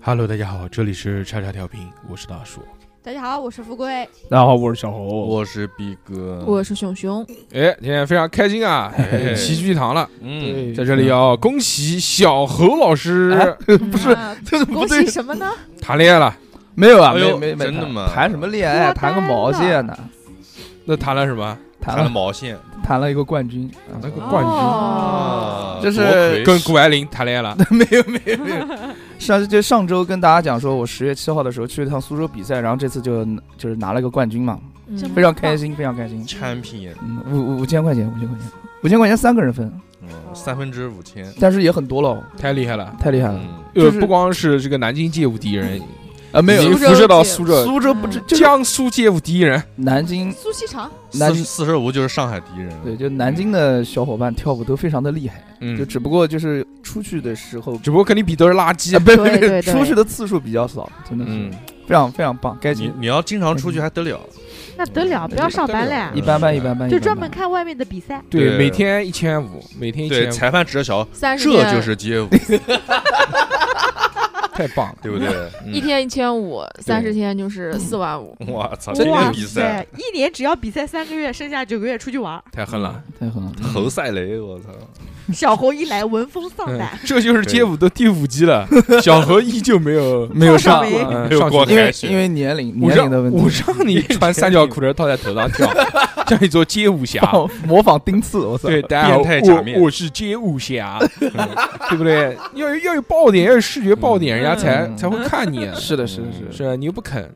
Hello，大家好，这里是叉叉调频，我是大叔。大家好，我是富贵。大家好，我是小侯。我是毕嗯哥，我是熊熊，哎，今天非常开心啊，哎齐聚一堂了，对嗯，在这里要恭喜小侯老师不是，嗯这怎恭喜什么呢？谈恋爱了，没有啊，哎没呦没没真的谈吗谈什么恋爱？脱单谈个毛线呢？那谈了什么？谈弹了了毛线谈了一个冠军，嗯啊那个冠军哦，啊就是哎跟谷爱凌谈恋爱了，没有没有没有。上就上周跟大家讲说，我十月七号的时候去了趟苏州比赛，然后这次就就是拿了个冠军嘛，嗯非常开心，非常开心。产品，嗯，五五五千块钱，五千块钱，五千块钱三个人分，嗯，三分之五千，但是也很多了，太厉害了。太厉害了。嗯，呃就，是不光是这个南京街舞第一人，啊，没有已经，辐射到苏州，苏州不是就是江苏街舞第一人，南京，苏锡常，南四京四十五就是上海第一人，对，就南京的小伙伴跳舞都非常的厉害。就嗯，只不过就是出去的时候，只不过跟你比都是垃圾啊，， 不是对不是对对出去的次数比较少，真的是嗯，非常非常棒，该你进你要经常出去嗯还得了，那得了，不要上班了一，般般一般般，就一般专般门看外面的比赛。对，对每天一千五，每天一对，千裁判指着小，三十这天，就是街舞， 太棒了，对不对？嗯，一天一千五，三十天就是四万五。我操，这哇个比赛塞，一年只要比赛三个月，剩下九个月出去玩儿。太狠了。太狠了。侯赛雷，我操，小侯一来，闻风丧嗯胆，，这就是街舞的第五季了，小何依旧没有没有上上，没嗯没有上去过因海为选因为年龄我年让龄的问我 题，让你穿三角裤衩套在头上 跳，叫你做街舞侠。我模仿丁次，我操，啊对，大家好，变态假面我我是街舞 侠，嗯对不对？要有要有爆点，要有视觉爆点，人家才嗯才会看你。是的，是的，是的，是啊，你又不肯，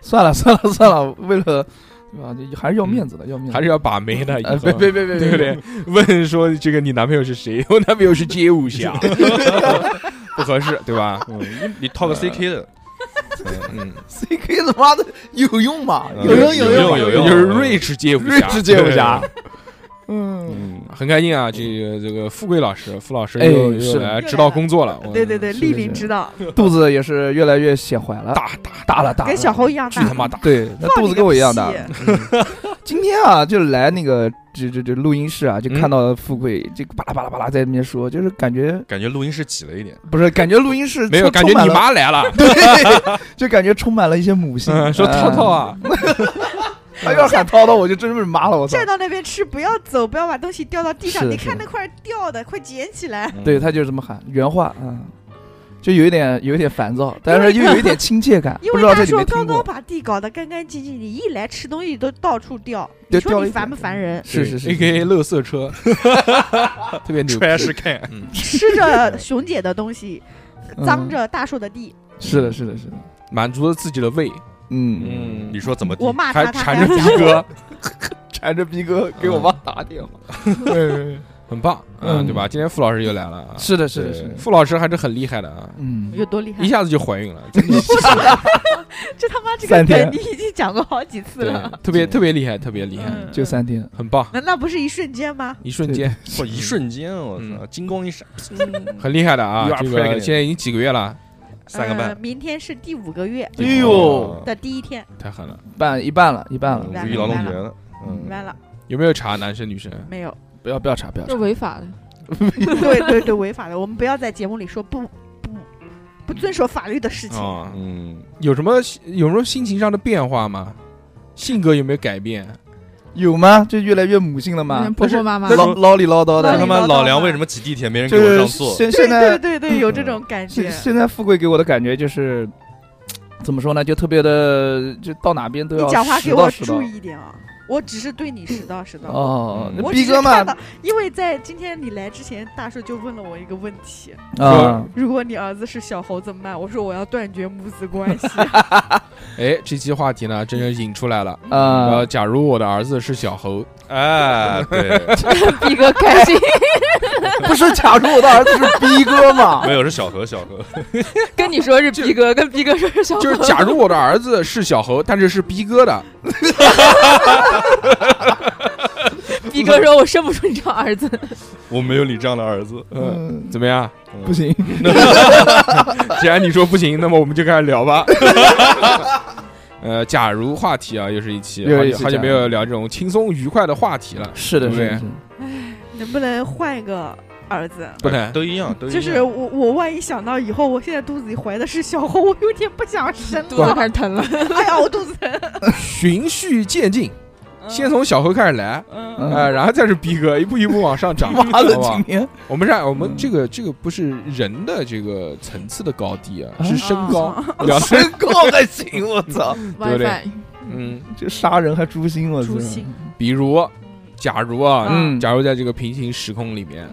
算了算了 算了，为了对吧，就还是要面子的，要面子，嗯还是要把妹的。以呃后嗯别别别别对不对？ 问说这个你男朋友是谁？我男朋友是街舞 侠，不合适，对吧？你套个 CK 的，嗯， ，C K 他妈的有用吗？嗯有用有用用有用就是 rich 街舞睿侠智街舞侠，嗯，嗯，很开心啊，这个这个富贵老师，傅老师哎又又是来指导工作了。我对对对，嗯是莅是临指导，肚子也是越来越显怀了，大大大了大了，跟小侯一样巨大他。妈大，对，那肚放你子个跟我一样大屁。今天啊，就来那个这这这录音室啊，就嗯看到富贵这个巴拉巴拉巴拉在那边说，就是感觉感觉录音室挤了一点，不是感觉录音 室没有充感觉充满你了妈来了，对， 就感觉充满了一些母性。嗯，说涛涛啊，哎，要喊涛涛我就真是妈了，我操站！到那边吃，不要走，不要把东西掉到地上。是你是看那块掉的，快捡起来。嗯对，他就是这么喊原话啊、嗯就有一点有一点烦躁，但是又有一点亲切感，因不为知道他这里说面刚听刚过，把地搞得干干净净，你一来吃东西都到处掉，对你掉说了一嗯地？你烦不烦人 是是是 A K A 乐色 车，特别牛逼， trash can，嗯吃着熊姐的东 西，嗯脏着大树的地，是的，是的，是的，满足了自己的胃，嗯，嗯嗯，你说怎么地？我骂还他，他缠还要着逼讲我。哥，缠着逼哥给我妈打电话， 对很棒，嗯，嗯对吧？今天傅老师又来了啊，是的，是的，是的傅老师还是很厉害的啊，嗯，有多厉害一？下子就怀孕了， 这他妈这三个天梗你已经讲过好几次对了。， 特别特别厉害，特别厉害，嗯就三天，很棒，那那不是一瞬间吗？一瞬间我一瞬间，我操，嗯金光一闪，很厉害的啊 You，are 这个 pregnant 现在已经几个月了，三个呃半，哦明天是第五个月哎呦，的第一天，太狠了，办一半了，一半嗯了，五一劳动节了，明嗯，白了有没有查男生女生？没 有？不要不要查，不要这查，违法的，对对对，违法的，我们不要在节目里说不不不遵守法律的事情。啊，嗯，有什么有什么心情上的变化吗？性格有没有改变？有吗？就越来越母性了吗？婆婆妈妈不是唠唠里唠叨那那他的，妈你唠叨老梁吧为什么挤地铁没人给就我是让座？现对现在对对对，有这嗯种感觉现。现在富贵给我的感觉就是，怎么说呢，就特别的，就到哪边都你要讲话拾给到我拾到注。意一点啊！我只是 对你实到实到。哦，嗯那我逼只哥是嘛看到，因为在今天你来之前，大叔就问了我一个问题：啊，如果你儿子是小猴怎么办？我说我要断绝母子关 系。哎，这期话题呢，真是引出来了。啊呃，，假如我的儿子是小猴，哎，对，逼哥开心， 不是，假如我的儿子是逼哥嘛没，有是小何，小何，跟你说是逼哥，跟逼哥说是小就是假如我的儿子是小猴，但是是逼哥的，逼哥说：“我生不出你这样儿子。我没有你这样的儿子，嗯，嗯，怎么样？嗯不，行，既然你说不行，那么我们就开始聊吧。呃，假如话题啊，又是一期，又好是一久期好久假没有聊这种轻松愉快的话题了，是的，对是的，是的能不能换一个儿子？不能。都一样，都一样。就是我，我万一想到以后，我现在肚子里怀的是小猴，我有点不想生”肚子了。开始疼了，哎呀，我肚子疼。循序渐进，先从小何开始来，嗯，嗯呃，然后再是逼哥，一步一步往上涨。 妈的好，不好今天我们啊让我们嗯这个这个不是人的这个层次的高低啊，啊是身高。 聊聊身高还行，我操，对不对 WiFi 嗯，这杀人还诛心，我操诛，心。比如，假如啊，嗯假如在这个平行时空里面，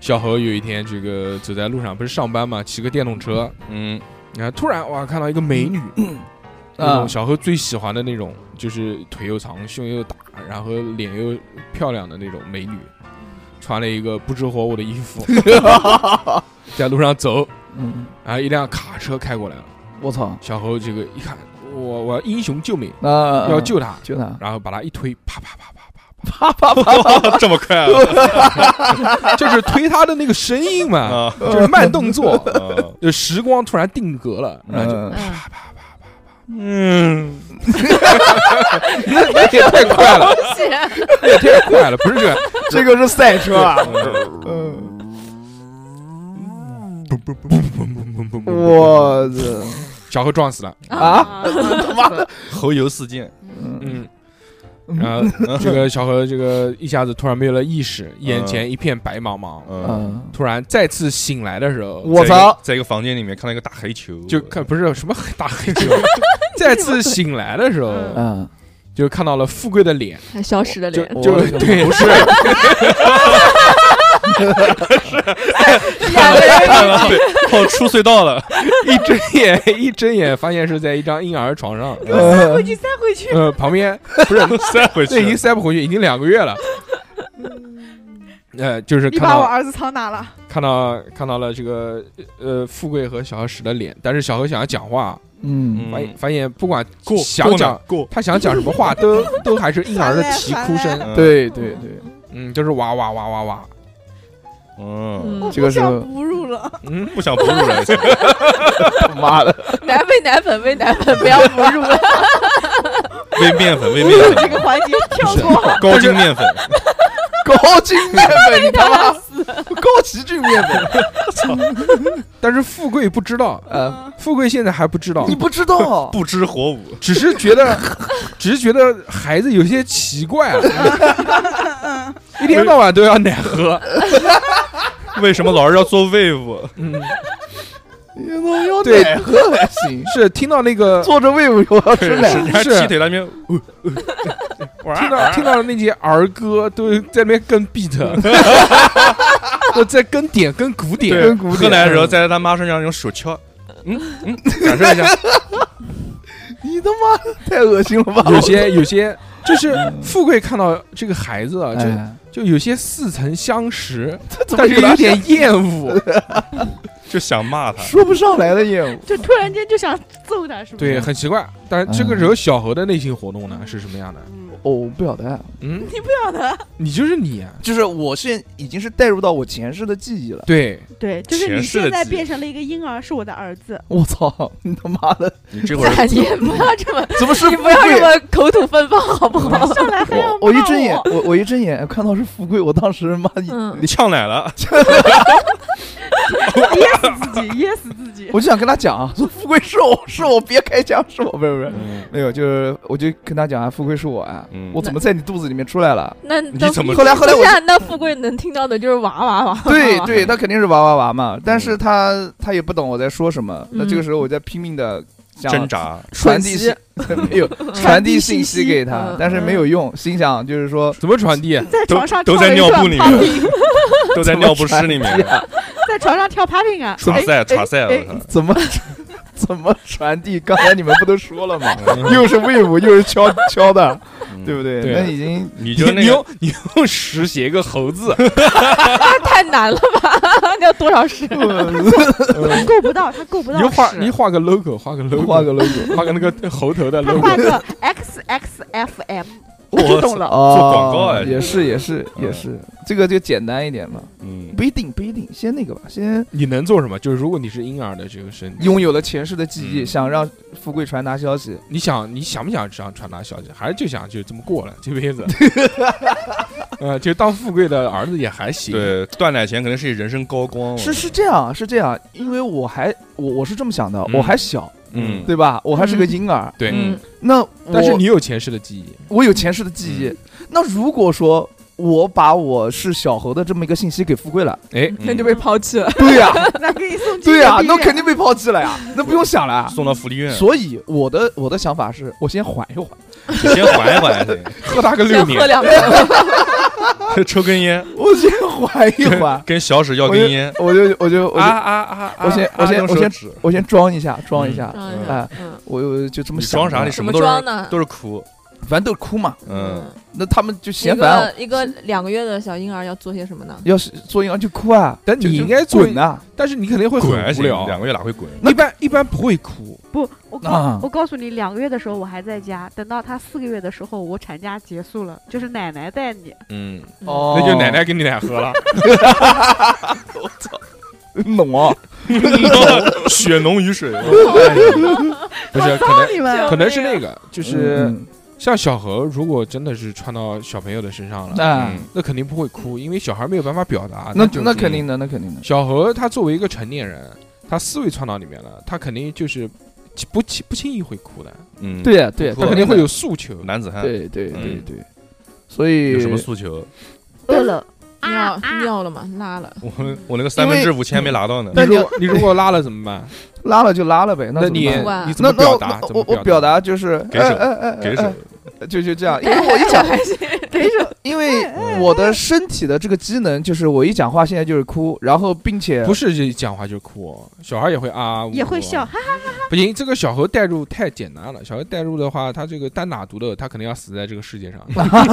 小何有一天这个走在路上，不是上班嘛，骑个电动车，嗯，然后突然哇看到一个美女，那啊种，小何最喜欢的那种，就是腿又长、胸又大，然后脸又漂亮的那种美女，穿了一个不知火舞的衣服，在路上走，嗯，然后一辆卡车开过来了，我操，小何这个一看，我我要英雄救美，那要救她，救他，然后把她一推，啪啪啪啪啪啪啪啪，这么快啊啪，就是推她的那个声音嘛，啊！就是慢动作，啊就时光突然定格了，然后就嗯，嗯 嗯，那也太快了，谢那也太快了，不是这个，这个是赛车 啊，嗯，我操小何撞死了，啊，他妈的，侯游四溅，嗯嗯。然 后这个小何这个一下子突然没有了意识，眼前一片白茫茫。嗯，嗯，突然再次醒来的时候，我在一个操，在一个房间里面看到一个大黑球，就看不是什么大黑 球，再次醒来的时候嗯嗯，就看到了富贵的脸， 还消失的就脸，就哦我的个对，不是两个人看了，对，哦，出隧道了，一睁眼一睁眼发现是在一张婴儿床上，嗯塞回去，塞回去。呃，旁边不是 塞回这已经去，塞不回去，已经两个月了。 呃，就是嗯你看把我到儿子藏哪了？看到看到了这个呃富贵和小何使的脸，但是小何想要讲话，嗯，发现嗯发现不管过想讲过他想讲什么话都都还是婴儿的啼哭烦声，呢，过，对对对，嗯，就是哇哇哇哇哇，嗯，嗯我这个不时想候哺乳了。嗯，不想哺乳了， 他妈的，难喂 奶粉，喂奶粉，不要哺乳。喂面粉，喂哺乳面这粉，个环节跳过，高筋面粉， 高筋面粉，你他妈高崎骏面 粉，但是富贵不知道，呃，富贵现在还不知道你，不知道，不知火舞，只是觉得， 只是觉得孩子有些奇怪了，一天到晚都要奶喝，为什么老是要做 wave？嗯，你都要对奶喝还行，是听到那个坐着喂我，我要吃奶，人家是踢腿那呃边，呃听到听到那些儿歌都在那边跟 beat，都在跟点跟鼓点，跟古典喝奶的时候在他妈身上用手敲，嗯嗯，感受一下，你他妈的太恶心了吧！有些有些就是富贵看到这个孩子啊，就哎，就有些似曾相识，怎么但是有有点点厌恶。 就想骂他，说不上来的厌恶。 就突然间就想揍他，是不对，是？很奇怪。但这个时候，小何的内心活动呢是什么样的？哦，我不晓得，嗯，你不要的。你就是你啊，就是我现在已经是带入到我前世的记忆了。对，对，就是前你世的现在记忆变成了一个婴儿，是我的儿子。我操，你他妈的你这会大儿爷，不要这么，怎么是你富不要这贵？么口吐芬芳，好不好？上来还要我一骂睁眼，我我一睁眼看到是富贵，我当时妈一，嗯你呛奶 了，噎死自己，噎死自己。我就想跟他讲啊，说富贵是我是我，别开枪，是我，不是不是，嗯没有，就是我就跟他讲啊，富贵是我啊嗯，我怎么在你肚子里面出来了？那你那怎么后来后不来是我啊，那富贵能听到的就是娃娃娃。对对，他肯定是娃娃娃嘛，但是他他也不懂我在说什么。那这个时候我在拼命的挣想扎，啊传递信，没有传递信息给他嗯，但是没有用。心想就是说，怎么传递？啊 在都床上都跳在了一尿段布里 popping，都在尿不湿里面在床上跳 popping 啊，耍哎赛耍赛，哎我操怎么 怎么传递？刚才你们不都说了吗？又是威武，又是敲敲的，嗯对不对？对那已经你你就那你个用你用屎写一个猴啊子，那太难了吧？ 你要多少时？嗯 他够不到，他够不到你屎，就画你画个 logo，画个 logo，画个 logo， 画个那个猴头的他 logo，画个 x x f m，就懂了。哦做广告啊也是也是嗯也是，这个就简单一点嘛，嗯，不一定不一定，先那个吧，先你能做什么？就是如果你是婴儿的这个身体，拥有了前世的记忆，嗯想让富贵传达消息，你想你想不想这样传达消息？还是就想就这么过了这辈 子？呃，就当富贵的儿子也还行。，对，断奶前可能是人生高光，是，是这样啊是这样，因为我还我我是这么想的，嗯我还小，嗯，对吧？我还是个婴儿，对嗯，那我但是你有前世的记忆，我有前世的记忆，那如果说。我把我是小猴的这么一个信息给富贵 了，哎，嗯那就被抛弃了。对 呀、那给你送进对呀、地狱那肯定啊被抛弃了呀，那不用想 了啊。送到福利院，所以我的我的想法是，我先缓一缓，你先缓一缓，对喝他个六先喝年，两杯，抽根烟，，我先缓一缓 跟小史要根烟，我就我就我就、啊啊啊！啊我先我先用我先手指我先装一下，装一下，嗯哎、嗯，我我就这么你想的。装啥？你什什么么都是装呢？都是哭，反正都是哭嘛，嗯，，那他们就嫌啊一烦，啊个一个两个月的小婴儿要做些什么呢？要是做婴儿就哭啊，但就你就应该做滚啊，但是你肯定会很滚还无行，两聊。个月哪会滚？一般一般不会哭，不，我告、啊我告诉你，两个月的时候我还在家，等到他四个月的时候，我产假结束了，就是奶奶带你。嗯， 嗯哦，那就奶奶给你奶喝 了。懂啊，血浓于水，不是，可能你们可能是那个，就是嗯像小何，如果真的是穿到小朋友的身上了，嗯那那肯定不会哭，因为小孩没有办法表达。那就嗯那肯定的，那肯定的，小何他作为一个成年人，他思维窜到里面了，他肯定就是不轻不轻易会哭的，嗯，，对呀对呀，啊不他错肯定会有诉求。男子汉，对对对嗯对，所以有什么诉求？饿了尿啊啊！尿了嘛，拉了。我我那个三分之五千没拿到呢，你但如你果你如果拉了怎么办？拉了就拉了呗，那怎么你办办你怎那么那表我达？那怎么我我表达就是给手哎哎哎哎给手，哎就就这样，因为我一 讲还是等一会儿因为我的身体的这个机能就是我一讲话现在就是哭，然后并且不是就讲话就哭，小孩也会啊， 也会呜笑，。哈哈。不行，这个小何代入太简单了。小何代入的话，他这个单打独斗，他肯定要死在这个世界上。啊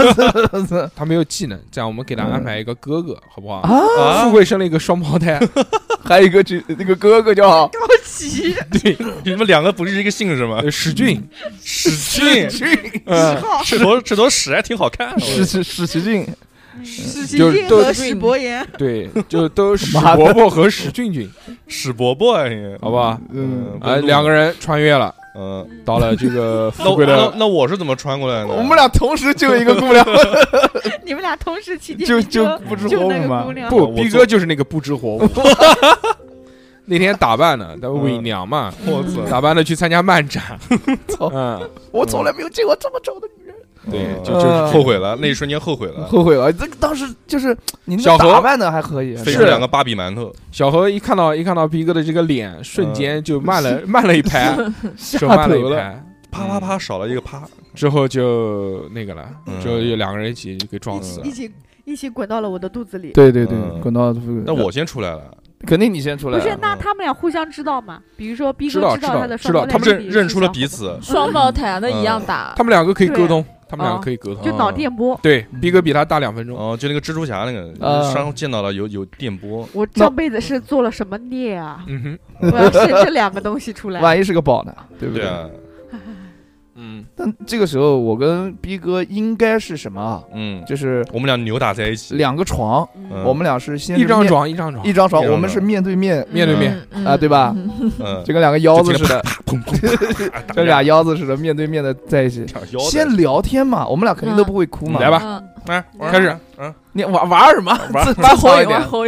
他没有技能，这样我们给他安排一个哥哥，好不好？哦啊富贵生了一个双胞 胎， 还有一个就那个哥哥叫高 级，对，你们两个不是一个姓是吗？呃史俊， 史俊，嗯，这坨这坨屎还挺好看，哦史史史奇俊，史奇就是金都和史伯言，对， 就都是史妈的伯伯和史俊俊，史伯伯啊，你好不好？嗯，啊，两个，人穿越了，不录了嗯，到了这个 那富我贵那的，那我是怎么穿过来的？嗯我们俩同时救一个姑 娘， 你们俩同时骑电就瓶就车不知就火那舞个嘛姑，娘，不我，逼做哥就是那个不知火 舞。那天打扮的，他伪嗯娘嘛，我操，打扮的去参加漫 展，嗯，我从来没有见过这么丑的女人，对，嗯就就是后悔了，那一瞬间后悔了，后悔啊了，这个当时就是你那小何打扮的还啊可以，飞是出两个芭比馒头，小何一看到一看到逼哥的这个脸，瞬间就慢了慢了一拍，下手慢了头一了，拍，啪啪嗯啪少了一个啪，之后就那个了，嗯就有两个人一起就给撞死了一。起一起滚到了我的肚子里。对对对嗯，滚到那我先出来了，肯定你先出来不是啊，，那他们俩互相知道吗？比如说，逼知哥道知道他的知双道胞胎他他们们弟认弟认是出了小彼伙此，双胞胎，啊那一嗯样打他。们两个可以沟通，他们两哦个可以沟通，子，就脑电波。对逼哥嗯比他大两分钟，哦，就那个蜘蛛侠那个，啊上见到了有有电波，我那这辈子是做了什么孽啊？嗯哼，我要生这两个东西出 来。万一是个宝呢，对不对啊，嗯，但这个时候我跟逼哥应该是什么啊？嗯，就是我们俩扭打在一起，两个床，嗯我们俩是先一是张面床一张床一，张床，啊一张床我们是面对面，面对面嗯啊对吧？嗯嗯，就跟两个腰子就似听的，砰砰 砰啪，打跟俩腰子似的，面对面的在一起，两腰先的聊天嘛，我们俩肯定都不会哭嘛。嗯来吧嗯哎，开始，嗯，你玩玩什么？玩正玩正红常一影，玩点，红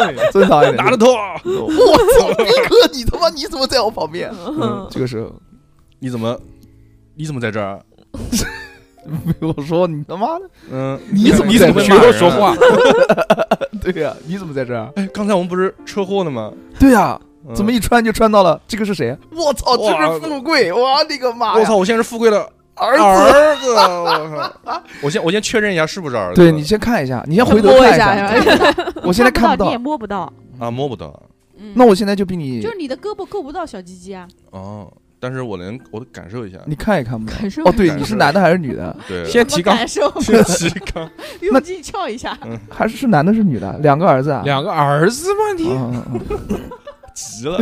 影，哦正常一点。拿着头，我操，逼哥，你他妈你怎么在我旁边？嗯这个时候， 你怎么你怎么在这儿？我说你他妈的，嗯，你怎么你在怎这么儿学会说话？对呀，你怎么在这儿？哎，刚才我们不是车祸了吗？对呀，嗯怎么一穿就穿到了？这个是谁？我操，这是富贵！我的个妈呀！我操！我现在是富贵的儿子。儿子，我靠！我先我先确认一下是不是儿子？对你先看一下，你先回头摸看一下下。是吧？ 我现在 看看不不到，你也到，摸不到，啊，摸不到嗯嗯那我现在就比你就是你的胳膊够不到小鸡鸡啊，哦，但是我能我感受一下。你看也看不到。感受哦，对，感你 是受男的还是女的？对，先我提纲，感受提纲， 用劲翘一下，还是是男的是女的？两个儿子啊？两个儿子吗？你嗯。嗯嗯急了，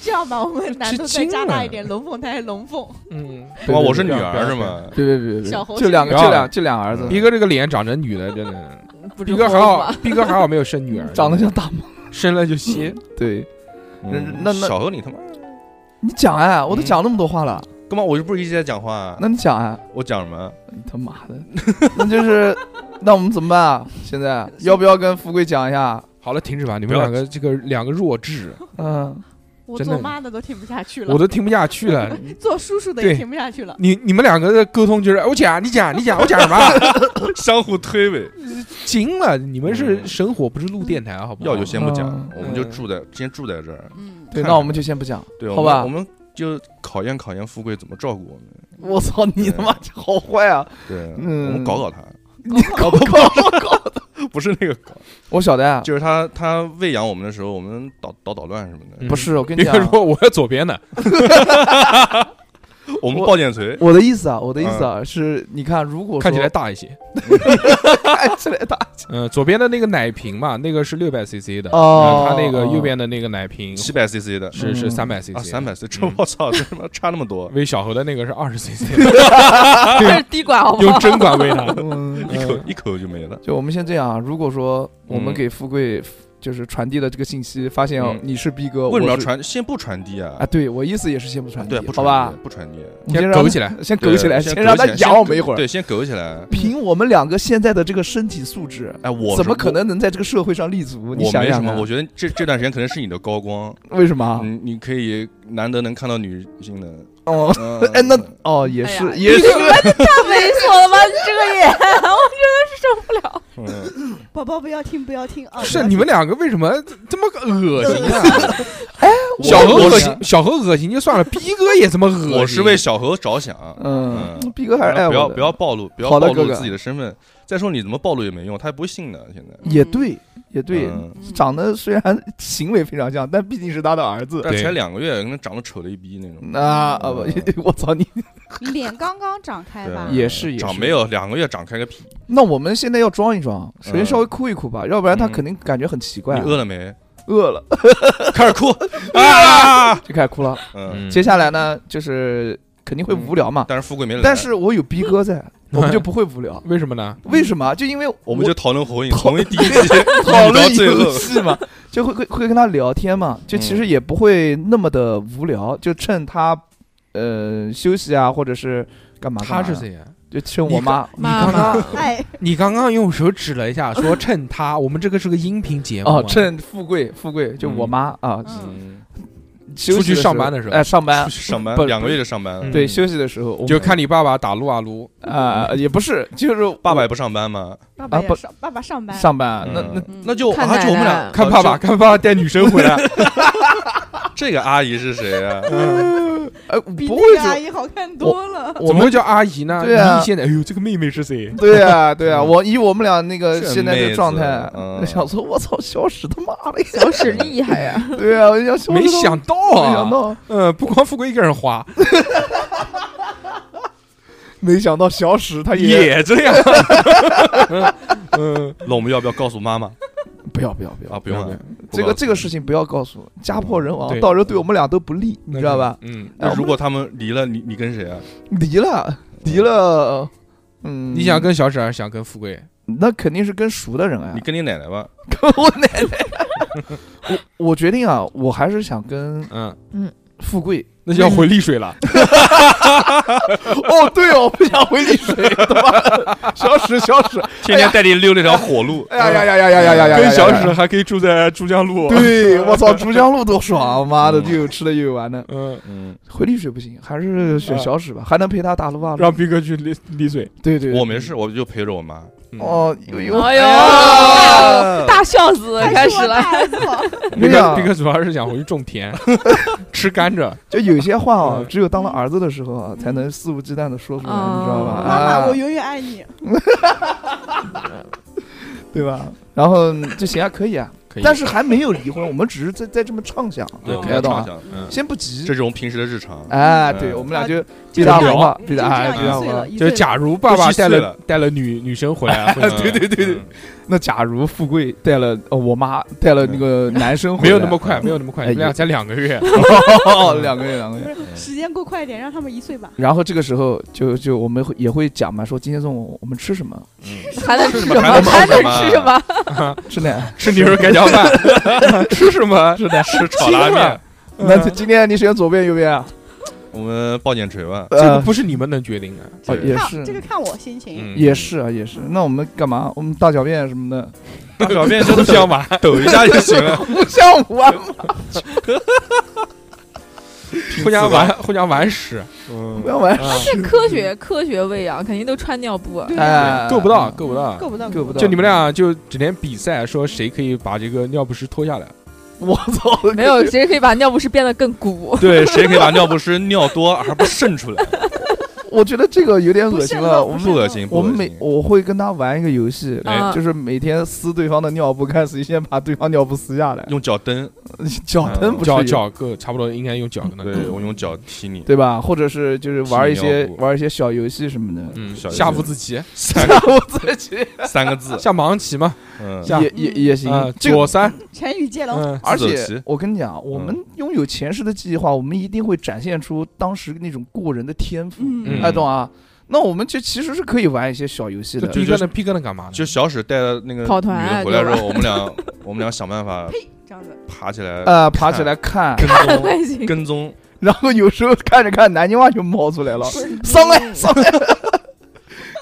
这样吧，我们难度再吃惊加大了一点，龙凤胎龙凤，嗯，对对哇，哦我是对女不要儿是？吗？别别别别别，小猴就两不个，要就两就俩儿子，逼哥这个脸长成女的，真 的。不是逼哥还活好吗，逼哥还好没有生女儿，长得像大妈。生了就歇。对，嗯那那小何你他妈，你讲哎，我都嗯讲那么多话了，干嘛？我就不是一直在讲话啊，那你讲哎，我讲什么？啊你他妈的，那就是，那我们怎么办啊？现在要不要跟富贵讲一下？好了，停止吧，你不们要两个这个两个弱智，嗯，我真的做妈的都听不下去了，我都听不下去了。 做叔叔的也对听不下去了。你你们两个的沟通就是，哎我讲你讲你讲，我讲什么？ 相互推诿，嗯行了，你们是神火不是录电台，啊好不好？要就先不讲嗯，我们就住在先住在这儿，嗯，对，看那我们就先不讲。对，我好们吧我们就考验考验富贵怎么照顾我们，我操，你他妈好坏啊！对，嗯我们搞搞他，你搞不搞？ 不是那个搞，我晓得啊，就是他他喂养我们的时候，我们捣捣捣乱什么的，嗯不是我跟你别讲，啊说我要左边的，我们我抱剑锤，我的意思啊，我的意思啊，是你看，如果说看起来大一些。 看起来大，嗯，左边的那个奶瓶嘛，那个是六百 CC 的，嗯哦然后它那个哦右边的那个奶瓶七百 CC 的是是嗯三百 CC，啊，三百 CC，嗯我操，这他妈差那么多，喂小猴的那个是二十 CC，这啊是滴管好吗？用针管喂 它。嗯，一口一口就没了，就我们先这样啊。如果说我们嗯给富贵就是传递的这个信息，发现哦嗯你是逼哥，为什么我要是传？先不传递啊啊？，对我意思也是先不传递对，，不好传吧递？不传递，我们先让他苟起来，先对苟起来，先让苟他起来养先我们一会儿。对，先苟起来。凭我们两个现在的这个身体素质，哎，我怎么是可？能能在这个社会上立足？我你我想没什想么，嗯看，我觉得这这段时间可能是你的高光，为什么啊？你你可以难得能看到女 性的。哦，嗯哎，那哦也哎呀是也是，太猥琐了吧，你这个也，我真的是受不了。 嗯宝宝不要听，不要听啊！是你们两个为什么这么个恶心啊？ 哎我小何我恶是心，小何恶心就算了，逼哥也这么恶心。我是为小何着想。嗯嗯，逼哥还是爱我不要的不要暴露，不要好的暴哥露哥自己的身份。再说你怎么暴露也没用，他也不会信的。现在也对也对，嗯长得虽然行为非常像，但毕竟是他的儿子。但对才两个月，可能长得丑了一逼那种。嗯那啊不， 我操你！脸刚刚长开对吧啊，也是也长是没有两个月长开个屁。那我们现在要装一装，首先嗯稍微哭一哭吧，要不然他嗯肯定感觉很奇怪你啊。饿了没？饿了开始 哭啊！就开始哭了。嗯，接下来呢，就是肯定会无聊嘛，但是富贵没来，但是我有逼哥 在，我们就不会无聊。为什么呢？为什么？就因为我们就讨论火影，从第 一集讨 论到嗯最后游。 戏嘛，就会会会跟他聊天嘛，就其实也不会那么的无聊，就趁他呃休息啊，或者是干嘛干他嘛是的谁啊呀？就趁我妈你刚刚哎，你刚刚用手指了一 下，说趁他，我们这个是个音频节目嘛啊哦，趁富贵富贵就我妈啊，嗯，嗯休息出去的上班的时候哎，上班出去啊上不班两个月就上班了嗯，对休息的时候我就们看你爸爸打撸啊撸，啊，也不是，就是 爸爸也我不上班嘛，爸啊爸不也上，爸爸上班，上班，那嗯那嗯那就看啊，奶就我们奶俩看爸爸，。看爸爸 带女生回来，啊就这个阿姨是谁啊？哎比不会那个阿是姨好看多 了。我怎么们会叫阿姨呢？对啊你现在哎呦，这个妹妹是谁？对啊对嗯啊，我以我们俩那个这现在妹的子状态，嗯想说我操小史他妈的，小史厉害呀、对啊，我就想小史没他妈想到没想啊，到，嗯，不光富贵一个人花，没想到小史他 也也这样。嗯，那我们要不要告诉妈妈不要不要不啊？要，不用了，这个这个是。事情不要告诉，家破人亡，嗯对到时候对我们俩都不利， 你知道吧？？嗯，哎那我如们哎果他们离了，你你跟谁啊？离了离了，嗯，你想跟小史还是想跟富贵？那肯定是跟熟的人啊你，跟你奶奶吧。跟 我奶奶，我我决定啊，我还是想跟嗯，富 贵。那就要回丽水了。哦，对哦，我不想回丽水，他妈的小史小史，，天天带你溜那条火路哎呀呀呀呀呀呀呀呀，跟小呀史，还可以住在珠江路。对我操，珠江路多爽，妈的，嗯又有吃的又有玩的。啊嗯，嗯，回丽水不行，还是选小史吧，还能陪他打撸啊撸。让逼哥去丽丽水。对对，对我没事，我就陪着我妈。嗯，哦，有有，哎呀呦，大孝子还开是始我了。大儿子 好逼没哥有逼哥主要是想回去种 田，吃甘蔗。就有些话啊嗯，只有当了儿子的时候啊，才能肆无忌惮的说出来，嗯你知道吧？妈妈，啊我，永远爱你。对吧？然后就行啊，可以啊，可以，但是还没有离婚，我们只是在在这么畅想，啊对，嗯可大家以懂畅吗？想，嗯，先不急这，是我们平时的日常。哎，嗯对我们俩就就这比大样文化，就这比大哎，样比大一岁文化了，。一就是岁了假如爸爸都七带岁了了带了女女生回 来，啊会对对对对嗯，那假如富贵带了呃我妈带了那个男生回来，没有那么快，没有那么快，哎你们俩才两个月， 哦， 两个月两个月。时间过快一点，让他们一岁吧。然后这个时候就就我们会也会讲嘛，说今天中午我们吃什么？还能嗯吃吃什什么么？还还能能吃吃什什么么？吃奶？吃牛肉盖浇饭，吃什么？吃的吃炒拉面，那今天你选左边右边啊？我们抱点锤吧。这个呃，不是你们能决定啊的。哦也看这个是看我心情，嗯也，是啊也是。那我们干嘛？我们大小便什么的，大小便真互的相玩，抖一下就行了。不像玩互相玩，互相玩屎，嗯不要玩，这科学科学喂养，肯定都穿尿布。啊对哎，够不到，够不到。够不到，够不到就你们俩就整天比赛，说谁可以把这个尿不湿脱下来。我操，没有，直接可以把尿不湿变得更鼓。对，谁可以把尿不湿尿多而不渗出来？我觉得这个有点恶心了。哦我不们是不恶心，不我们恶每心我会跟他玩一个游戏，哎嗯就是每天撕对方的尿布，看谁先把对方尿布撕下来。用脚蹬，脚蹬不是脚有脚够，差不多应该用脚跟他对我用脚踢你，对吧？或者是就是玩一些踢尿布玩一些小游戏什么的。嗯，小下五子棋，三 我自己 三个字，下盲棋嘛，嗯，下也也也行啊，，这个左三， 成语接龙，嗯，而自走且棋我跟你讲，我们拥有前世的记忆的话，我们一定会展现出当时那种过人的天赋，嗯，哎，懂啊？那我们就其实是可以玩一些小游戏这的，逼跟那逼跟那干嘛呢？就小史带着那个跑女的团啊回来之 后，我们俩我们俩想办法这样子，爬起来，呃，爬起来看，跟 踪还行。跟踪，然后有时候看着看，南京话就冒出来了，上嗯来上来，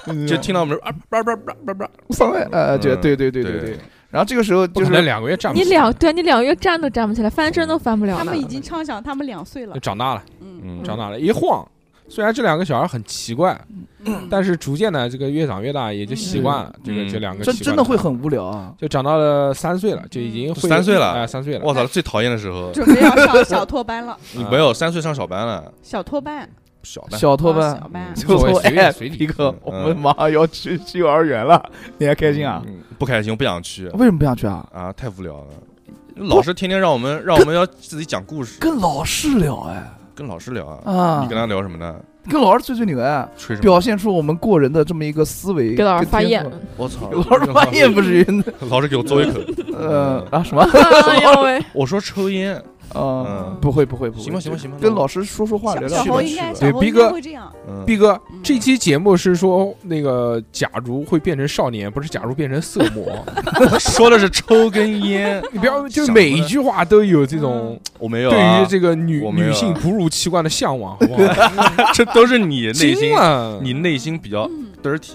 嗯就听到我们啊叭叭叭叭叭，上来，呃，对嗯对对对对对。，然后这个时候不就可能是两个月站不你起来两对你两个月站都站不起来，翻身都翻不了他呢们。已经畅想他们两岁了，长大了，嗯嗯长大了，一晃。虽然这两个小孩很奇怪，嗯，但是逐渐呢，这个越长越大也就习惯了。这个嗯这两个这习惯真的了会很无聊啊。就长到了三岁了，就已经会三岁了哎，三岁了。我操，最讨厌的时候，准备要上小托班了，你没啊有三岁上小班了，小托班，小班，小托啊班小，班，无就所谓说随便哎，随你皮哥，我嗯们马上要去去幼儿园了，你还开心啊？嗯？不开心，我不想去为什么不想去啊？啊，太无聊了。老师天天让我们让我们要自己讲故事，跟老师聊哎跟老师聊啊，啊你，跟他聊什么呢？跟老师吹吹牛哎，吹什么？表现出我们过人的这么一个思维。给老师发言言，，我操给！老师发言不至于， 老师给我嘬一口。 呃啊什么 哎呦喂， 我说抽烟，啊嗯？不会不会不会，行吧行吧行吧，跟老师说说话聊小小聊去天猴吧猴应应该该去小吧小猴猴应应该该会会这样，嗯毕哥，嗯这期节目是说那个假如会变成少年，不是假如变成色魔。说的是抽根烟，你不要，就想每不一到句话都有这种 我没有对啊。于这个女我没有啊女性哺乳器官的向往，好不 好？这都是你 内心惊，啊了，你内心比较嗯， dirty。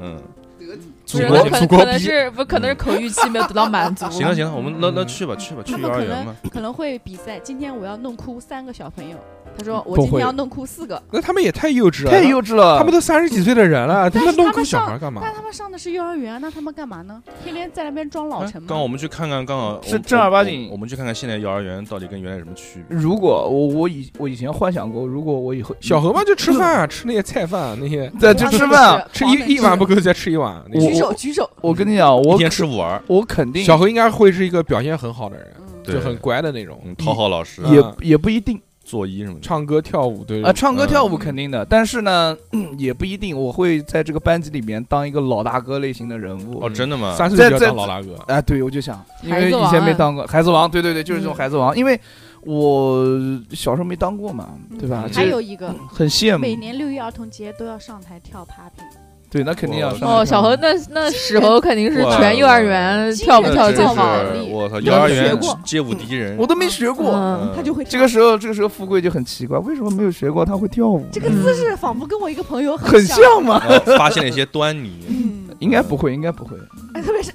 嗯，不祖是，国可祖能可国能逼，是不可能是口欲期没有得到满足。啊行了行了，我们那那去吧去吧，去他幼们儿可园能吧。可能会比赛，今天我要弄哭三个小朋友，他说我不今天会啊要弄哭四个，那他们也太幼稚了，太幼稚了，他们都三十几岁的人了，他但是们弄他哭们小上孩干嘛？但他们上的是幼儿园，那他们干嘛呢？天天在那边装老哎成吗？刚好我们去看看，刚好是我正儿八经我我们去看看现在幼儿园到底跟原来有什么区别。如果我我以我以前幻想过，如果我以后嗯小何嘛就吃饭啊，吃那些菜饭啊那些，在这吃饭啊，吃一一碗不够再吃一碗。那我些举手举手，我跟你讲，一我天吃五碗，我肯定小何应该会是一个表现很好的人，嗯，对就很乖的那种，嗯，讨好老师，嗯也也不一定。作揖什么的。唱歌跳舞对啊，唱歌嗯跳舞肯定的，但是呢， 嗯也不一定，我会在这个班级里面当一个老大哥类型的人物。哦，真的吗？三岁就要在当老大哥，哎，对，我就想，因孩为子以王前没啊当过孩子王，对对对，就是这种嗯孩子王，因为我小时候没当过嘛，嗯对嗯吧？还这嗯有一个，很羡每慕，年六一儿童节都要上台跳 popping，对，那肯定要我上。哦，小何那那屎猴肯定是全幼儿园跳舞那跳真最是好。我操，真幼儿的园学过街舞第一人我，都没学过。嗯，嗯他就 会这个时候，这个时候富贵就很奇怪，为什么没有学过？他会跳舞，嗯这个姿势仿佛跟我一个朋友很像，像吗？然后呃发现了一些 端倪。嗯，应该不会，应该不会，哎特别是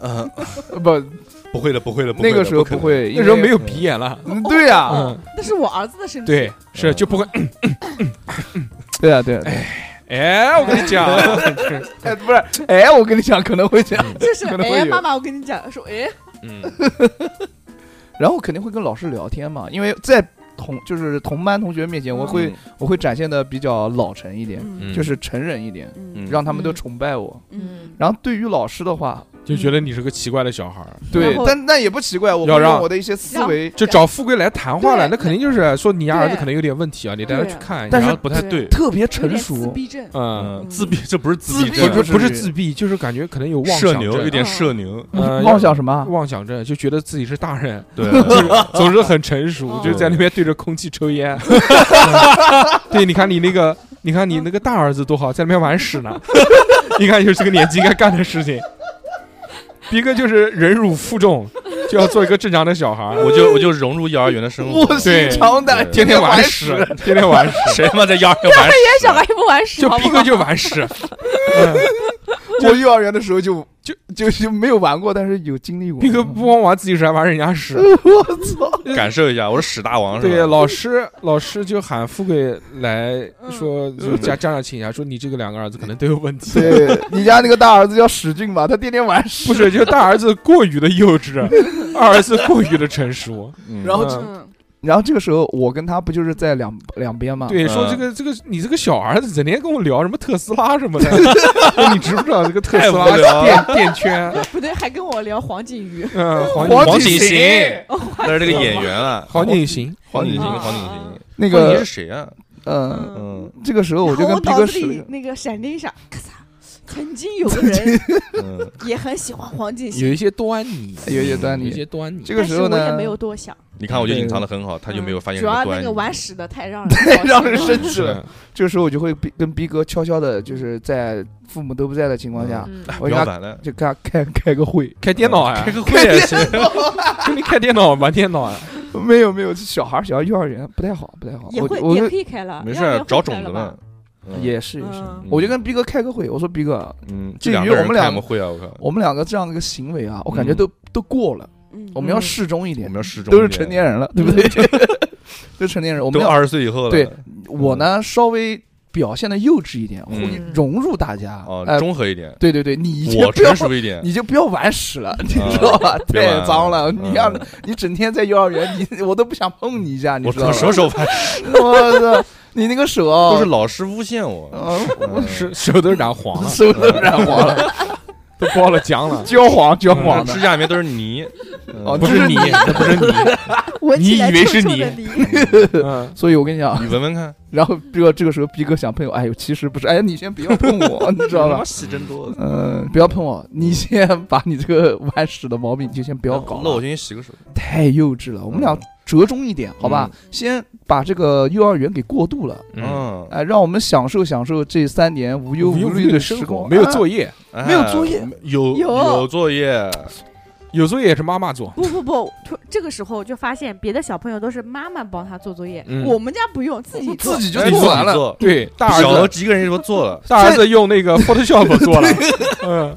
嗯，呃不，不会的，不会的，不会那的个时候不可不能。会，因那时候为没有鼻炎了。嗯。对呀，嗯，那是我儿子的身体，对，是嗯就不会。对呀，对呀，对呀哎，我跟你 讲，哎，不是，哎，我跟你讲，可能会这样。就是可能会哎，有妈妈，我跟你讲，说哎，嗯，然后肯定会跟老师聊天嘛，因为在同就是同班同学嗯面前，我会、我会展现的比较老成一点，嗯嗯就是成人一点，嗯让他们都崇拜我。嗯然后对于老师的话，就觉得你是个奇怪的小孩儿，对然，后但那也不奇怪，我要会让用我的一些思维。就找富贵来谈话来，对那肯定就是啊说你家儿子对可能有点问题啊，你带他对去看，但是然后不太对对，特别有成点自熟，闭症，嗯，嗯，自闭，这不是自自闭闭症，不不是是不是自闭，就是感觉可能有妄社想牛，有症，嗯点社牛，呃妄嗯想什么？妄想症，就觉得自己是大人，对， 总是很成熟哦，就在那边对着空气抽烟。嗯 对，你看你那个，你看你那个大儿子多好，在那边玩屎 呢。你看，就是这个年纪应该干的事情。逼哥就是忍辱负重，就要做一个正常的小 孩儿。我就我就融入幼儿园的生活我，对心长胆，对天天玩屎 屎，天天玩屎， 谁他妈在幼儿园 玩屎？啊这小孩也不玩屎，就好不逼好哥？就玩 屎。嗯我幼儿园的时候就就就就没有玩过，但是有经历过。嗯逼哥不光玩自己屎，还玩人家屎。我操！感受一下，我是屎大王嗯是对，吧？老师老师就喊富贵来说，就嗯家家长请假，说你这个两个儿子可能都有问题。 对你家那个大儿子叫史俊吧？他天天玩不屎，是，就大儿子过于的幼稚，啊 二儿子过于的成熟。嗯然后嗯嗯，然后这个时候我跟他不就是在两两边吗？对，嗯说这个这个你这个小儿子整天跟我聊什么特斯拉什 么的，说你知不知道这个特斯太无拉聊电电圈？不对，还跟我聊黄景瑜，嗯，黄黄黄景景行行，哦那是这个演员啊，黄景行，黄景行，啊黄景行，那黄景个是谁啊？嗯，嗯这个时候我就然后跟我逼脑哥子里史，那个闪电一闪，咔嚓，曾经有个人嗯，也很喜欢 黄景有瑜，一些端倪，有一些端有倪一些端倪。这个但时是候我也呢 没，有多想，你看我就隐藏的很好，他就没有发现嗯主什要那么端个倪。玩屎的太让人让人高兴了生气嗯了。这个时候我就会逼跟逼哥悄悄的，就是在父母都不在的情况下， 嗯，我不给要他玩了，就跟他开开个会。开电脑啊开，个会也行，跟你开电脑玩电脑啊，没有没有，这小孩儿小孩幼儿园不太好，不太好。也我会我也就可以开了，没事嗯要不儿然，找会种开子了嘛吧。。嗯，也是也是，嗯，我就跟逼哥开个会，我说逼哥，嗯，至这于两个人我们开俩什么会啊？我靠，我们两个这样的一个行为啊，我感觉嗯都都过了，嗯我们要适中一我点们，要适中，都是成，年人了，对不对？ 都成年人，我们都要二十岁以后了。对我呢稍微表现的幼稚一点，嗯会融入大家。哦，哎，中和一点，对对对，你就我不要成。熟一点。你就不要玩屎了，你啊知道 吧？别玩太脏了，嗯你让你整天在幼儿园，你我都不想碰你一下，你我知道从吧？什么时候发现？ 我操，你那个手都是啊，老师诬陷我。嗯嗯手手都染 黄了，手都染黄了，都包了浆了。焦黄焦我黄的的指。甲里面都是泥，哦嗯不是你，那不是你，闻起来你以为是臭臭你的泥嗯，所以我跟你讲， 你闻闻看，然后这个这个时候逼哥想碰我，哎呦，其实不是，哎，你先不要碰我， 你知道吧？戏真多。嗯，不要碰我，你先把你这个 玩屎的毛病就先不不要搞那我了，先洗个手。太幼稚了。我们嗯俩折中一点，好吧？先把这个幼儿园给过渡了，嗯，哎，让我们享受享受这三年无忧无忧无虑虑的时生活，光。没有啊作业，哎没有作业，有有有作业，有作业也是妈妈做。不不不，突这个时候就发现别的小朋友都是妈妈帮他做作业，嗯我们家不用自己做自，己就哎做完自己了，做对，大小儿儿子，子一个人就说做了，大儿子用那个 Photoshop 做 了，嗯，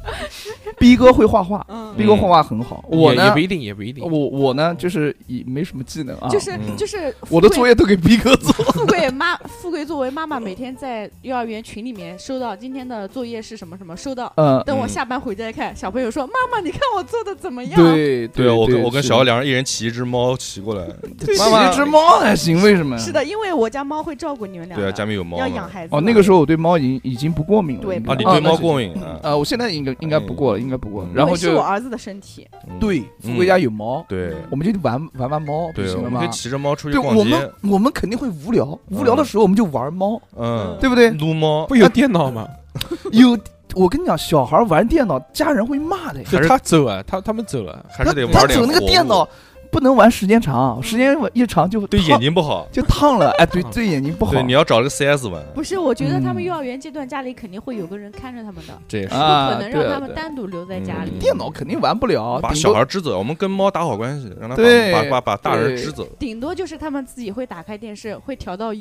逼哥会画画，嗯，逼哥画画很好。也我也呢不，一定，也不一定我。我呢就是也没什么技能啊，就是嗯就是我的富作贵业都给逼哥 做。富贵妈，富贵作为妈妈，每天在幼儿园群里面收到今天的作业是什么什么，收到。嗯，等我嗯下班回家一看，小朋友说：“妈妈，你看我做的怎么样？”对对我跟我跟是小的何两人一人骑一只猫骑过来，骑妈妈一只猫还行，为什么？是。的，因为我家猫会照顾你们俩对的，啊，家里面有猫要嘛养孩子。哦，那个时候我对猫已经已经不过敏了。对应该啊，你哦对那猫是过敏啊？呃，我现在应该应该不过了，应该不过了。嗯然因后为是就我儿子的身体，嗯对，富贵家有猫，对我们就玩玩玩猫，不对，行我了们吗可以？骑着猫出去对，逛我街们，我们肯定会无聊，无聊的时候我们就玩猫，嗯，对不对？撸猫不有电脑吗？有，我跟你讲，小孩玩电脑，家人会骂的呀。就他走啊，他他们走了，还他是得他玩点走那个活电物脑，不能玩时间长，时间一长就对眼烫睛不好。就烫了，哎，对对眼睛不好对，你要找这个 CS 玩，不是？我觉得他们嗯幼儿园阶段家里肯定会有个人看着他们的，这也是。不啊。可能对让他们对单独留在家里嗯。电脑肯定玩不了，把顶小多孩支走，我们跟猫打好关系，让他对把把把把大人对支走。顶多就是他们自己会打开电视，会调到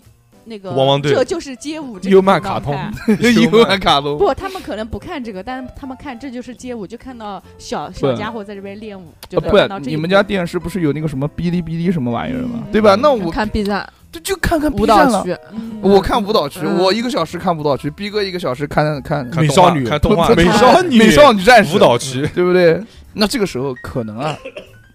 那个汪汪队这就是街舞这个优漫频道卡通看幽暗卡通不，他们可能不看这个，但是他们看这就是街舞，就看到小小不家伙在这边练舞，就啊，能看到不，这你一们幕家电视不是有那个什么哔哩哔哩什么玩意儿吗？嗯对吧？那我看 B 站就就看看 B 舞站蹈了。区，嗯我看舞蹈区，嗯我一个小时看舞蹈区，逼哥一个小时看看看美动少画女看动画， 美少女美少女战士舞，蹈区，对不对？那这个时候可能 啊，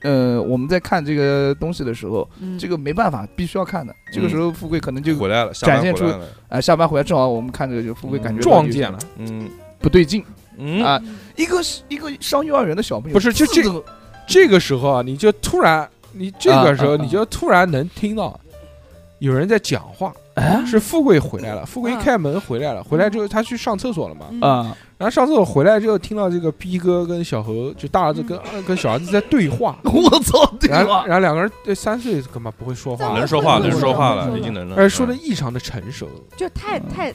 呃，我们在看这个东西的时候，嗯嗯这个没办法，必须要看的。这个时候富贵可能就啊回来了，下展班现回来出了，哎，下班回来正好我们看这个，就富贵感觉嗯到撞有见点了，嗯，不对劲，嗯啊，一个一个上幼儿园的小朋友，不是就自这动这个时候啊，你就突然，你这个时候啊啊啊你就突然能听到有人在讲话，啊是富贵回来了。富贵一啊开门回来了，回来之后他去上厕所了嘛，嗯，啊然后上厕所回来之后听到这个逼哥跟小猴，就大儿子跟嗯二跟小儿子在对话， 我操，对然后吧？然后两个人对三岁干嘛不会说话能了，说话，能能说说话能说了，已经能了。而且说的异常的成熟，嗯就太太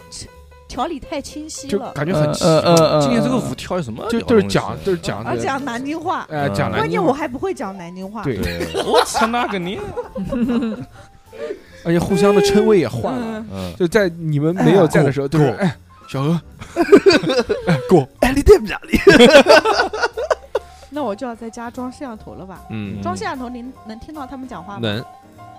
条理太清晰就了。感觉很奇呃呃怪呃，今天这个舞跳有什么？就就是讲就是讲而的讲南京话，哎讲嗯南关键京我话，还不会讲南京话。对对，我操那个你，而且互相的称谓也换了。嗯，就在你们没有在的时候，就是哎，小何，哎，你对不讲理，那我就要在家装摄像头了吧？嗯装摄像头，您能听到他们讲啊话吗？能，嗯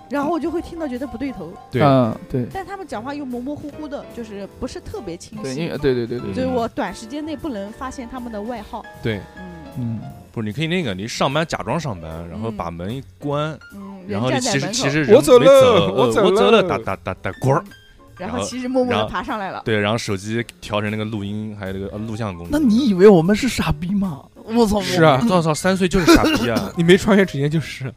然后我就会听到觉得不对头，对嗯，对但他们讲话又模模糊糊的，就是不是特别清对，因晰，呃为对对对对，所以我短时间内不能发现他们的外号。对，嗯嗯，不是，你可以那个，你上班假装上班，然后把门一关，嗯，然人后你站在其门实口，嗯其实人我走没了走我呃走我走了了，打打打打滚儿。然然后后其实默默然的后爬上来了。对，然后手机调成那个录音，还有那个呃录像功能。那你以为我们是傻逼吗？我操，是啊，我操，三岁就是傻逼 啊！你没穿越时间就是，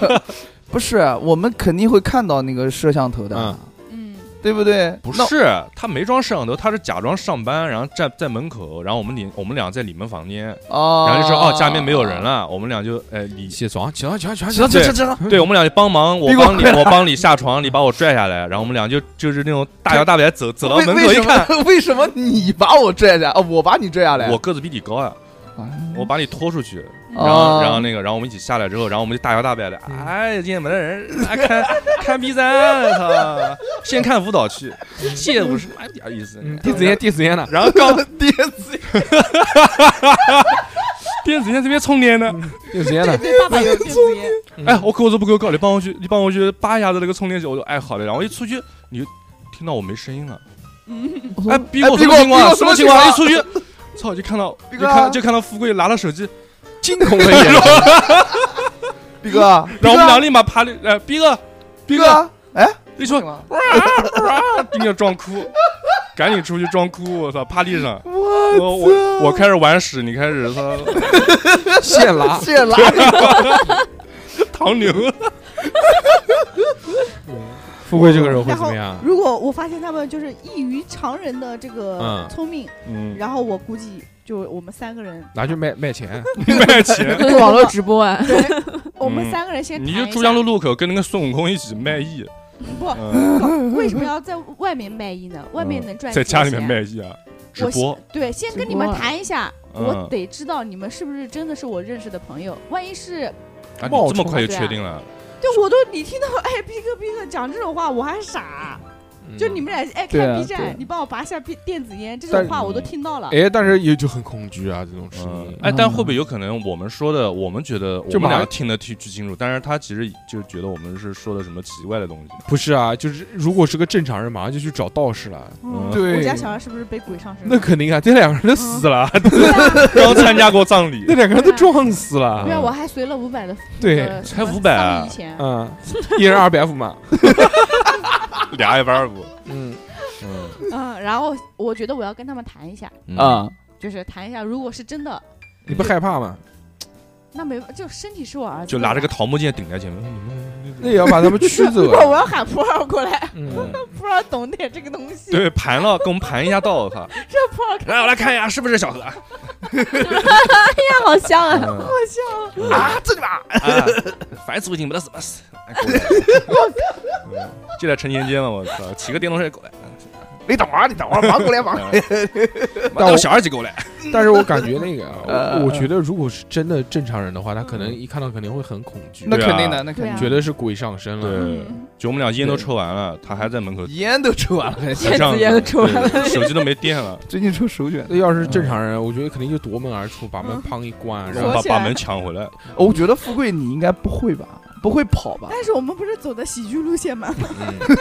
不是，啊我们肯定会看到那个摄像头的啊嗯，嗯，对不对？不那是，他没装摄像头，他是假装上班，然后站在门口，然后我们里我们俩在里门房间，哦，然后就说哦，家里面没有人，了，我们俩就呃你，起床，起床，起床，起哦 行床，行行行，对我们俩就帮忙，我逼我帮你回来，我帮你下床，你把我拽下来，然后我们俩就就是那种大摇大摆 走走到为门口一为看，什么为什么你把我拽下？哦，我把你拽下来，哎我个子比你高呀，啊我把你拖出去，哦嗯嗯然后然后那个，然后我们一起下来之后，然后我们就大摇大摆的，哎，今天没得人，来看看比赛， 操，先看舞蹈去，谢舞是妈一点意思，嗯，电子烟，电子烟呢？然后刚 电子 电子烟这边充电嗯呢。电子烟呢？对，爸爸有 电子烟，哎，我口子不够高，你帮我去，你帮我去扒一下子那个充电器。我说哎好的，然后一出去，你就听到我没声音了。哎，逼逼嗯我我什么情逼我况？什什么么情情况况？一出去，操，就看到逼就哥啊看就看到富贵拿了手机，惊恐的眼 神，逼 哥，啊然后我们俩立马爬了，哎，逼哥，逼逼哥，哥， 哎，一说 盯着装哭，赶紧出去装哭，我操，趴地上，我我我开始玩屎，你开始操现拉，谢拉，唐牛，富贵这个人会然怎后么样？如果我发现他们就是异于常人的这个嗯聪明，嗯，然后我估计就我们三个人，拿去卖卖 钱，卖钱，嗯那是 网络直播啊，我们三个人先谈你一就下。珠江路路口跟那个孙悟空一起卖艺，不嗯不为什么要在外面卖艺呢？外面能赚在钱。家里面卖艺啊，直我播先。对，先跟直你们播啊谈一下，嗯我得知道你们是不是真的是我认识的朋友。万一是，啊，你冒这么充快就对啊确定了？对我都你听到哎逼哥逼哥讲这种话，我还傻。嗯就你们俩哎对啊看 B 对站，你帮我拔下电电子烟这但种话我都听到了。哎，但是也就很恐惧啊，这种事嗯情，，哎，但会不会有可能我们说的，我们觉得我就们马俩听得巨巨清楚，但是他其实就觉得我们是说的什么奇怪的东西。不是啊，就是如果是个正常人，马上就去找道士了，嗯对我家小孩嗯啊是不是被鬼上 身了？那肯定啊，这两个人都死了， 刚参加过葬 礼那，两个人都撞死了对，啊，我还随了五百的，对呃，才500啊丧礼钱。嗯，一人二百五 嘛，俩一百五。嗯，嗯嗯，然后我觉得我要跟他们谈一下，啊，就是谈一下，如果是真的，你不害怕吗？那没就身体是我儿子，就拿着个，桃木剑顶在前面。那也要把他们驱走不是我啊，要喊普洱过来，嗯，普洱懂点这个东西，对，盘了，给我们啊盘一下道，哈，这普洱 来，我来看一下是不是小何。那好香啊！啊，这里吧，啊，反正出去没得什么事。哎过来 嗯就在城前街嘛，我操，骑个电动车过来， 你等会儿，你等会儿，忙过来，忙 啊过来。带我小二姐过来。但是我感觉那个啊，呃我我觉得如果是真的正常人的话，他可嗯能一看到肯定会很恐惧，那对啊肯定的，那肯定对啊的觉得是鬼上身了。嗯对，就我们俩烟都抽完了，他还在门口烟都抽完 了，还上电子烟都抽完了对手机都没电 了，最近抽手卷那。要是正常人，我觉得肯定就嗯夺门而出，把门砰一关，然然后后锁把起来把门抢回来。我觉得富贵你应该不会吧？不会跑吧？但是我们不是走的喜剧路 线吗？嗯，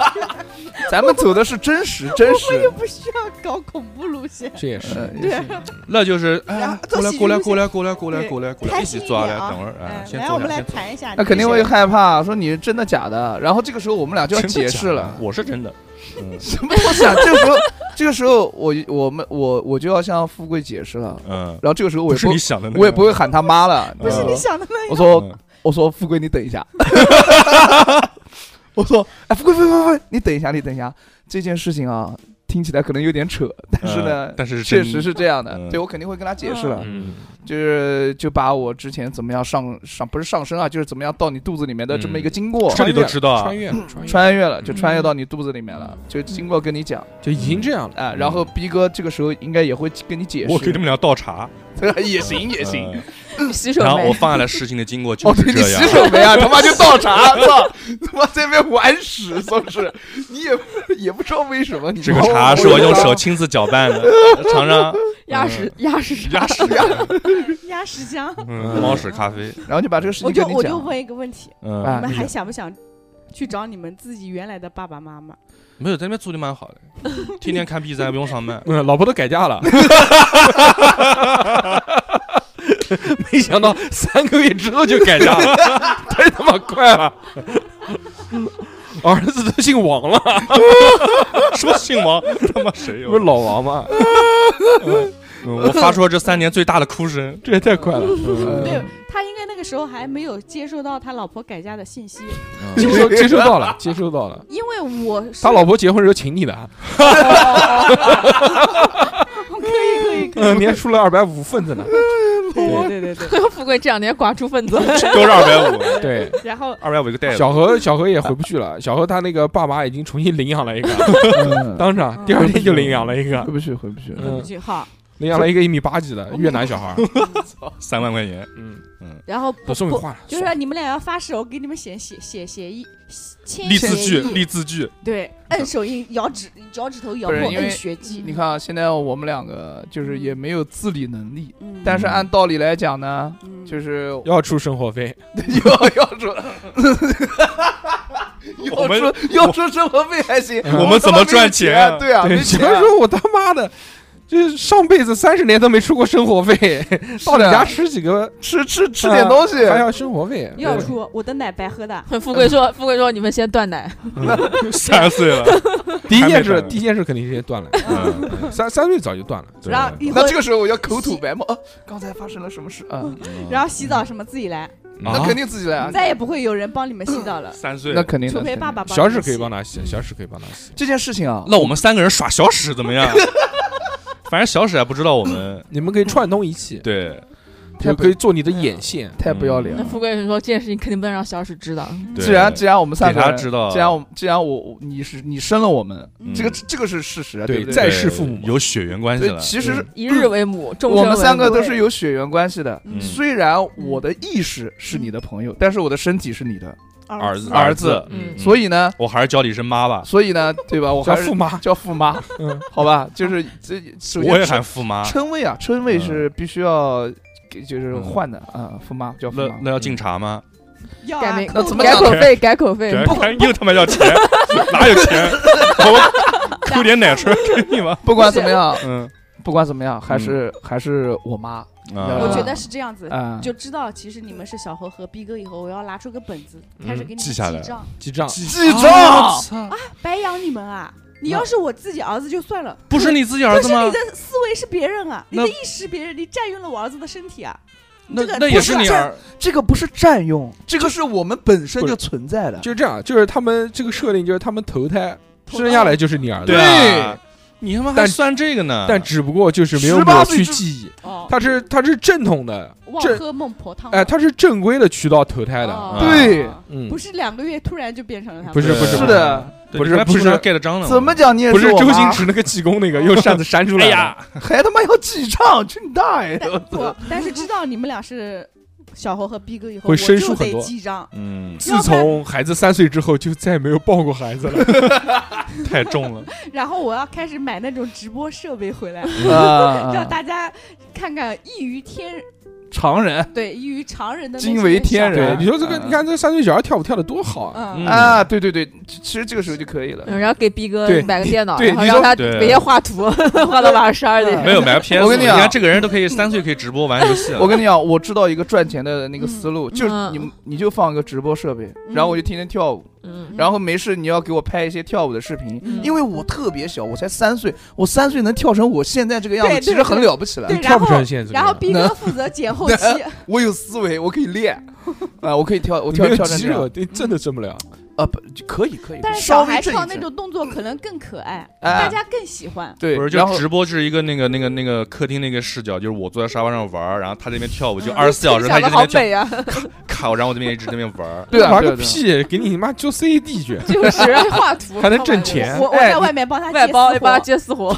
咱们走的是真实，真实。不需要搞恐怖路线。这也是呃也对是啊， 那就是然哎后，过做来喜过来剧过来过来过来对过来过来，开一起心一坐下点来，啊等会儿哎，哎，先来，坐我下们来先坐下谈一下。那肯定我会害怕，说你是真的假的。然后这个时候我们俩就要真的解假释的了，我是真的，嗯什么东西啊？这个时候，这个时候我我们我我就要向富贵解释了。嗯，然后这个时候我不也是不你想的那样，我也不会喊他妈了，不是嗯你想的那我样。说嗯我说富贵你等一下， 我说哎富贵富贵富贵你等一下你等一下，这件事情啊听起来可能有点扯，但是呢呃。但是确真实是这样的，嗯对我肯定会跟他解释了，嗯就是就把我之前怎么样上上不是上升啊，就是怎么样到你肚子里面的这嗯么一个经过，这里都知道啊穿，越了穿越了穿越了，就嗯穿越到你肚子里面了，就经过跟你讲就已经这样了。啊，然后逼哥这个时候应该也会跟你解释，嗯我给你们俩倒茶 也行也行，嗯洗手然后没我？放下来事情的经 过哦，就是对你这洗样，手没啊？他妈就倒 茶，操！他妈在那边玩屎，算是你也也不知道为什么。你哦这个茶是我用手亲自搅 拌的，尝尝鸭屎鸭屎啥？鸭屎，鸭屎香， 嗯，猫屎咖 啡，然后就把这个事我情就跟你我就讲。问一个问题，啊嗯，你们你还讲想不想去找你们自己原来的爸爸妈妈？没有，在那边住的蛮好的，天天看 B 站，不用 上班，嗯，老婆都改嫁了， 没想到三个月之后就改嫁 了，太他妈快了！儿子都姓王了，说姓王， 他妈谁 不有是？老王吗？嗯我发出了这三年最大的哭声，这也太快了，对他应该那个时候还没有接收到他老婆改嫁的信息，接 收接收到了，接收到了。因为我是他老婆结婚时候请你 的， 可以可以可以，嗯，你还出了二百五份子呢。 对对对对对，富贵这两年寡出份子，都是二百五，对，然后二百五一个袋子，小何小何也回不去了，小何他那个爸妈已经重新领养了一 个，嗯当场第二天就领养了一个回，不去，回不去。嗯，句号，领养了一个一米八几的越南小 孩，三万块钱，嗯，然后我不送你不画了，就是说你们俩要发誓，我给你们写写写协议，签立字据，协议立字据，对，摁手印，咬指脚趾头咬不是破，因为摁血迹。你，看啊，现在我们两个就是也没有自理能力，嗯但是按道理来讲呢，嗯 就是要出生活费，要要说， 我们要说要说生活费还行， 我们怎么赚钱啊我他妈没对 啊，对，没小钱何啊。说我他妈的。就是上辈子三十年都没出过生活 费，到你家啊吃几个吃吃吃点东西，还要生活费，要对出我的奶白喝的，富贵说富贵说你们先断奶，三岁了， 第一件还没事，断第一件事肯定是先断 了，嗯，三三岁早就断了。对然啊后一会嗯那儿这个时候我要口吐白沫，啊，刚才发生了什么事啊？嗯然后洗澡什么自己来，嗯啊那肯定自己来啊，嗯再也不会有人帮你们洗澡了，嗯三岁那肯定的。除非爸爸帮你们洗。啊小史可以帮他洗，小史可以帮他洗。这件事情啊，那我们三个人耍小史怎么样？ 反正小史还不知道我们，你们可以串通一气，对太就不可以做你的眼线。太不要脸那嗯了。富贵说这件事情肯定不能让小史知道，对，既然既然我们三个给人他知道啊既然我既然我我你是你生了我们，嗯这个这个是事实啊，对不对？在世父母有血缘关系所了以，其实一日为母，嗯终身我们为三个母都是有血缘关系的。嗯虽然我的意识是你的朋友，但是我的身体是你的，儿子儿子子，嗯所以呢，我还是叫你一声妈吧，所以呢，对吧？我叫还是富妈，叫父妈，嗯，好吧？就是这首先我也喊父妈，称谓啊，称谓是必须要给就是换的啊，父妈叫那父妈。那要敬茶吗？要改啊名，那怎么改讲口费？改口费，对，看又他 妈要钱，哪有钱？我抠点 奶吃给你吧，不管怎么样，嗯不管怎么样，还是还是我妈啊我觉得是这样子，啊，就知道其实你们是小何和逼哥以后，我要拿出个本子嗯开始给你们记下来账，记账。记啊账。白养你们啊！你要是我自己儿子就算了，不是你自己儿不子是吗你？的思维是别人啊，你那的意识是别人，你占用了我儿子的身体啊！那这个那也不是是你这儿，这个不是占用，这个是我们本身就存在的。就是这样，就是他们这个设定，就是他们投胎投胎生下来就是你儿子，啊，你他妈还但算这个呢？但只不过就是没有18抹岁去之记忆，哦，他是他是正统的，忘这喝孟婆汤。啊哎，他是正规的渠道投胎的哦，对嗯，不是两个月突然就变成了他们。不是对不是是的，对不是你刚不才是屁股上盖的章呢？怎么讲你也不是我周星妈，驰那个济公那个用扇子扇出来 哎的，呀，还他妈要记账，去你大爷！但 不，但是知道你们俩是小侯和逼哥以后，会我生疏就很多得记账。嗯，自从孩子三岁之后，就再也没有抱过孩子了。太重了，然后我要开始嗯买那种直播设备回来，啊让大家看看异于天常人对，于常人的那惊些为小天 孩对人，你说这个，嗯你看这三岁小孩跳舞跳的多好啊！嗯嗯啊，对对对，其其实这个时候就可以了。嗯然后给逼哥对买个电脑，对然后你让说他对嗯每天画图，画到晚上十二 点。没有买个 PS，我跟你讲看这个人都可以三岁可以直播玩游戏了。我跟你讲，我知道一个赚钱的那个思路，就是你嗯你就放个直播设备，嗯然后我就天天跳舞，嗯，然后没事你要给我拍一些跳舞的视频，嗯因为我特别小，我才三岁，我三岁能跳成我现在这个样子，对对其实很了不起了对。跳不成现在这个嗯然后样子，逼哥负责剪后期，我有思维，我可以 练，啊，我可以跳，我你跳没有跳成肌这样肉，对，真的挣不了。啊，不，就可以可以，但是小稍微孩正跳一那正，种动作可能更可爱，哎大家更喜欢。对不是，，然就后直播是一个那个那个那个客厅那个视角，就是我坐在沙发上玩儿，然后他这边跳 舞，就嗯二十四小时他想一直的在那好边跳美啊，靠，然后我这边一直在那边玩儿。对啊玩对啊个对啊屁！给你妈就 CAD 去，就是画图还能挣钱我我哎在外面帮他外接包私帮他活接私活。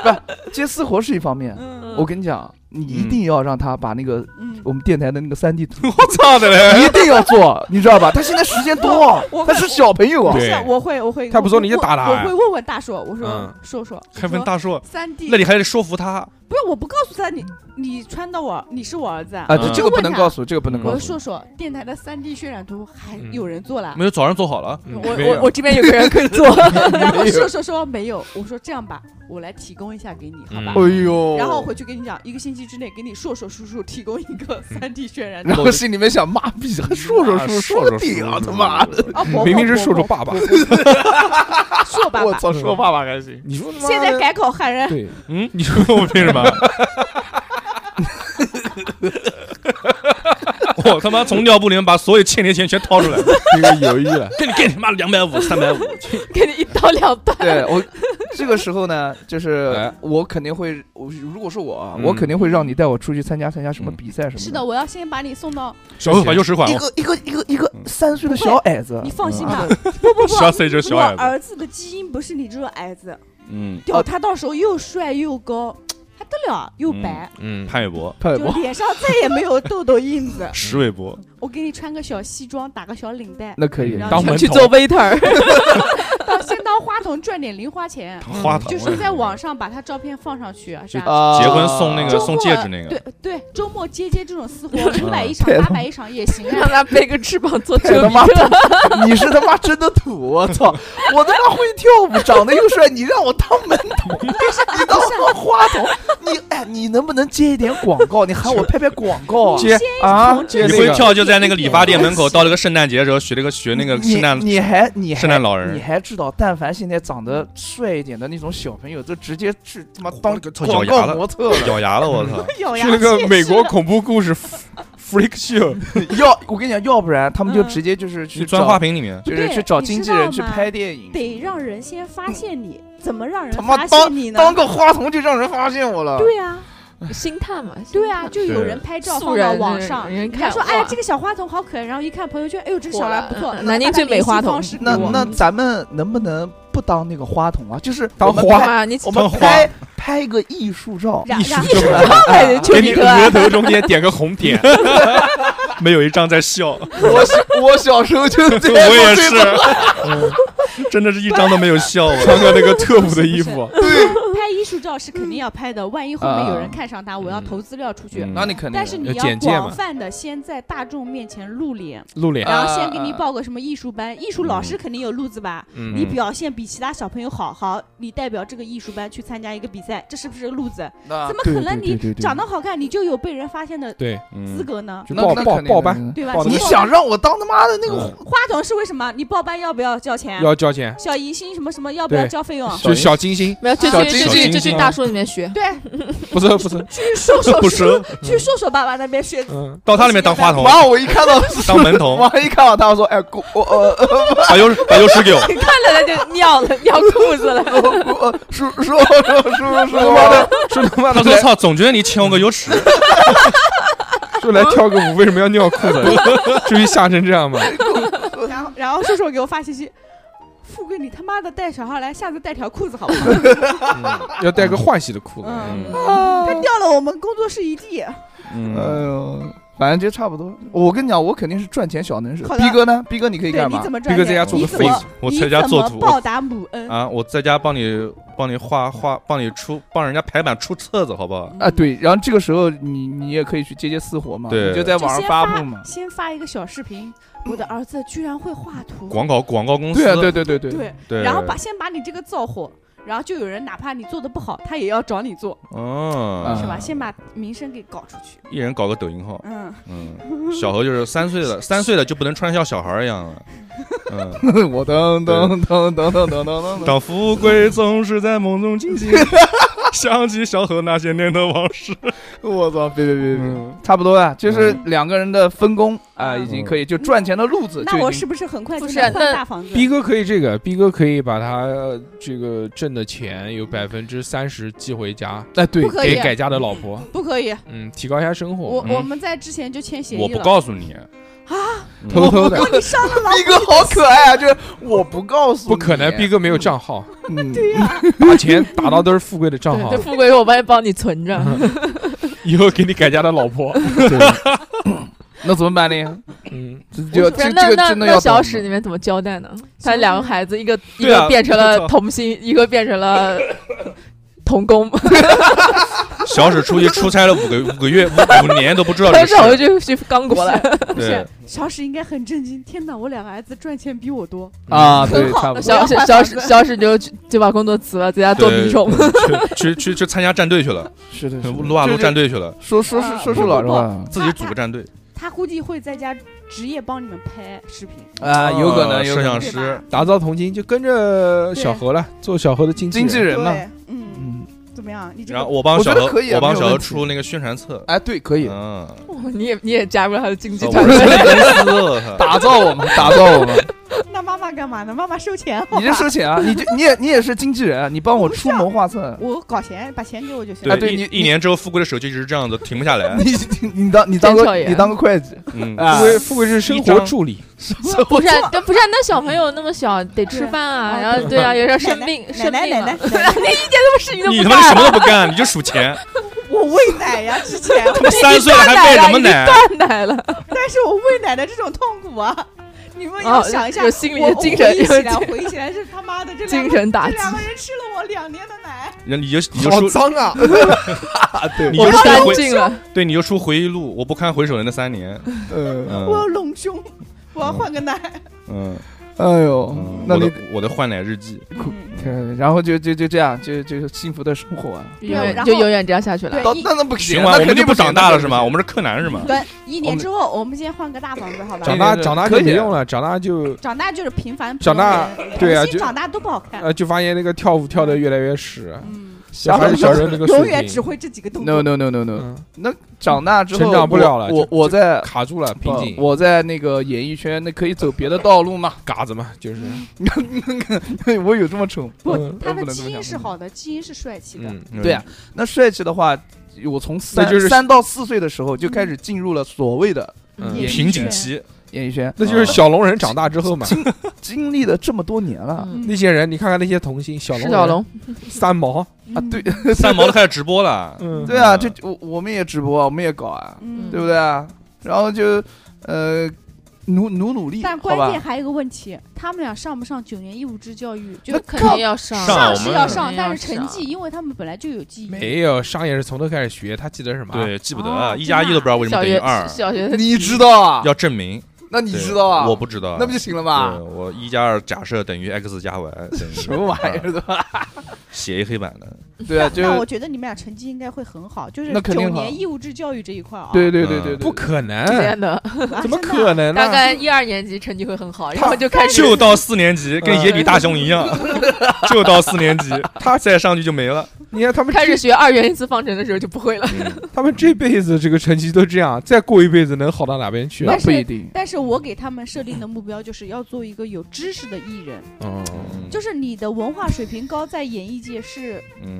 啊 接私活是一方面，嗯我跟你讲，你一定要让他把那个嗯，我们电台的那个三 D 图 我操的嘞！一定要做，你知道吧？他现在时间 多啊我我，他是小朋友啊不，对是，我会我会。他不我说你就打他我哎我会问问大硕，我说嗯硕硕，还问大硕，三 D，那你还得说服他。不是我不告诉他你你穿的我你是我儿子啊。啊，嗯这这个不能告诉，这个不能嗯我告说诉。硕硕，电台的三 D 渲染图还嗯有人做了。没有，早上做好了。嗯我没有我我这边有个人可以做，然后没有硕硕说没有，我说这样吧，我来提供一下给你，好吧嗯？哎呦，然后 回去跟你讲，一个星期之内给你硕硕叔叔提供一个三 D 渲染然图。后心里面想妈逼，还说啊说说说个弟顶啊，他妈的！！啊，婆婆明明是婆硕硕婆爸爸。硕爸我爸，操，说爸爸还行。你说他妈现在的改口喊人对，嗯，你说我凭什么？ 我他妈从尿布里面把所有欠你的钱全掏出来，这个犹豫了。给你给你妈两百五、三百五，给你一刀两断。对我这个时候呢，就是哎我肯定会，我如果是我啊，嗯我肯定会让你带我出去参加参加什么比赛什么是的，我要先把你送到，小五款、右十款一，个一个一个一个嗯三岁的不会小矮子，你放心嗯吧。不不小矮子就是不，小我矮子儿子的基因不是你这种矮子，嗯，屌他到时候又帅又高，还得了？又白，嗯，潘玮柏、。潘玮就柏，脸上再也没有痘痘印子石玮柏，嗯我给你穿个小西装，打个小领带，那可以。然后当门去童做 waiter，到先当花童赚点零花钱，花头就是在网上把他照片放上去，是吧？ 啊结婚送那个周末送戒指那个对对，周末接接这种私活，五百一场，八百一场也行让啊。他背个翅膀做太遮他蔽妈者。土！你是他妈真的土！我操！我他妈会跳舞，长得又帅，你让我当门童，你当我花童，你哎，你能不能接一点广告？你喊我拍拍广告啊！接啊，从接你那会个跳就在那个理发店 门口，到了个圣诞节的时候学了个学那个你圣诞你还你还圣诞老你人，还知道，但凡现在长得帅一点的那种小朋友，就直接去他妈当我的个广咬牙告了模特了。咬牙了，我操！咬牙去了个切美齿国了恐怖故事 freak show，要我跟你讲，要不然他们就直接就是去去钻花找，瓶里面，就是嗯去对找你经知纪人道去吗拍电影。得让人先发现你，怎么让人他妈发现你呢？当个花童就让人发现我了。对啊，星探嘛，对啊，就有对人拍照素放到人网人上，人家看说哎呀哇这个小花童好可爱，然后一看朋友圈，哎呦这个火小孩了不错，嗯南京最美花童那我那咱们能不能不当那个花童啊？就是当我们花拍，哇，你我们当花拍拍一个艺术照，然艺术然就哎丘给你比特啊额头中间点个红 点，没有一张在笑，我小我小时 候就这样我也做这 种是，嗯真的是一张都没有笑。穿个那个特务的衣服， 拍艺术照是肯定要拍的，万一后面有人看上他，我要嗯投资料出去。嗯那你肯定但是你要要简介嘛广泛的先在大众面前露脸，露脸。然后先给啊你啊啊报个什么艺术班，艺术老师肯定有路子吧？嗯你表现比其他小朋友好，好，你代表这个艺术班去参加一个比赛，这是不是路子？那怎么对可能对你对对对长得好看，你就有被人发现的对，嗯资格呢？就那报那报肯定报的班，对吧报？的你那报想让我当他妈的那个嗯花童是为什么？你报班要不要交钱？要交钱，小迎新什么什么要不要对交费用？就小金星，没有，就小去金就去星就去啊大叔里面学，对，不是不是，去瘦瘦不叔是叔，嗯去瘦瘦爸爸那边学。嗯，到他里面当 花童，妈，我一看到当门童，妈一看到他， 我说哎，姑我呃把优把优师给我，看了他就尿了，尿裤子了。 我我呃叔叔叔 叔他叔，妈的，说他妈他的说来，操，总觉得你欠我个优屎， 说来跳个舞，为什么要尿裤 子？至于吓成这样吗？然后然后瘦瘦给我发信息，富贵你他妈的带小孩来，下次带条裤子好不 好？要带个换洗的裤子。哦嗯嗯他掉了我们工作室一地。哎呦，反正就差不多。我跟你讲，我肯定是赚钱小能手好。的逼哥呢？逼哥你可以对，干你嘛怎？么逼赚哥在钱？家做你个怎废么纸，我你在家怎做么图报答母恩？啊，我在家帮你帮你画画，帮你出帮人家排版出册子，好不好？啊，对，然后这个时候你你也可以去接接私活嘛，对你就在就网上先发布嘛。先发一个小视频，我的儿子居然会画图，广告广告公司对啊，对对对对，对，嗯对然后把先把你这个造火，然后就有人哪怕你做的不好，他也要找你做，哦，是吧？嗯先把名声给搞出去。一人搞个抖音号，嗯，嗯，小何就是三岁了，三岁了就不能穿像小孩儿一样了，嗯。我噔噔噔噔噔噔噔噔，当富贵总是在梦中 惊醒，想起小何那些年的往事。我操，别别别别，嗯，差不多啊，就是两个人的分工啊，嗯已经可以就赚钱的路子那就我已是经不是很快就不是能换那大房子？逼哥可以这个，逼哥可以把他呃这个挣的钱有百分之三十寄回家，哎对不，可以给，改嫁的老婆，不可以，嗯，提高一下生我活。我们在之前就签协我议不了。告诉你嗯啊，偷偷 的，哦你上了逼哥好可爱啊，就是我不告诉你，不可能，逼哥没有账号， 嗯，打钱打到都是富贵的哦账号这，富贵我帮帮你存着，嗯以后给你改嫁的老婆。那怎么办呢？嗯，这就不是这那这个那真的要那小懂史你们怎么交代呢？ 他两个孩子，一个一对啊个变成我了操童星，一个变成了童工， 小史出去出差了五个五个月五五年都不知道这分个事手儿。就去刚果了。不对是，小史应该很震惊。天哪，我两个儿子赚钱比我多，啊，对，很好差的不多。小史小史小史就就把工作辞了，在家做对米虫。去去去去参加战队去了，是的，撸啊撸战队去了，说说是说是啊老实话自己组个战队他估计会在家职业帮你们拍视频。啊，有可能呃有可摄能像对师吧，打造童金就跟着小何了，做小何的经纪经纪人。人嘛，对，嗯，嗯，怎么样？你这然后个我帮我小觉何得可以啊我帮没有小何问题出那个宣传册，哎，对，可以嗯， 你也你也加入他的经济啊我团队是，公司，我操打造我们，打造我们。那妈妈干嘛呢？妈妈收钱好吧你这 收钱啊？你这你也你也是经纪人啊，你帮我出谋划策。我搞钱，把钱给我就行。哎对对一你一年之后，富贵的手机就是这样子，停不下来。 你你当你当真讨个厌你当个会计嗯，啊富？贵富贵是生活助理，不是啊，不是啊，那小朋友那么小，得吃饭啊，对然后对啊，有时候生病，奶生奶病奶了，，奶奶奶 你一点都事情都你不他妈什干么了，都不干，你就 数钱。我喂奶呀，之前， 他妈三岁了还喂什么奶？断奶了，但是我喂奶的这种痛苦啊， 你们要哦想一下，有心理我精神我回忆起来，有回忆起来是他妈的这两精个神打这击。两个人吃了我两年的奶，人你就你就好输脏 啊！对，你我就们干输回净了，对，你就出回忆录，我不堪回首的那 三年。呃，我要嗯隆胸，我要换个奶。嗯，哎呦嗯，那我你的我的换奶日记，嗯呃然后就就就这样，就就是幸福的生活啊。永对远然就后永远这样下去了对。到一那那不行，啊行完那我们肯就定不行长大了是？那吗？肯定我们是柯南是吗？对，一我年们之后我们先换个大房子，好吧长？对大对对长大可就以没用了，长大就长大就是平凡普长通人，大对啊我们就新长大都不好看。呃就发现那个跳舞跳的越来越屎，嗯，行小还是小时候那个永水远只平，会这几个动 No 作。 no no no no，嗯，长大之后成长不了了我就我我在卡住了瓶呃颈，我在那个演艺圈，那可以走别的道路嘛？ 嘎子嘛，就是我有这么丑？嗯他的能这么基因想是好的，基因是帅气的。嗯，对啊，那帅气的话，我从三那就是三到四岁的时候就开始进入了所谓的嗯也瓶颈 期，演艺圈，那就是小龙人长大之嗯后嘛，经 历了这么多年了嗯那些人你看看那些童星，小嗯是龙小人龙，三毛，啊，嗯对 三毛都开始直播了。嗯， 对啊，这我我们也直播啊，我们也搞啊，嗯，对不对啊？然后就呃努努努力，但好关键吧？还有一个问题，他们俩上不上九年义务制教育？就那肯定要上上上我是们要肯上，定但是成上绩，因为他们本来就有记忆。没有上也是从头开始学，他记得什么？，对，记不得哦啊一加一都不知道为什么小等于学二，小学 你知道啊？要证明。那你对知道啊？我不知道，那不就行了对，吗？我一加二假设等于 x 加 y 等于什么玩意儿啊？ 的？写一黑板的，对啊，就那我是觉得你们俩成绩应该会很好，就是那肯定九好年义务制教育这一块啊。对对对对对，嗯不可这能，样的，怎么可能呢大？概一二年级成绩会很好，然后就开始就到四年嗯级，跟野比大雄 一样，就到四年级，他再上去就没了。你看他们开这始学二元一次方程的时候就不会了。嗯他们这辈子这个成绩都这样，再过一辈子能好到哪边去？啊那但不是一定。但是我给他们设定的目标就是要做一个有知识的艺人，嗯，就是你的文化水平高，在演艺界是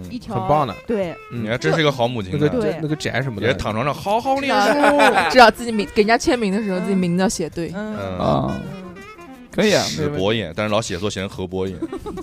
一嗯，条很棒。的，对，嗯你还，真是个好母亲那个呢，对啊那个宅什么也的，是躺床上好好知练道书。知道自己名给人家签名的时候，自己名字要写对。嗯嗯，啊，嗯可以啊，没史有问题博眼，但是老写作写成侯 博眼，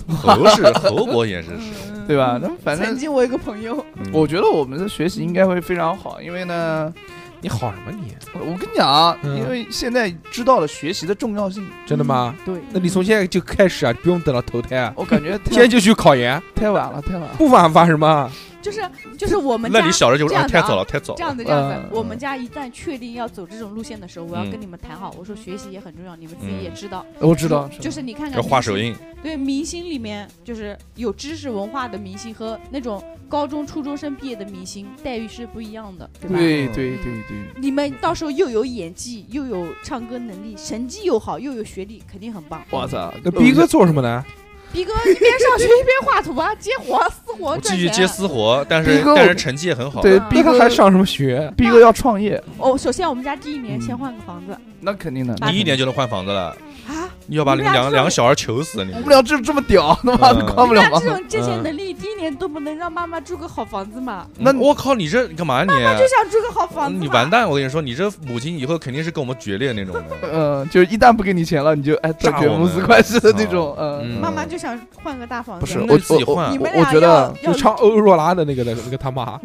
侯是侯博眼是是，嗯对吧？那反曾正 经我有个朋友，嗯我觉得我们的学习应该会非常好，因为呢，你好什么你？我跟你讲啊，嗯因为现在知道了学习的重要性，真的吗？对，那你从现在就开始啊，不用等到投胎啊，我感 觉现在太就去考研，太晚了，太晚了。不晚发什么？就是就是我们家那你小时候就这是样啊子啊太早了，太早这了。样子这嗯样呃子，我们家一旦确定要走这种路线的时候，我要嗯跟你们谈好，我说学习也很重要，你们自己也知道，我知道，就是你看看要画明星手印，对明星里面，就是有知识文化的明星和那种高中、初中生毕业的明星待遇是不一样的，对吧？对对嗯对对，你们到时候又有演技，又有唱歌能力，成绩又好，又有学历，肯定很 棒。我操！那逼哥做什么呢？逼哥一边上学一边画图啊，接活儿私活啊我儿继赚续接钱。私活，但逼是哥但我是成绩也很好。对啊逼逼哥哥还上什么学？逼哥要创业，哦，首先我们家第一年先嗯换个房子那肯定的。你一年就能换房子了，啊，你要把你你们俩们两这两个小孩求死你我！们俩这这么屌，他妈的嗯看不了那吗这？种挣钱嗯能力，第一年都不能让妈妈住个好房子嘛？嗯那你我靠，你这你干嘛你？就想住个好房子嘛，你完蛋！我跟你说，你这母亲以后肯定是跟我们决裂那种的。嗯，就是一旦不给你钱了，你就哎断炸绝我母们子关系的那啊种。嗯，妈妈就想换个大房子。不是那我自己我换我你们俩我觉得啊要就唱欧若拉的那个的那个他妈，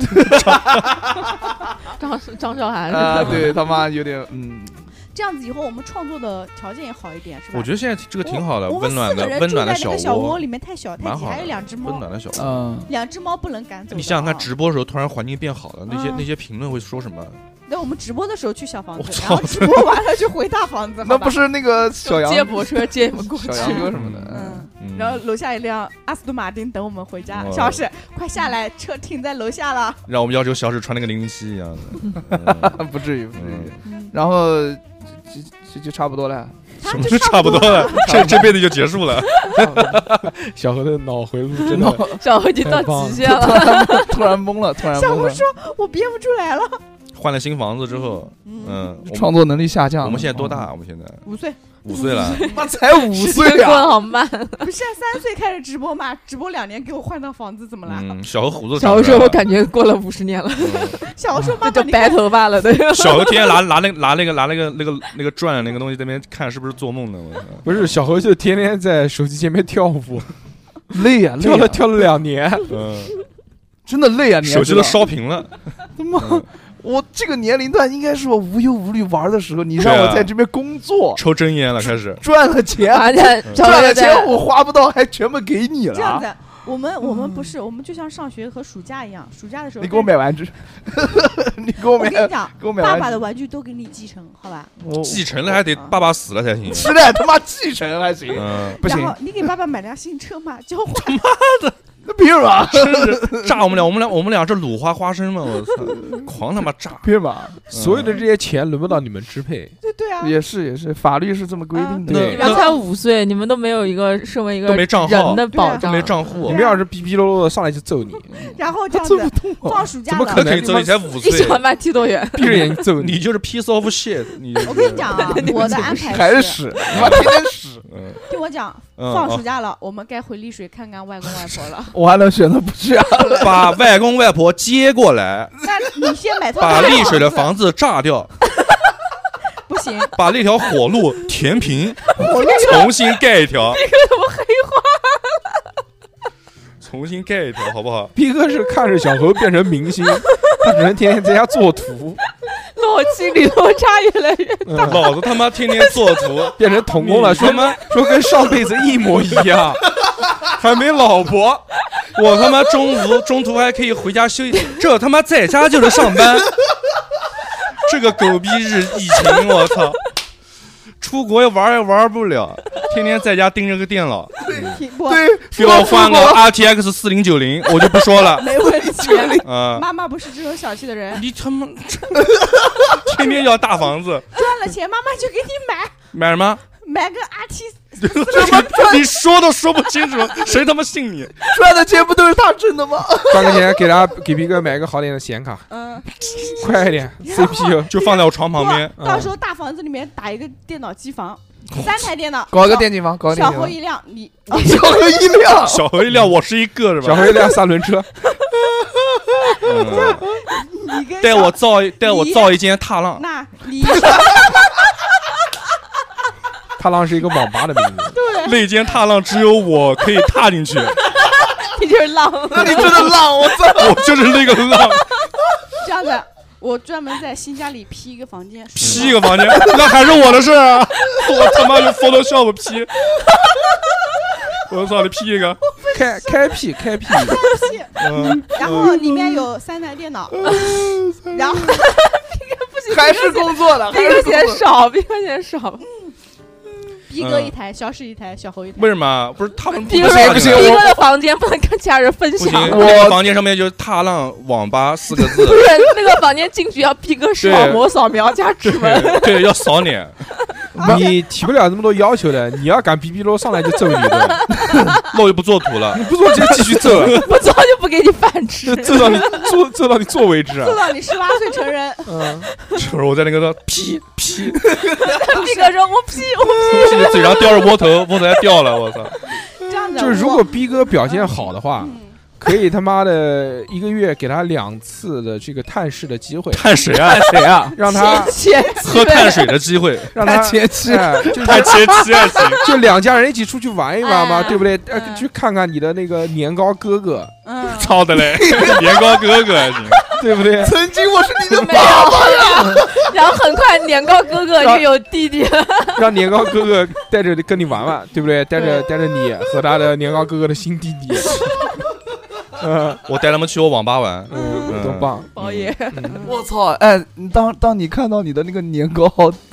张张韶涵是啊，吧？ 对他妈有点嗯，这样子以后我们创作的条件也好一点，是吧？我觉得得现在这个挺好的，我们温四暖个的人温住暖在的那个小窝窝，啊里面太小太蛮挤，好的还有两只温猫，暖的小窝。 嗯，两只猫不能赶走的啊。你想想看，直播时候突然环境变好了，那些嗯那些评论会说什么？那我们直播的时候去小房我子，然操后直播完了就回大房 子，那好吧不是那个小接杨驳车接你们过去小。杨哥什么的，嗯嗯。嗯然后楼下一辆阿斯顿马丁等我们回家，哦小史快下来，车停在楼下了。让我们要求小史穿那个零零七一 样的。啊，不至于，不至于嗯。然后就就就差不多了，他什么就就差不多了，这这辈子就结束了。 小何的脑回路真的小何已经到极限了，突然懵了，突然小懵红了说，：“我憋不出来了。换了新房子之后，嗯，嗯，我 们创作能力下降了。哦我们现在嗯多大？我们现在五岁五岁了， 妈才五时岁间过啊！得好慢。 不是三岁开始直播嘛？直播两年给我换套房子，怎么了？嗯，小何胡子小长何出来说：“了。我感觉过了五十年了，嗯小红说：“妈那妈，就你白看头发了，对。 小何天天拿拿那个拿那个拿那个那个那个转那个东西在那边看，是不是做梦呢？我操！不是小何就天天在手机前面跳舞，累 呀，累跳啊了，跳了两年，嗯，真的累啊！你还手机都知道烧屏了。他妈嗯！我这个年龄段应该是我无忧无虑玩的时候，你让对啊我在这边工作抽真烟了，开始。赚了钱，而且啊小赚何了在钱我花不到，还全部给啊你这样了。子，啊我嗯们我们不是，我们就像上学和暑假一样，暑假的时候你给我买玩具， 你给我我买，跟你讲，给我买爸爸玩具的玩具都给你继承，好吧？我，继承了还得爸爸死了才行。是的，他妈继承还行，嗯，不行然，后你给爸爸买辆新车嘛，交换。那凭什么？真是炸我们俩，我们俩我们俩这鲁花花生嘛，我操，狂他妈炸！凭什么？所有的这些钱轮不到你们支配。对对啊，也是也是，法律是这么规定的。对你们才五岁，你们都没有一个身为一都个没账号人的保都障，没账户你，们要是逼逼啰啰的上来就揍你，然后这样这么子痛啊！放暑假怎么那可了。能可以走，你才五一岁，小把踢多远？ 闭着眼睛揍你你。就是 piece of shit。你 我跟你讲 啊，我的安还排是是，屎，他妈天天屎，嗯，听我讲，嗯放暑哦假了，我们该回丽水看看外公外婆了。我还能选择不去啊？把外公外婆接过来，那你先买套把房丽水的子房子炸掉，不 行，把那条火路填平，重新盖一条。怎么黑化？重新盖一条，好不好？逼哥是看着小何变成明星，他只能天天在家做图， 裸心里落差越来越嗯老子他妈天天做图，变成童工了，你说他妈说跟上辈子一模一样，还没老婆。我他妈中途中途还可以回家休息，这他妈在家就是上班。这个狗逼日疫情，我操！出国也玩也玩不了，天天在家盯着个电脑。听我对，给我换个 RTX 四零九零，我就不说了。没问题。啊、妈妈不是这种小气的人，你他妈天天要大房子，赚了钱妈妈就给你买买什么？买个 RT，你说都说不清楚，谁他妈信你？赚的钱不都是他挣的吗？赚个钱给他给逼哥买个好点的显卡，嗯，快一点，CPU 就放在我床旁边。嗯不到时候大房子里面打一个电脑机 房，三台电脑，搞个电竞房，搞个电小竞侯 房，一辆，你哦小何一辆，小何一亮，我是一个是吧？小何一辆三轮车，嗯你跟带小我造一带我造一间踏浪， 那你踏浪是一个网吧的名字。那间踏浪只有我可以踏进 去，你就是浪。 那你真的浪，我操！我就是那个浪。这样子，我专门在新家里批一个房间， P 一个房间，那还是我的事儿啊！我他妈用 Photoshop P，我操你 P 一个，开开辟开辟，屁嗯，然后里面有三台电脑， 然后嗯还是工作的，还比是工哥作嫌少，比哥嫌少，逼哥一台，小史一台，小侯一台。为什么？啊不是他们比不哥下不去行吗比哥的房间不能跟其他人分不享行，，那我个房间上面就是“踏浪网吧”四个字不，是那个房间进去要逼哥视网膜扫描加指纹，对对，要扫脸。你提不了那么多要求的，你要敢逼逼啰上来就揍你的，那我就不做图了 你。不做就继续揍，不做就不给你饭吃就。揍到你揍揍到你做为止啊做！到你十八岁成 人，嗯，就是我在那个 P P，逼哥说：“我屁，我就是嘴上叼着窝头，窝头还掉了，我操！这样子。就是如果逼哥表现好的我话，嗯可以他妈的一个月给他两次的这个探视的 机会，碳水啊，谁啊？让他前喝碳水的机会，让太他前期了， 哎，就是 太前期还行。就两家人一起出去玩一玩嘛，哎对不对？呃，嗯去看看你的那个年糕哥哥，嗯，操的嘞，年糕哥哥还行。对不 对？曾经我是你的没有，然后很快年糕哥哥就有弟弟了，让年糕哥哥带着跟你玩玩，对不对？带着带着你和他的年糕哥哥的新弟 弟，嗯我带他们去我网吧玩，嗯，多棒！宝爷，我操！哎，你当当你看到你的那个年糕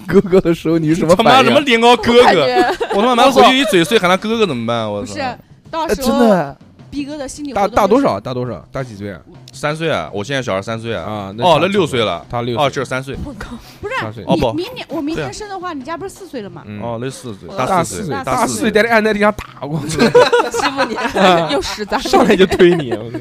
哥哥的时候，你是什么他妈反什么应？年糕哥感哥，觉我他妈妈回去一嘴碎喊他哥哥怎么办？啊我不操是，，到哎，时真候的，逼哥的心理活大动大就多？是少？大多少？大几岁啊？三岁啊，我现在小孩三岁啊，啊，差哦，那不多六岁，了，他六哦，岁这是三岁，我靠，不是八岁，哦你不明年我明对啊年生的话，你家不是四岁了吗？嗯哦，那是四岁，大四四岁，大大四四岁带着按在地上打过去， 欺负你，又实在， 上来就推你，我操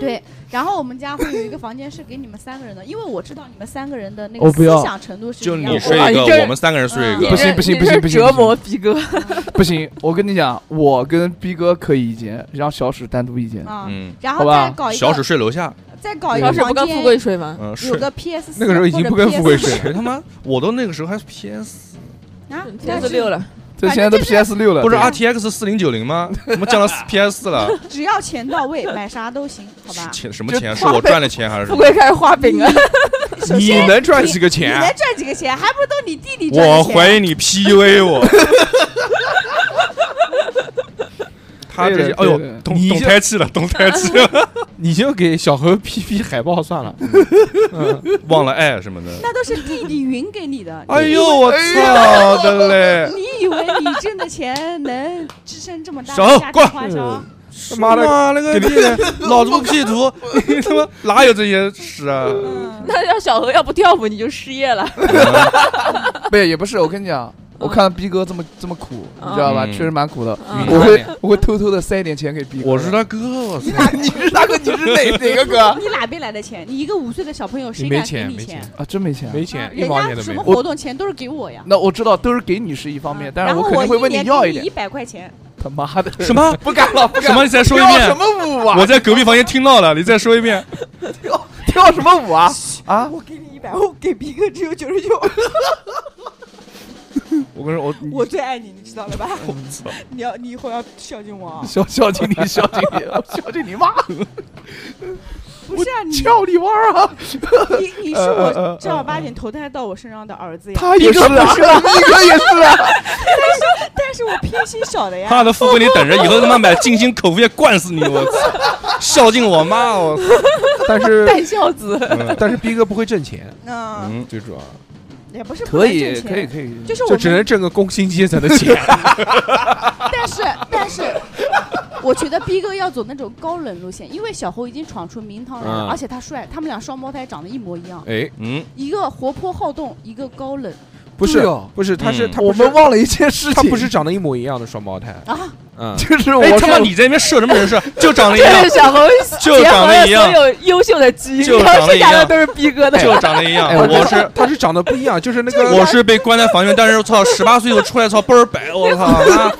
对。然后我们家会有一个房间是给你们三个人的，因为我知道你们三个人的那我个哦不思要想程度是就一你样的睡哇一你个，这我们三个人睡一你个这不，行不行你这不行不行折磨逼哥，不行！我跟你讲，我跟逼哥可以一间，让小史单独一间。啊。嗯，然好后吧再搞一小史个，睡楼下，再搞一要个是不房跟富间，贵睡吗？嗯，睡有。 个 PS 那个时候已经不跟富贵睡谁他妈！我都那个时候还是 PS，啊，天四嗯六了。了，这现在都反正 PS 六了，不是对 RTX 四零九零吗？怎么降到 PS 四了？只要钱到位， 买啥都行，好吧？钱什么就钱？是我赚的钱还是什富么？贵开始画饼了，首 你先能赚几个你钱？啊能赚几个钱，还不都你弟弟赚我的钱？怀疑你 PUA 我。 他这些，哎对的呦对的，懂你懂这胎气了，懂胎气了，你就给小何 PP 海报算了，嗯， 忘了爱什么的。那都是弟弟匀给 你的。哎呦，我操的嘞！你以为你挣的钱能支撑这么大小的家庭花销？嗯他 妈的那个逼的，老子不 P 图，你他妈哪有这些事啊？嗯，那要小何要不跳舞你就失业了，嗯不也不是，我跟你讲，我看逼哥这么这么苦，你知道吧？嗯确实蛮苦的。嗯我会我会偷偷的塞一点钱给逼哥。 我是他哥，我 操！啊你是大哥，你是哪哪个哥？你哪边来的钱？你一个五岁的小朋友，谁你没敢给钱你没钱？啊，真没钱。没啊钱，一人毛钱家都什没么有。活动钱都是给我呀。那我知道都是给你是一方嗯面，但是啊然后肯定会问一年要一给你点一。百块钱，他妈的，什么不敢了，不什敢么？了。你再说一跳什遍！么舞啊？我在隔壁房间听到了，你再说一遍。跳什么舞啊？啊！我给你一百，我给逼哥只有九十九，我跟你说，我我最爱你，你知道了吧？我操！你要你以后要孝敬我啊！小小经理，小经理，小经理妈，不是啊，你俏丽娃儿啊！你你是呃我正儿八经投胎到我身上的儿子呀，他也是啊，逼哥也是啊。但是我偏心小的呀。他的富贵你等着，以后他妈买静心口服液灌死你！我操！ 孝敬我妈！我操！但是带孝子。但是逼哥不会挣钱，嗯，嗯，最主要也不是不可啊能 以，挣钱可以，，可以。就是我就只们能挣个工薪阶层的钱。但是但 是，我觉得逼哥要走那种高冷路线，因为小侯已经闯出名堂来了，嗯而且他帅，他们俩双胞胎长得一模一样，哎，嗯，一个活泼好动，一个高冷不是对哦不是，他是嗯他不我是们忘了一件事情，他不是，长得一模一样的双胞胎，啊。 嗯，就是我哎他妈说你在那边设什么人设？ 就长得一这样是，小猴 就结长合得了一样所，有优秀的基因，就然长得后 剩一下样的都是逼哥的。就长得一样哎。我我是他是长得不一样，就是那个我是被关在房间，但是我操，十八岁我出来，操倍儿白，我操，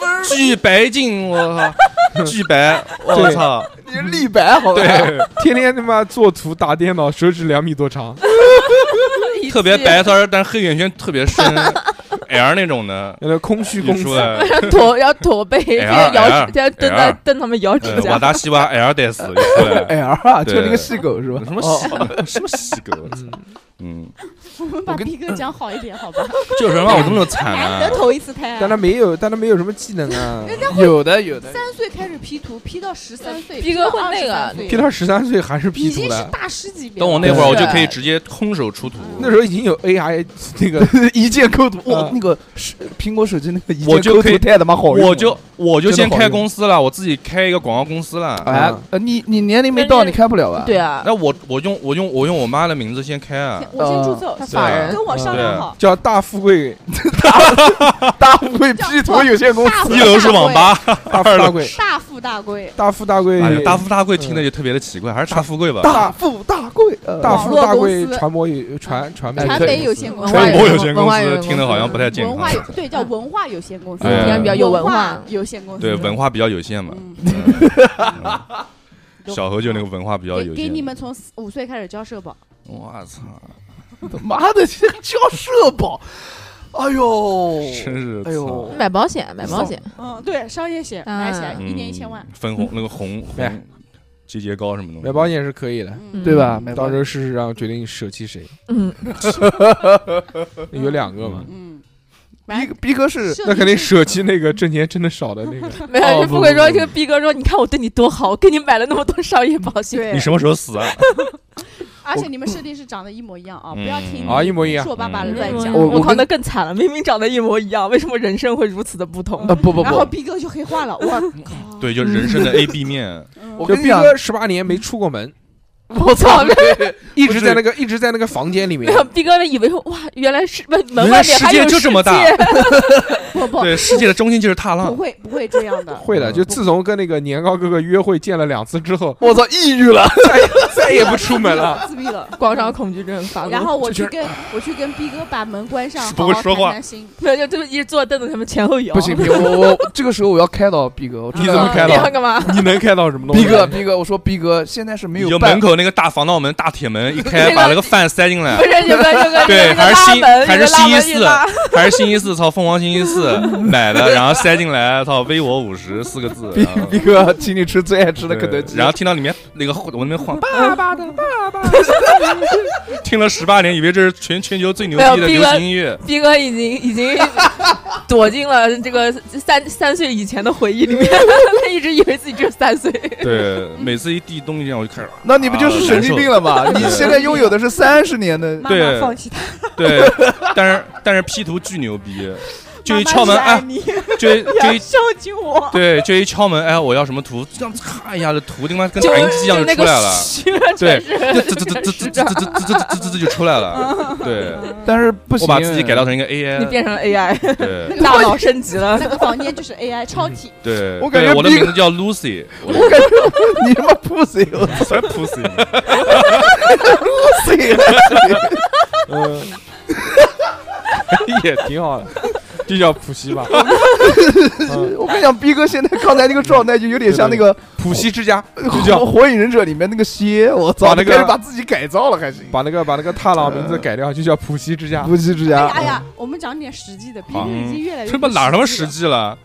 妈巨白净，我操，巨白，我操，你是立白好吧？对， 天天他妈做图打电脑，手指两米多长， 特别白，但是但是黑眼圈特别深， L 那种的，有点空虚公你子出，来，驼要驼背，哎 呀要摇指，哎呀要蹬在哎呀蹬他们摇指呃瓦甲。达西瓦 L 得死，你出来， L 啊，就对那个细狗是吧？什么哦西什么西狗，我操嗯，哎我们把我跟逼哥讲好一点，好吧？ 就是让我这么惨难啊得！投一次 胎但他啊，没有，但他没有什么技能啊。有的有的，三岁开始 P 图，P 到十三岁逼哥会那个 P 到十三岁还是已 P 图经是的，大师级别了。等我那会儿，我就可以对直接空手出图，那时候已经有 AI 那个 一键抠图，哇嗯，那个是苹果手机那个一我键就抠可图以太他妈好用了，我就我就真的先好开用公司了，我自己开一个广告公司了。哎嗯，呃你你年龄没到，但是你开不了吧？ 对，啊，那我我用我用我用我妈的名字先开啊，我先出走，对啊他法人跟我商量好。叫大富贵，大富贵 P 图有限公司，大富一楼是网吧，大富大贵，大富大贵，大富大贵哎呀，大富大贵听着就特别的奇怪，还是大富贵吧？大富大贵，呃大富大贵网络公司传播有传传媒传媒有限公司，传播有限文公化有司限听着好像不太健文化有康，对叫文化有限公司，对比较有文化化有限公司，对文化比较有限嘛。嗯， 嗯嗯小何就那个文化比较给有给限你。们从四五岁开始交社保，我操，妈的，这个交社保，哎呦，真是哎呦操，买保险，买保险，嗯，对，商业险买起来嗯哎一年一千万，分红那个红买红节节高什么东西？买保险是可以的，嗯对吧？买到时候事实上决定舍弃谁，嗯，有两个嘛，嗯，逼买逼哥是那肯定舍弃那个挣钱挣的少的那个。没哦有。就不富贵不说，不就逼哥说，你看我对你多好，我给你买了那么多商业保险，对你，什么时候死啊？而且你们设定是长得一模一样啊，不嗯要听啊，一模一样说。爸爸嗯乱讲。我我我靠，跟那更惨了！明明长得一模一样，为什么人生会如此的不同？呃不不然后不，逼哥就黑化了，我靠！对，就人生的 A B 面，嗯，我就跟你逼讲，哥十八年没出过门，我操！嗯一直在那个一直在那个房间里没面，有，逼哥以为说哇，原来是门门原外来面世还界有就这么大 世界 不不对，世界的中心就是踏不浪。会不会这样的，会的。就自从跟那个年糕哥哥约会见了两次之后，我操，抑郁了，再也不出门了。自闭了。广场恐惧症发作。然后我这去跟我去跟逼哥把门关上，不会说话好好谈谈心 没有，就这么一直坐凳子，他们前后摇。不行， 不行，我我这个时候我要开导逼哥，我你怎么开了了？你要干嘛？ 你能开到什么东西？逼哥逼哥，我说逼哥现在是没你有就办门，口那个大防盗门、大铁门一那开， 个把那个饭塞进来不。是有个有个对有个还是拉新门还是有个拉新一门一四拉还是星期四，操，凤凰星 期四买的，然后塞进来，操，微我五十四个 字，然后逼哥请你吃最爱吃的啊对肯德基，然后听到里面那个我那边晃爸爸的爸爸， 听了十八年，以为这是全全球最牛逼的没流有逼哥行音乐，逼哥已经已 经躲进了这个三三岁以前的回忆里面， 他一直以为自己只有 三岁。 对，每次一递东西进来我就开始，那你不就是神经病了？了吗？你现在拥有的是三十年的妈对妈放弃他，啊对，但是但是 P 图 巨牛逼，就一敲门，妈妈是爱哎，你就一就一收紧我。对，就一敲门，哎，我要什么图，这样咔一下子图，他妈跟就打印机一样就就那出个来了。虚了，对全这这这这是这这这这这这这就出来了。对，但是不我行，把自己改造成一个你 AI，变成了 AI，对 大脑升级了那。个房间就是 AI 超体，对，我感觉对我的逼名字叫 Lucy，我我感觉你他妈 pussy，我才 Pussy， pussy，嗯，也挺好的，就叫普西吧。嗯，我跟你讲，逼哥现在刚才那个状态就有点像那个普西之家， 《叫火火影忍者》里面那个蝎，我把操，那他个开始把自己改造了，还行。把那个把那个踏浪名嗯字改掉，就叫普西之家。夫妻之哎家呀，哎呀，我们讲点实际的，逼哥已经越来越他妈哪儿他妈不实际际了？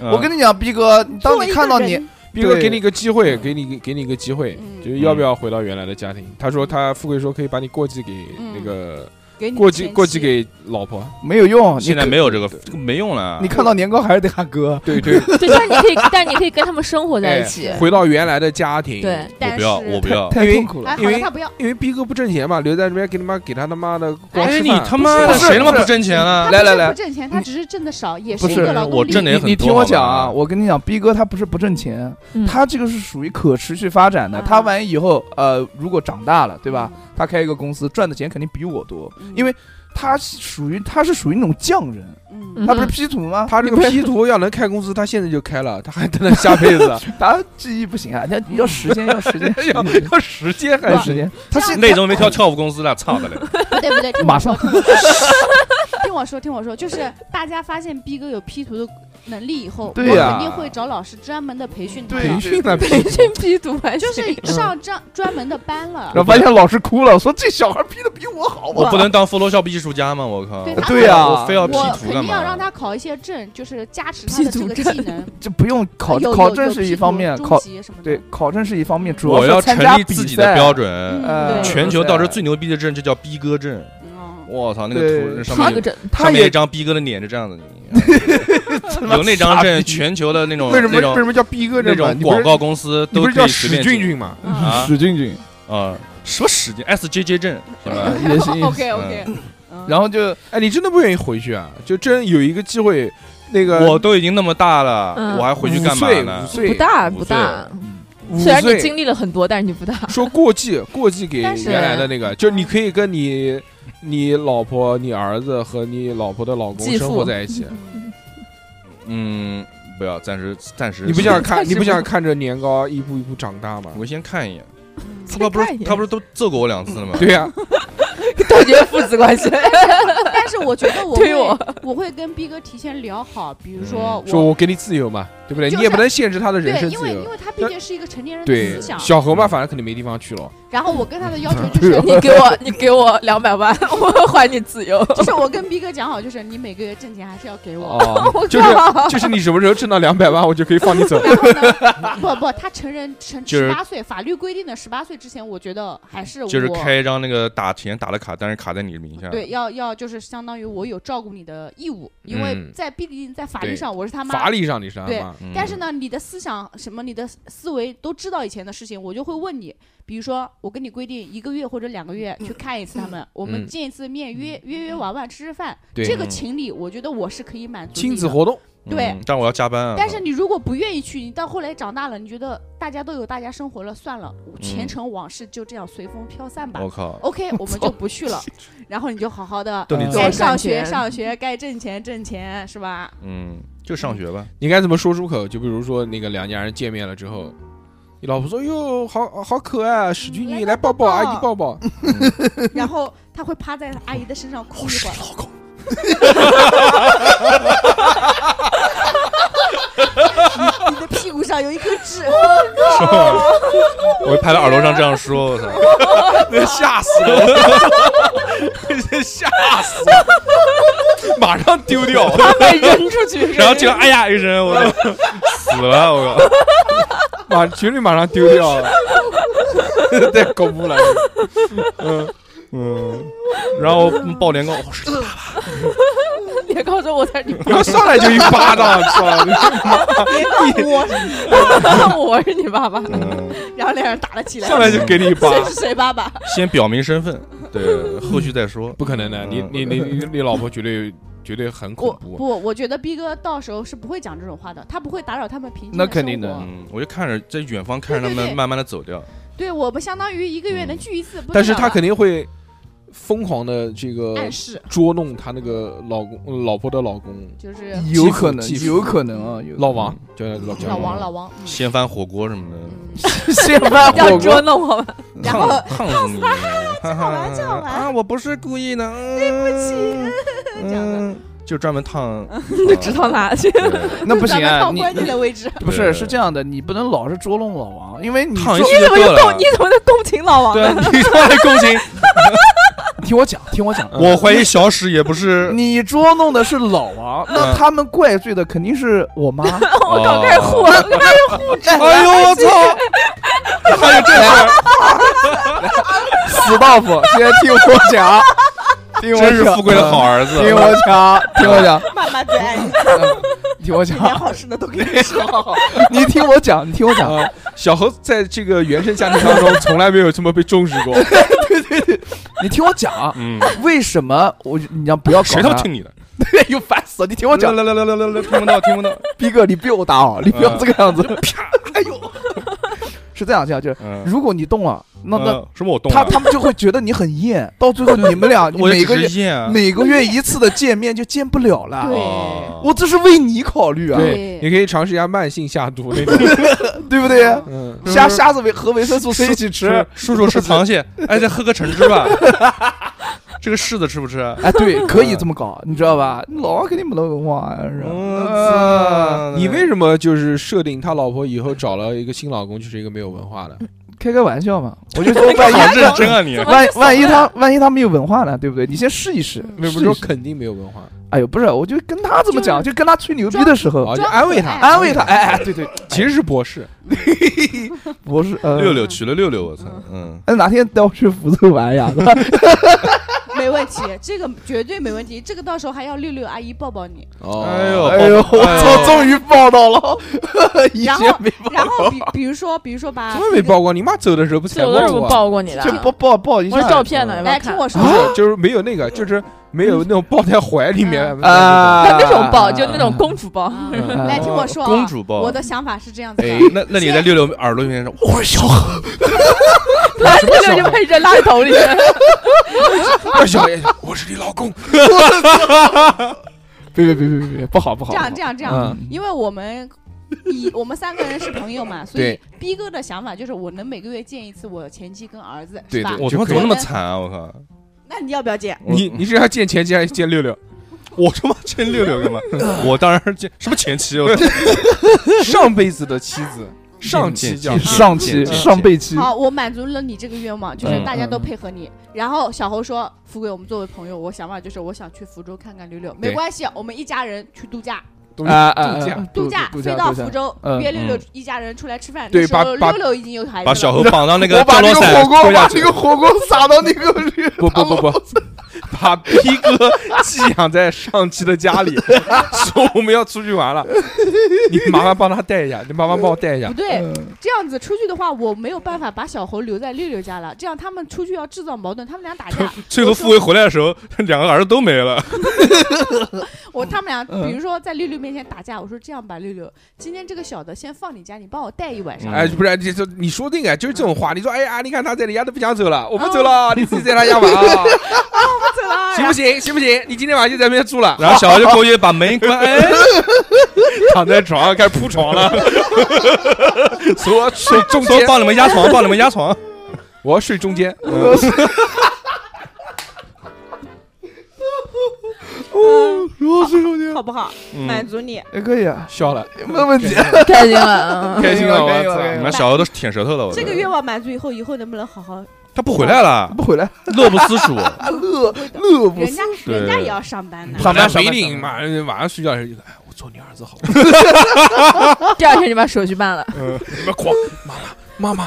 嗯我跟你讲，逼哥，当你看到你，，比如对给你一个机会，给你给你一个机会，嗯就是要不要回到原来的家庭？他说他富贵说可以把你过继给嗯那个给你过继前妻过继给老婆。没有用，你现在可没有这个，这个没用了你。看到年糕还是得喊哥。对对， 对，但你可以，但你可以跟他们生活在一起哎。回到原来的家庭。对，我但不是要，我不要。太因为痛苦了哎，，因好为啊了，他不要，因为逼哥不挣钱嘛，留在这边给他妈给他他妈的光哎，吃你饭。他妈的不是谁他妈不不是挣钱了？来他来不是来不挣钱，他只是挣的少，也不一是个劳动力。我挣的也很多。你听我讲啊，好吧我跟你讲，逼哥他不是不挣钱，嗯他这个是属于可持续发展的。啊他万一以后呃，如果长大了，对吧？他开一个公司，赚的钱肯定比我多，因为他属于他是属于那种匠人，嗯，嗯他不是 P 图吗？他这个 P 图要能开公司，他现在就开了，他还等到下 辈子，他记忆不行啊，要要时间， 要时间，要要时间还要是时间。他现那种没跳跳舞公司的，操的嘞！不对不对，听我马上 说听我说听听我说，听我说，就是大家发现逼哥有 P 图的能力以后，对我呀肯定会找老师专门的培训他对培啊的，训呢？培训 P 图还行就是上专专门的班了然。后发现老师哭了，说这小孩 P 的比我好，啊我不能当 Photoshop 艺术家吗？我靠！对我对啊呀我非要我 P 肯图干定要嘛？让他考一些证，就是加持他的这个 P 图证技 能。就不用考有考有证有是一 P 方图面，中考级什么的对考证是一方面，主我要要是参成加立比自己的赛标，准。呃嗯，对全球到这最牛逼的证就叫逼哥证，嗯我操，那个对图那上画面个有整，上他面有一也张逼哥的脸就这样子， 你有那张证，全球的那种为什么啊那为什种么叫逼哥这那种种广告公司你都不是可叫以史随便俊进俊吗？ 嗯啊史俊俊啊？什么使劲 SJJ 证是吧？嗯也行。哦 OK OK，然后就哎，你真的不愿意回去啊？就真有一个机会，那个我都已经那么大了，嗯我还回去干嘛呢啊五？岁不大五不岁大，五虽然你岁经历了很多，但是你不大。 说过继过继给但是原来的那个，就是你可以跟你你老婆、你儿子和你老婆的老公继父生活在一起。嗯，不要，暂时暂时。你不想 看，是你不想看着年糕一步一步长大吗？我先看一眼。嗯他先不不看是一眼他不是都揍过我两次了吗？对呀，断绝父子关系，但是我觉得 我推会我我会跟逼哥提前聊好，比如说说我给你自由嘛，对不对？就你是也不能限制他的人对，身因自为由因。为他毕竟是一个成年人对的思，想，小猴嘛，反正肯定没地方去 了。然后我跟他的要求就对是哦你给我你给我两百万，我还你自由。就是我跟逼哥讲好，就是你每个月挣钱还是要给我。哦，就是 就是你什么时候挣到两百万，我就可以放你 走。然后呢，不不，他成人成就是十八岁，法律规定的十八岁之前，我觉得还是我就是开一张那个打钱打的卡，但是卡在你名下。对，要要就是相当于我有照顾你的义务，因嗯为在毕竟在法律对上我是他妈法。理上你是他对妈，嗯，但是呢，你的思想什么，你的思维都知道以前的事情，我就会问你，比如说我跟你规定一个月或者两个月去看一次他们，我们嗯见一次面，约约约玩玩，吃吃饭，对嗯这个情理，我觉得我是可以满足你亲子的活动。嗯对但我要加班啊。但是你如果不愿意去，你到后来长大了，你觉得大家都有大家生活了，算了，嗯前尘往事就这样随风飘散吧。哦我靠， OK，我们就不去了，然后你就好好的都你嗯揍该该了，上上学学上学，该挣钱挣钱，是吧？嗯，就上学吧。你该怎么说出口？就比如说那个两家人见面了之后，你老婆说：“哟，好好可爱，啊，史俊你来抱抱阿姨抱抱。然后他会趴在阿姨的身上哭一会儿，你的屁股上有一颗 痣，我拍到耳朵上这样说，我 操，那吓死了，吓死了，马上丢 掉。他被扔出去，然后结果哎呀一声，我操死了，我靠。马群里马上丢掉 了，太恐怖了。嗯嗯，然后 抱脸高，我是别告诉我才你然后上来就一巴 掌，操！我爸爸，我是你爸爸， 嗯然后两人打了起来，上 来就给你一巴。谁是谁爸爸？先表明身份，对，后续再说。不可能的，你你你你你老婆绝对绝对很我恐怖。不，我觉得逼哥到时候是不会讲这种话的，他不会打扰他们平静那的肯生定的活嗯，我就看着在远方看着他对对们对慢慢的走掉，对我们相当于一个月能聚一次，不但是得了她了肯定会疯狂的这个暗示捉弄她那个老公老婆的老公就是有可能继，父有可能啊，有老嗯王，叫老叫老王老王，嗯掀翻火锅什么的，嗯， 先把要火捉锅，弄我吧？然后烫烫死你！哈好玩这好玩啊！我不是故意的，对不 起，这样的嗯，就专门烫，就知道他去，对那不咱行们啊，放你关键的位置， 不对是是这样的，你不能老是捉弄老王，因为你烫一捉次就怎么够就了共你。怎么就共情老王对啊呢？，你上来共情，听我讲，听我讲，我怀疑小史 也不是，你捉弄的是老王，那嗯他们怪罪的肯定是 我妈。啊我靠，开始护了，哎呦我操！还有这事儿，死豆腐，现在听我 讲，听我真是讲，嗯富贵的好儿听子。我讲，听我讲，嗯慢慢对爱你，听我连讲，好吃的都给你吃。 你听我讲，你听我讲，啊，小猴在这个原生家庭当中从来没有这么被重视过。你听我讲，嗯， 为什么我你讲不要搞谁他妈听你的？对，又烦死了！你听我讲，来来来来来来，听不到听不到。逼哥，你别我打哦，你不要嗯这个样子，啪，哎呦， 是这样，这样就是，嗯，如果你动了，那那嗯什么我动他了？他们就会觉得你很厌， 到最后你们俩我每个只月是验啊。每个月一次的见面就见不了了。对哦我这是为你考虑啊，对，你可以尝试一下慢性下毒那种。对不对？嗯，虾虾子维和维生素 C 一起吃， 叔叔吃螃蟹，哎，再喝个橙汁吧。这个柿子吃不吃？哎，对，可以这么搞，你知道吧？你老王肯定没得文化，是嗯吧我操你为什么就是设定他老婆以后找了一个新老公就是一个没有文化的？开开玩笑嘛。我就说， 万一好认真啊你！万万一他万一他没有文化呢，对不对？你先试一试。为什么试一说试肯定没有文化？哎呦，不是，我就跟他这么讲，就跟他吹牛逼的时候，啊，就装安慰可他，爱安慰他。哎哎，对对，其实是博士，我是呃， 六六娶了六六，我操，嗯，哎，哪天带我去福州玩呀？ 没问题，这个绝对没问题，这个到时候还要六六阿姨抱抱你。哦哎呦，哎呦，我操，终于于抱到了，以前没抱，然后比比如说比如说把从来没曝光。你妈走的时候不才有的时曝候光？抱过你的，就抱抱抱一我下是。照片呢，有没有来看听？我说，就是没有那个，就是没有那种抱在怀里面啊，那种抱，就那种公主抱，啊 嗯来听我说啊，公主抱我的想法是这样子哎的，，那那你在六六耳朵面前说，我小何，然后就就把你扔垃圾桶里。抱小孩，我是你老公。别别别别别别，不好不 好，这样这样，样这样，嗯，因为我们以我们三个人是朋友嘛，所以逼哥的想法就是我能每个月见一次我前妻跟儿子，对是吧？对我他妈怎么那么惨啊！我靠，那你要不要见？我你你是要见前妻还是见六六？我他妈见六六干嘛？我当然是见什么前妻，我操 上辈子的妻子，上妻叫见见上期见见上辈期，好，我满足了你这个愿望，就是嗯大家都嗯配合你。然后小侯说：“富贵，我们作为朋友，我想法就是我想去福州看看六六，没对关系，我们一家人去度假，度啊啊啊假。度假度飞到福，州嗯，约六六嗯一家人出来吃饭。对那时候把把六六已经有孩子了，把小猴绑到那个我把那降落个伞火锅，推下把那去个。火锅撒到那个里，不不不 不，把逼哥寄养在上期的家里， 说我们要出去玩了，你麻烦帮他带一下，你麻烦帮我带一下不。对，嗯这样子出去的话，我没有办法把小猴留在六六家了。这样他们出去要制造矛盾，他们俩打架，最后富贵回来的时候，两个儿子都没了。 我他们俩嗯比如说在六六面前打架，我说这样吧，六六，今天这个小的先放你家，你帮我带一晚上。哎，不是，你说你说那个就是这种话，你说哎呀，你看他在你家都不想走了，我不走哦了，你自己在他家玩 啊，行不行？行不行？你今天晚上就在那边住了， 然后小猴就过去把门一关，哎，躺在床上开始铺床了，说睡中说间，帮你们压床，帮你们压床。我要睡中间，嗯我最后就好不好？满足你。也可以啊，笑了，哎没问题。开心了，嗯开心了，可以我了可以了可以你了们小猴都舔舌头了，我这个愿望满足以后，以后能不能好好？他不回来 了，不回来，乐不思蜀。啊乐乐不人思家对人家也要上班呢。上班没上班定，上马班上晚上睡觉的时候就哎，我做你儿子好了，第二天就把手续办了。你们狂，妈妈妈妈，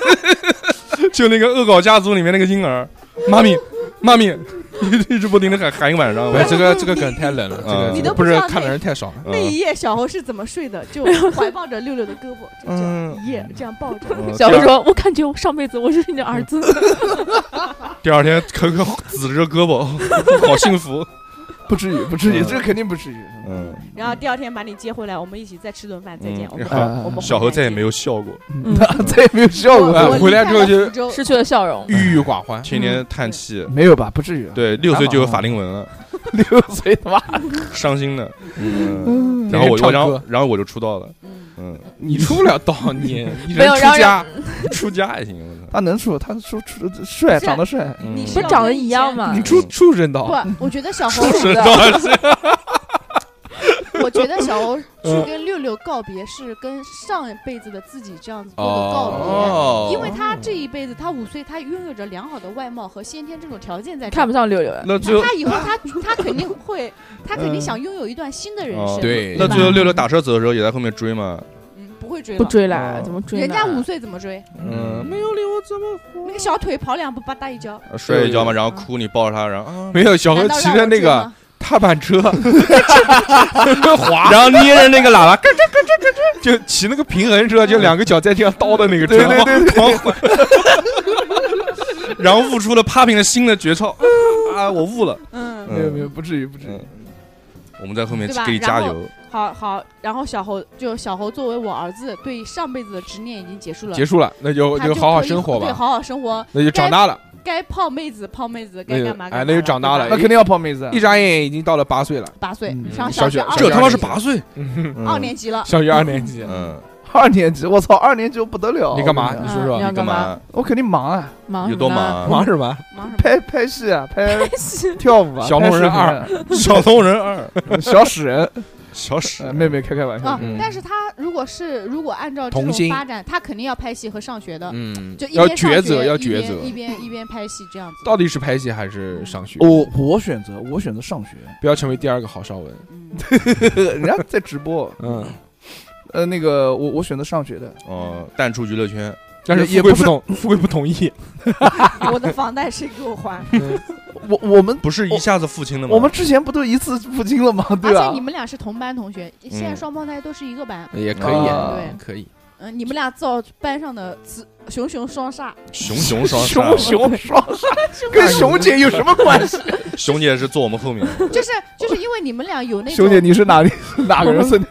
就那个恶搞家族里面那个婴儿，妈咪，妈咪， 一直不停的喊喊一晚上不。是这个这个梗太冷了，这个嗯这你个都不不知是道看的那人太少了。嗯那一夜小猴是怎么睡的？就怀抱着六六的胳膊，就这样嗯，一夜这样抱着。嗯小时候说，我感觉我上辈子我是你的儿子。第二天可可指着胳膊， 好幸福。不至于，不至于，嗯这肯定不至于。 嗯，然后第二天把你接回来，我们一起再吃顿饭，再见。嗯我们然后我们小猴再也没有笑过，嗯再也没有效果啊哎哦我了，回来之后就离开了福州失去了笑容，郁郁寡欢，天天叹气。没有吧？不至于。对，六岁就有法令纹了， 六岁他妈，伤心的。嗯，嗯然后我天天唱我然后歌然后我就出道了。嗯嗯，你出不了道， 你你没人有出让家，出家也行。 我操他能出，他出出帅，是长得帅，嗯你不是长得一样吗啊你？出出人道，不，我觉得 小猴，是的，是我觉得小 猴去嗯跟六六告别是跟上辈子的自己这样子做个哦哦告别，因为他这一辈子他五岁，他拥有着良好的外貌和先天这种条件在这儿，看不上六六，那最后他以后他他肯定会，他肯定想拥有一段新的人哦生，对那吧最后六六打车走的时候也在后面追嘛。嗯不会追不了，追了，怎么追呢？人家五岁怎么追？嗯，没有那哦个小腿跑两步吧嗒一跤，摔一跤嘛，然后哭，你抱着他，然后啊，没有小何难道骑让着我那追个吗踏板车 滑，然后捏着那个喇叭，咯 就骑那个平衡车，就两个脚在地上叨的那个车，对对对，狂欢。然后悟出了 popping 的新的诀窍啊！我悟了，嗯，没有没有，不至于，不至于嗯。我们在后面对吧给你加油。好好，然后小猴就小猴作为我儿子，对上辈子的执念已经结束了，结束了，那就他就就好好可以生活对，吧，好好生活，那就长大了，该泡妹子泡妹子，那该就干嘛干哎嘛。那就长大了对吧那肯定要泡妹子啊一。眨眼已经到了八岁了，八岁嗯上小学学二小这学他年妈二是级八岁，二年级了，小学二年级，嗯，二年级，我操，二年级我不得了。你干嘛？嗯我跟你你说啊你说，要干嘛？讲我肯定忙啊，忙有多忙？忙什么？忙什么？拍拍戏啊， 拍是跳舞啊，小拍龙人视频啊，嗯小龙人二，小屎人，小史呃妹妹开开玩笑啊嗯，但是他如果是如果按照这童种星发展，他肯定要拍戏和上学的，嗯，就一要边上抉学择要一抉边择一边一边拍戏这样子。到底是拍戏还是上学？我我选择我选择上学，不要成为第二个郝邵文。嗯人家在直播，嗯，呃，那个我我选择上学的，哦，淡出娱乐圈，但是也富也贵不是同，富贵不同意。 我的房贷谁给我还？我我们不是一下子付清的吗？我们之前不都一次付清了吗？而 对啊吧且你？们俩是同班同学，现在嗯双胞胎都是一个班，也可以啊对可以。嗯，你们俩造班上的雌熊熊双煞，熊熊双熊煞，熊双煞跟 熊姐有什么关系？熊姐是坐我们后面 的，就是就是因为你们俩有那熊姐，种你是哪 里哪个人孙女？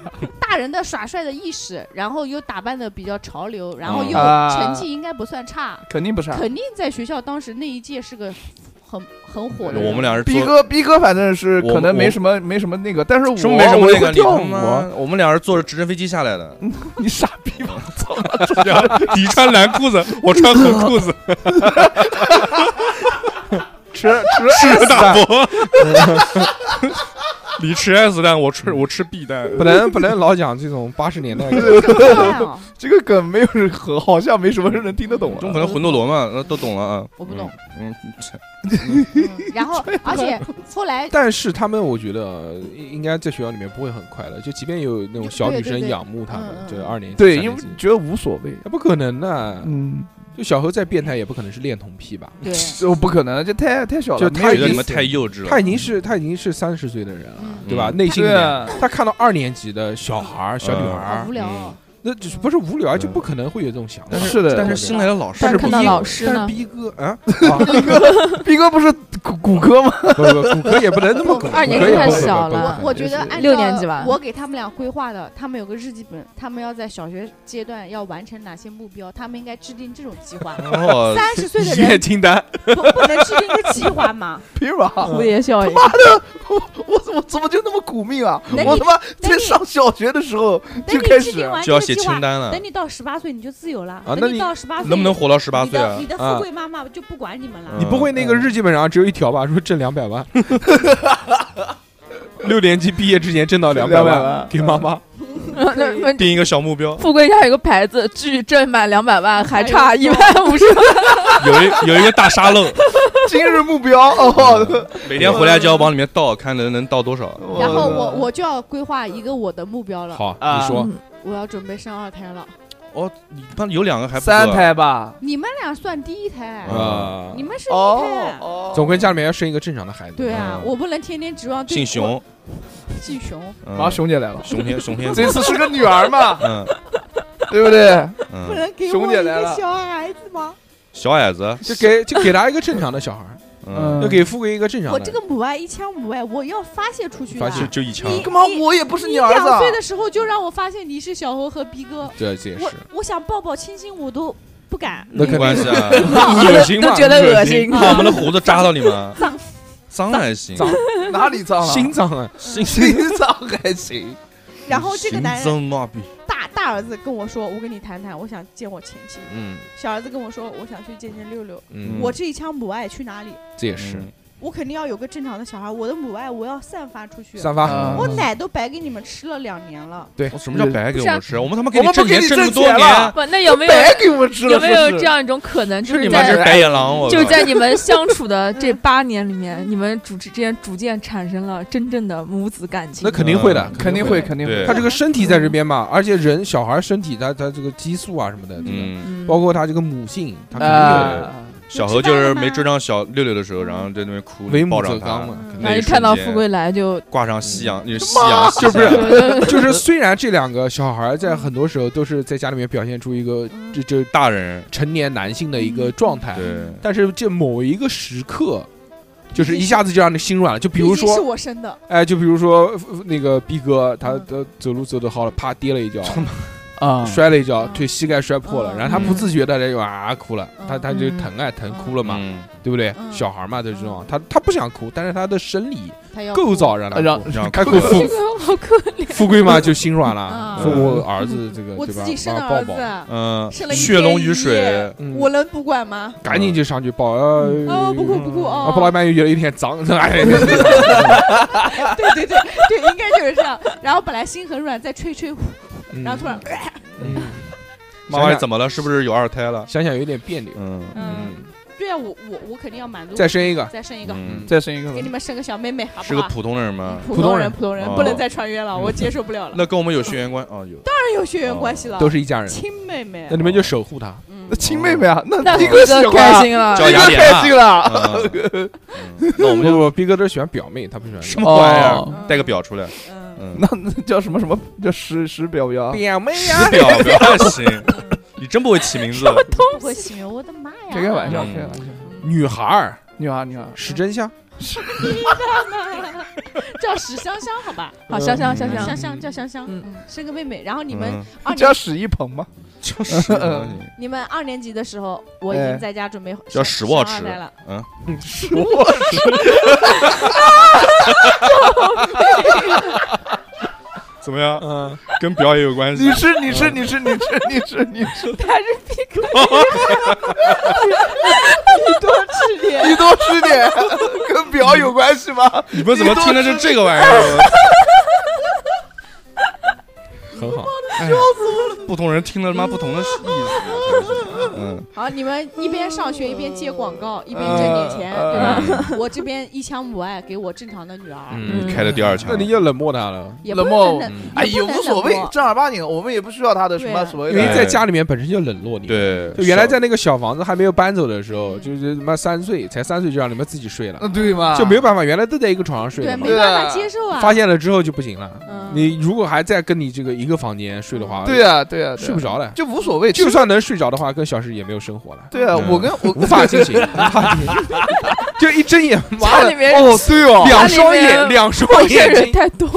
大人的耍帅的意识，然后又打扮的比较潮流，然后又啊成绩应该不算差，肯定不是啊。肯定在学校当时那一届是个很很火的人。我们俩是逼坐哥，逼哥，反正是我可能没我什么没什么那个，但是我什么没什么我那也个，会你跳他舞妈啊。，我们俩是坐着直升飞机下来的，你傻逼吗？你穿蓝裤子，我穿红裤子，吃吃吃大伯，你吃 S 蛋，我吃我吃 B 蛋，不能不能老讲这种八十年代的。嗯看啊， 这个梗没有人和，好像没什么人能听得懂中啊。可能魂斗罗嘛，那都懂了啊。我不懂。嗯，嗯然 后而且后来但是他们，我觉得应应该在学校里面不会很快乐，就即便有那种小女对对生对仰慕他们，嗯嗯就二年级、对，三因年为级觉得无所谓。那不可能的。嗯，就小何再变态，也不可能是恋童癖吧？对，这不可能，这太太小了，就没他有觉已得经你意们思太幼稚了。他已经是他已经是三十岁的人了，嗯对吧？嗯内心里对面，啊，他看到二年级的小孩儿、小女孩好儿无，聊嗯哦。那就是不是无聊，嗯就不可能会有这种想法。是的但是新来的老师。但是看逼到哥老师但是呢逼哥啊，逼哥，逼哥不是骨骨科吗？ 不不，骨科也不能那么狗，二年级骨科也太不能小不能了我我觉得就是按照六年级吧我给他们俩规划的，他们有个日记本，他们要在小学阶段要完成哪些目标，他们应该制定这种计划哦，三十岁的遗愿人清单，不不能制定一个计划 吗？凭什么？蝴蝶效应，啊我怎么怎么就那么苦命啊？那哎你我他妈那在你上小学的时候等就你开制始定完就这要个写计清划，单啊了等，你到十八岁你就自由了。那等你你到十八岁，能不能活到十八岁啊你？的你的啊富贵妈妈就不管你们了。嗯你不会那个日记本上只有一条吧？说挣两百万，六年级毕业之前挣到两百200万万给妈妈。那那，啊定一个小目标富贵家有个牌子，距正满两百万还差一百五十有一有一个大沙漏，今日目标哦。 每天回来就要往里面倒，看能能倒多少。然后我嗯我就要规划一个我的目标了，好，啊你说我要准备生二胎了。哦，你班有两个还不错三，胎吧？你们俩算第一胎，嗯啊你，们是第一哦胎。哦，总归家里面要生一个正常的孩子。对啊，嗯我不能天天指望对姓，熊，我姓熊，嗯啊，熊姐来了，熊天熊 天，这次是个女儿嘛，嗯对不对？不嗯，能给熊我姐一来个了小矮子吗？小矮子，就给就给他一个正常的小孩儿，嗯，要给富贵一个正常我的。这个母爱一腔母爱，我要发泄出去啊发了。泄就就一枪，哎你干嘛？我也不是你儿子两啊岁。的时候就让我发现你是小猴和逼哥，这这也我是，我想抱抱亲亲我都不敢，那肯没定关系啊，恶心嘛都哎觉得恶心。把我们的胡子扎到你们脏，脏还行，脏哪里脏了？心脏啊，心脏 嗯还行，然后这个男人脏麻痹，大大儿子跟我说：“我跟你谈谈，我想见我前妻。嗯”小儿子跟我说：“我想去见见六六。嗯，我这一腔母爱去哪里？这也是嗯是，我肯定要有个正常的小孩，我的母爱我要散发出去。散发嗯我奶都白给你们吃了两年了，对哦我，什么叫白给我们吃？我们他妈给我们不挣给钱你挣挣么多钱了年， 不，那有没有白给我们吃了，有没有是不这是？样一种可能，就是你妈在是白眼狼，我就是靠在你 们相处的这八年里面，你们主之间逐渐产生了真正的母子感情。那肯定会的，嗯肯定会，。肯定对会。他这个身体在这边嘛，而且人小孩身体，他他这个激素啊什么的，这个嗯，嗯，包括他这个母性，他肯定啊，小何就是没追上小六六的时候，然后在那边哭有，为母抱则着刚他，嘛，肯定然后一哎看到富贵来 就哦挂上夕嗯阳，就是夕阳，就不是。就就是虽然这两个小孩在很多时候都是在家里面表现出一个嗯这这大人，成年男性的一个状态，对，但是这某一个时刻，就是一下子就让你心软了。就比如毕竟是说，我生的，嗯哎，就比如说呃那个逼哥，他他走路走得好了，啪跌了一跤，啊，摔了一跤，腿膝盖摔破了，嗯然后他不自觉的就啊哭了，嗯他他就疼啊疼哭了嘛，嗯，对不对？嗯小孩嘛，就这种，他他不想哭，但是他的生理他要构哭造让他啊让哭让他哭哭了富 个好可怜。富贵嘛就心软了，嗯说我儿子这个我对自吧己，生的帮我儿抱抱，子，嗯，吃了一血龙天与一水夜，嗯我能不管吗？赶紧就上去抱，呃哦，不哭不哦哭啊，哦，抱到一半又有一点脏，哎， 对对对对，应该就是这样。然后本来心很软，再吹吹， 嗯然后突然，嗯妈妈怎么了？是不是有二胎了？想想有点别扭，嗯嗯，对啊，我我我肯定要满足，再生一个，再生一个，嗯，再生一个给你们生个小妹妹，好是不个好？普通人吗？普普通通人，人普通人哦，不能再穿越了，嗯我接受不了了。 那跟我们有血缘关哦，有当然有血缘关系了，哦都是一家人，亲妹妹那。你们就守护他，嗯那，亲妹妹啊，那那逼胡哥喜哥欢啊开，心了，叫逼雅哥典开娜心了， 嗯嗯那不我不们就不，逼哥都是喜欢表妹，他不喜欢 什么玩意儿？哦带个表出来，嗯，嗯，那那叫什么什么叫石石表表啊？表妹十表表还 行，你真不会起名字，不会起名，我的妈呀！开开玩笑，嗯开开玩笑，女孩儿女孩女孩，是真香，叫史香香，好吧？嗯好香香香香香，香叫香香，嗯嗯，生个妹妹。然后啊你们嗯二叫年，史一鹏吗？叫屎嗯 吗你你们二年级的时候，我已经在家准备叫生史沃生二池胎了。 史我怎么 样？嗯，跟表也有关你吃你吃你吃你吃你吃你 吃，他是逼哥，你多吃点，跟表有关系吗？你们怎么听的是这个玩意儿？很好，不哎同人听了他妈不同的 意思。嗯，好，你们一边上学一边接广告，一边挣点钱，呃对吧？我这边一腔母爱给我正常的女儿，嗯，开了第二枪那，你就冷漠他了，也不冷是漠真的嗯，哎，也也不能无所谓冷，漠正儿八经，我们也不需要他的什么对啊所谓因的。为在家里面本身就冷落你，。对，就原来在那个小房子还没有搬走的时候，就是他妈三岁，才三岁就让你们自己睡了，嗯，对嘛，就没有办法，原来都在一个床上睡对，的嘛没。办法接受啊。发现了之后就不行了，嗯你如果还在跟你这个一个房间睡的话，对啊，对啊，对啊睡不，着了。就无所谓，就其实算能睡着的话，跟小石也没有生活了，对啊，嗯我跟我无法进行， 无法进行，就一睁眼，妈家的里，面哦，对哦，两双家里眼，面两双陌生眼睛人，太多，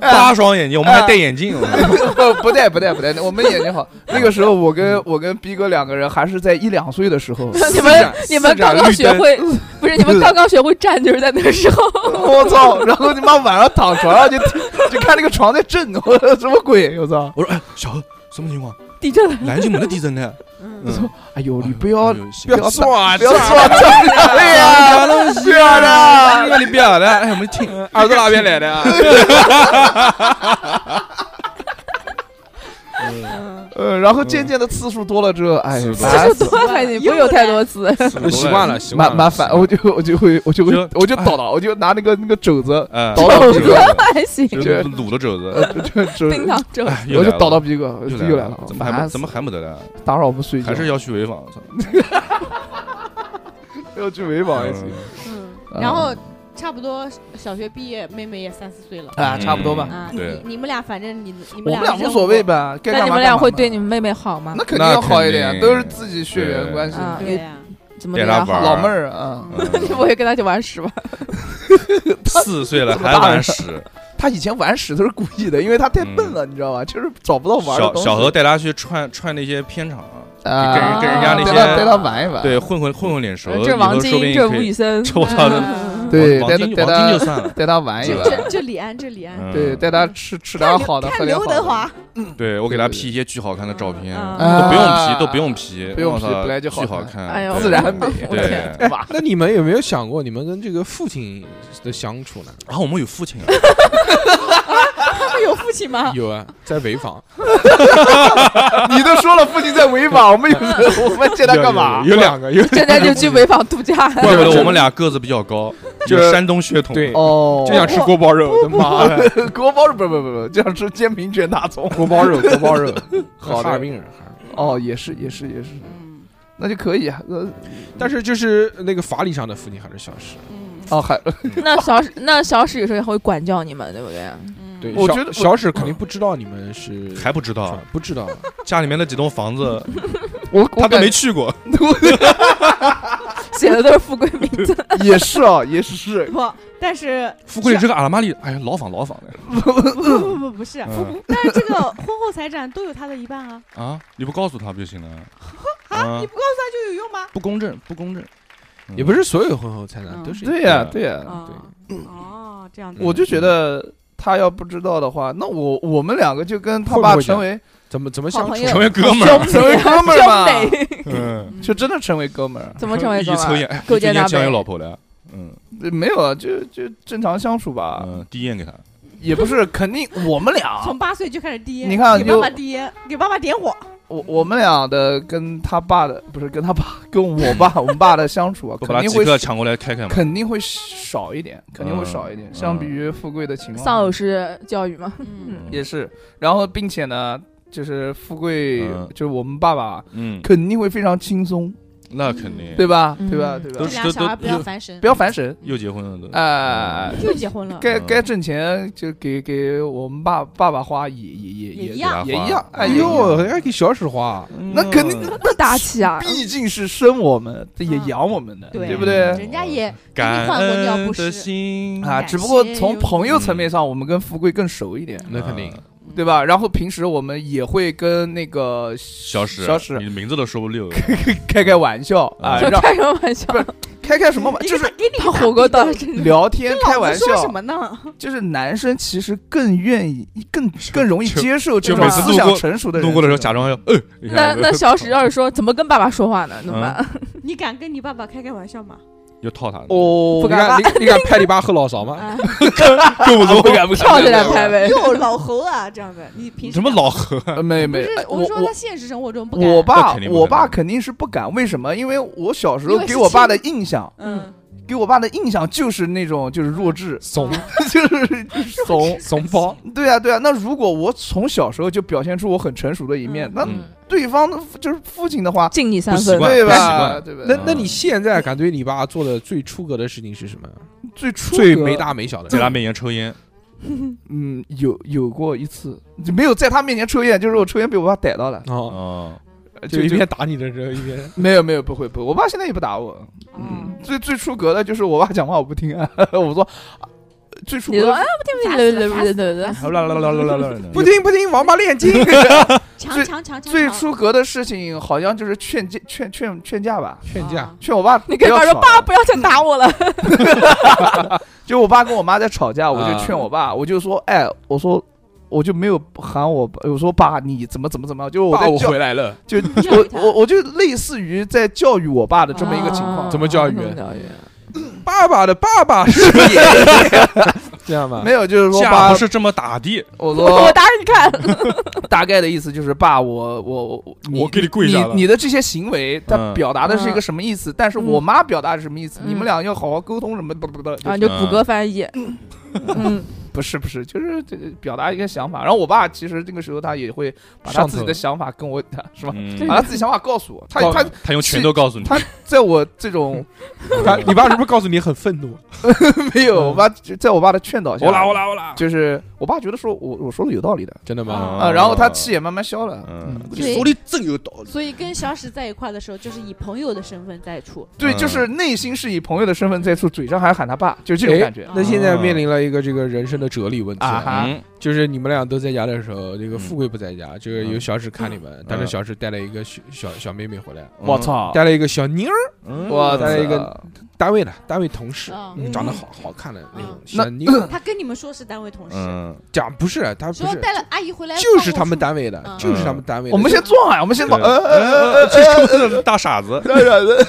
八双眼睛，我们还戴眼镜， 不不戴不戴不戴，我们眼睛好。那个时候，我跟我跟逼哥两个人还是在一两岁的 时候，你四们盏你们刚刚学会， 不是 你们刚刚学会站，就是在那个时候。 我操！然后你妈晚上躺床上就听 就看那个床在震， 我说什么鬼？我操！我说哎，小何什么情况？地震了，南京没得地震的。嗯，哎呦，你不要不不要不算，不要说这个呀，啊不要的。你不要的，哎，我们听儿子哪边来的 啊？呃，然后渐渐的次数多了之后，哎，次数多烦次数多还行，不会有太多 次。 习惯嗯了，习惯蛮了，蛮烦，我就我就会我就会就我就倒了，我就拿那个那个肘子哎，倒到逼肘哥子，还行，就卤的肘呃 子，就就冰糖粥。哎又我来就了倒到逼哥，又又来了，怎么烦还死怎么还没得了？打扰我们睡觉？还是要去潍坊，我操！要去维保一次嗯，啊然后差不多小学毕业，妹妹也三四岁了嗯啊，差不多吧。嗯啊。对你你们俩反正你你我们们俩俩无所谓吧，该那干你嘛们干俩嘛会嘛对你们妹妹好吗？那肯定要好一那点，肯定都是自己血缘对关系，啊认为，对呀，怎么带对她她玩好？儿，老妹儿啊。嗯 你不会跟她去玩屎吧？四岁了还玩屎，他以前玩屎都是故意的，因为他太笨了，你知道吧？就是找不到 玩的嗯小东西。小何带他去串串那些片场，啊跟人跟人家那带些他带他玩一玩。对，混混混混呃脸熟，这以王后说不晶，定这可吴宇 以。森，臭操的，嗯对，王带王他晶带王晶就他算了，带他玩一这玩，这这李安这李安，嗯对，带他吃吃点好的，喝看点好刘的。德华，对我给他 P 一些巨好看的照片，嗯都啊不用 P 都不用 P，不用 P，我操本来就好巨好看看，哎呦对自然美。我对天，哎 哇那你们有没有想过你们跟这个父亲的相处呢？然后我们有父亲啊，他们有父亲吗？有啊，在潍 坊，你都说了父亲在违法，我们 有我们见他干嘛？有有有两个，有现在就去潍坊度假。怪不得我们俩个子比较高，就有山东血统。对哦，就想吃锅包肉，他 妈的，锅包肉，不不不不，就想吃煎饼卷大葱。 锅包肉，锅包 肉，嗯好的哈尔滨人，哈尔嗯滨人哦，也是也是也是，嗯那就可以啊。呃但是就是那个法理上的父亲还是小石，嗯哦，还 那小史那小史有时候也会管教你们，对不对？嗯对，我小觉得我小史肯定不知道你们是还不知道不知道，家里面那几栋房子，我我他都感没去过。写的都是富贵名字，也是啊，也是不，但是 富贵啊这个阿拉玛丽，哎呀，牢房牢房的不不不不是，嗯但是这个婚后财产都有他的一半 啊啊！你不告诉他不就行了？ 啊！嗯你不告诉他就有用吗？不公正，不公正，嗯也不是所有婚后财产嗯都是一样对呀、对 呀、啊，哦，这样子，我就觉嗯得他要不知道的话，那我我们两个就跟他会不爸会成为怎么怎么相好处朋友成为哥们儿，成为哥们儿兄嘛，弟嗯，就真的成为哥们儿。怎么成为啊一哥们儿抽烟，哎勾一抽肩搭烟酱背有老婆了，嗯没有，啊，就就正常相处吧，嗯，递烟给他，也不是啊肯定我们俩，从八岁就开始递烟，你看给爸爸就递烟，给爸爸点火，我我们俩的跟他爸的不是跟他爸 跟我爸我们爸的相处啊， 我肯把他定几个会抢过来开开嘛。肯定会少一点，肯定会少一点，嗯相比于富贵的情况丧偶式教育嘛，嗯，也是。然后并且呢，就是富贵、嗯就是我们爸爸嗯，肯定会非常轻松，那肯定，对吧？嗯对吧？对吧？都这是俩小孩不都要都烦神，不要烦神，又结婚了都，哎、又结婚了，该嗯该挣钱就给给我们爸爸爸花也也也也一也样嗯也也一一样样，哎哎呦，呦，还给小史花，那肯嗯定不大气啊，毕竟是生我们，这也嗯养我们的，对不嗯对？人家也感换过尿恩不的湿心啊，感只不过谢从有嗯朋友你层面上，我们跟富贵更熟一点，那肯定，对吧？然后平时我们也会跟那个小史，小史你名字都说不溜，开开玩笑啊，嗯让 开什么玩笑不？是开开什 么玩，就是给 你把火锅倒真的聊天开玩说什笑，么呢？ 就是男生其实更愿意、更更容易 就接受这就种每次思路想过成熟的人路过的时候假装要，呃，一那下那小 史要是说怎么跟爸爸说话呢？怎么办？你敢跟你爸爸开开玩笑 吗？要套他，哦，你不敢看你你敢拍你爸后脑勺吗？，哎够不够？敢不跳起来拍呗！哟，老侯啊，这样子，你平时什么老何？呃没没不，是哎，我我说在我现实生活中不敢，我那爸肯定不啊我可能爸肯定是不敢，为什么？因为我小时候因为给是我爸亲的印象，嗯，给我爸的印象就是那种就是弱智怂就是就是怂。怂包，对啊对啊，那如果我从小时候就表现出我很成熟的一面嗯，那嗯对方的就是父亲的话，敬你三不习分惯，对不习吧？惯对吧？那嗯那你现在敢对你爸做的最出格的事情是什么？最初最没，大没小的在事他面前抽烟，嗯，有有过一次，就没有在他面前抽烟，就是我抽烟被我爸逮到了， 呃哦，哦，就一就边打你的时候一边没有没有不会不会，我爸现在也不打哦我。嗯，最最出格的就是我爸讲话我不听啊， 我说啊最出你格说的哎不听不听不听不听不听，啦啦啦啦啦啦， 不听不听，王八炼金。强最强强强，最强出格的事情好像就是劝架劝劝劝架吧，劝架，嗯劝我爸不 你要吵啊跟爸了。说爸不要再打我了，就我爸跟我妈在吵架，我就啊劝我爸，我就说，哎，我说。我就没有喊我爸，我说爸，你怎么怎么怎么样？就是我爸，在我教，回来了。 就教育我他我我就类似于在教育我爸的这么一个情况啊。怎么教育怎么教育？爸爸的爸爸是这样 吧？没有，就是说架爸不，是这么打的，我嗯我说打你看，大概的意思就是爸，我我我你我给你跪下了你你的这些行为，它嗯表达的是一个什么意思？但是我妈表达的是什么意思？嗯你们俩要好好沟通什么的？不不不，啊，你就谷歌翻译，嗯，不是不是，就是这个表达一个想法。然后我爸其实这个时候他也会把他上自己头的想法跟我， 是吧？嗯对，把他自己想法告诉我。啊他告他他用拳头告诉你，他在我这种他你爸是不是告诉你很愤 怒？没有我爸，在我爸的劝导下，我啦我啦我啦，就是我爸觉得说我我说的有道理的真的吗？哦啊啊，然后他气，也慢慢消了。嗯，对的真有道理，所以跟小史在一块的时候，就是以朋友的身份在处，对，就是内心是以朋友的身份在处，嘴上还喊他爸，就这种哎感觉啊那现在面临了一个这个人生的哲理问题啊啊，哈。嗯就是你们俩都在家的时候，这个嗯富贵不在家，这个嗯啊由小史看你们，但是小史带了一个小小小妹妹回来，我，操！带了一个小妮儿，嗯我带了一个操单位的单位同事，嗯嗯长得好好看的那种嗯小妮儿。他跟你们说是单位同事，嗯，讲不是他不说是，带了阿姨回来，就是他们单位的，嗯就是他们单位的。我们先撞呀，我们先撞，对嗯呃呃呃这就是大傻子，呃，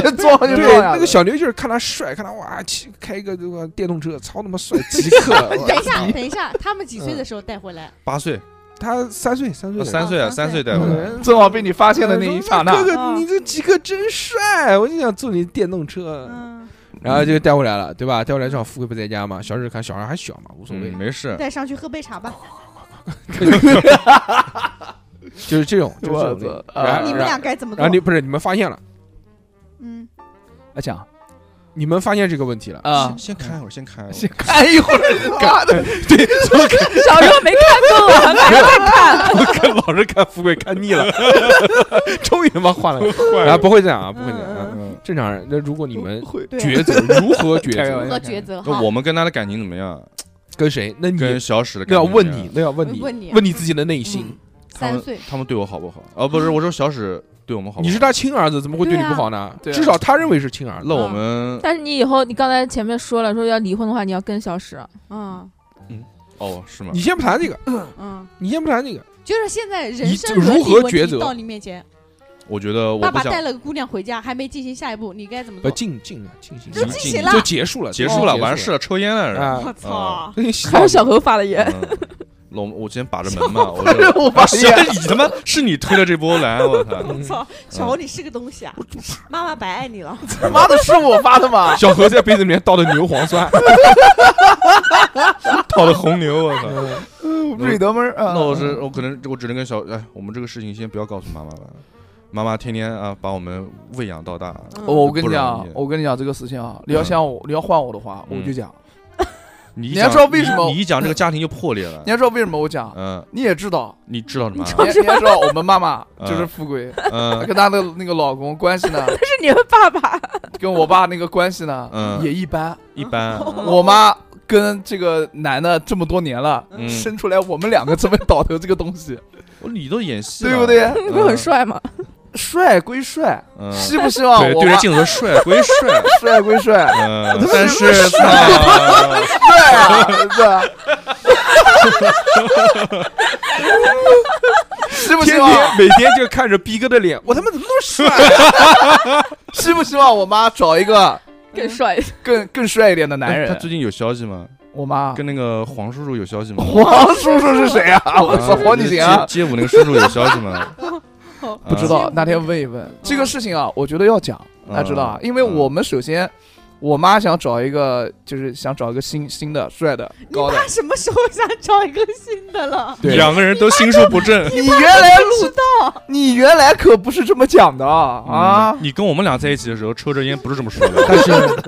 先撞就对撞呀。那个小牛就是看他帅，看他哇，骑开一个这个电动车，超他妈帅，极客。等一下，哇等一下，他们几岁的时候带回来？八岁，他三岁，三岁嗯的，呃三岁哦啊，三三岁岁带回来，正好被你发现的那一刹那哎哥，哥，你这极客真帅，我就想坐你电动车。嗯，然后就带回来了，对吧？带回来正好富贵不在家嘛，小时候看小孩还小嘛，无所谓嗯，，没事，带上去喝杯茶吧。就是这种，就是这我种操。！然你后们俩该怎么然做后？你不是你们发现了，嗯，啊讲你们发现这个问题了，啊，先看一会儿，先看一会儿，先看一会儿，妈的，小时候没看够啊，还在看，我看老是看富贵看腻了， 终于他妈换了个。啊，不会这样啊，不会这样啊。嗯，正常人，那如果你们会啊对抉择如何抉开择玩笑如何抉择那哈？我们跟他的感情怎么样？跟谁？那你跟小史的那感要情怎么问样你，那要问你，问啊你问你自己的内嗯心。他三们岁，他们对我好不好？啊，不是，我说小史对我们好不好？你是他亲儿子，怎么会对你不好呢？对啊至少他认为是亲儿子那。我们但是你以后，你刚才前面说了，说要离婚的话，你要跟小史。嗯哦是吗你？先不谈这个，嗯，你先不谈这个。就是现在人你生就伦如理何问抉题择到你面前，我觉得我爸不爸想带了个姑娘回家，还没进行下一步，你该怎么不做？进进啊，进行就进进行就了哦结束了，结束了，完事事了，抽烟了。然后啊我。操！跟你洗还澡是小何发的言，嗯那我我今天把着门嘛，我不是就我把小 李他妈是你推的这波澜，我操！嗯嗯我操，小侯你是个东西啊！妈妈白爱 你了，他妈的是我发的吗？小何在杯子里面倒的牛磺 酸，泡的红牛，我操！我不是李德门儿啊，那我是我可能我只能跟小哎，我们这个事情先不要告诉妈妈了，妈妈天天啊把我们喂养到大，我我跟你不讲容，易我跟你讲这个事情啊，你要想我，你要换我的话，我嗯就讲。你一你还讲知道为什么你你一讲这个家庭就破裂了你，要知道为什么我讲？嗯，你也知道，你知道什么你啊？也你也知道我们妈妈嗯就是富贵，嗯跟她的那个老公关系 呢，是你们爸爸。跟我爸那个关系呢嗯也一般。一般， 我妈跟这个男的这么多年了，嗯生出来我们两个这么倒头这个东 西，我你都演戏了对不？对？不是很帅 吗？帅归帅，嗯，希不希望对，我对着妈镜头帅归帅，，帅归帅 嗯，但是操，帅啊，对啊。 希不希天望天每天就看着逼哥的脸，我他妈怎么那么帅啊？希不希望我妈找一个更帅一点。更更帅一点的 男哎他人？最近有消息吗？我妈跟那个黄叔叔有消息吗？ 黄叔叔是谁啊？ 我操，嗯黄景行啊！街街舞那个叔叔有消息 吗？嗯不知啊道，那天问一问这个事情啊，我觉得要讲，大家知道啊，嗯因为我们首先，我妈想找一个，就是想找一个新新的、帅的、你高的。妈什么时候想找一个新的了？对两个人都心术不正。你原来录，你原来可不是这么讲的啊！啊嗯，你跟我们俩在一起的时候抽着烟不是这么说 的。但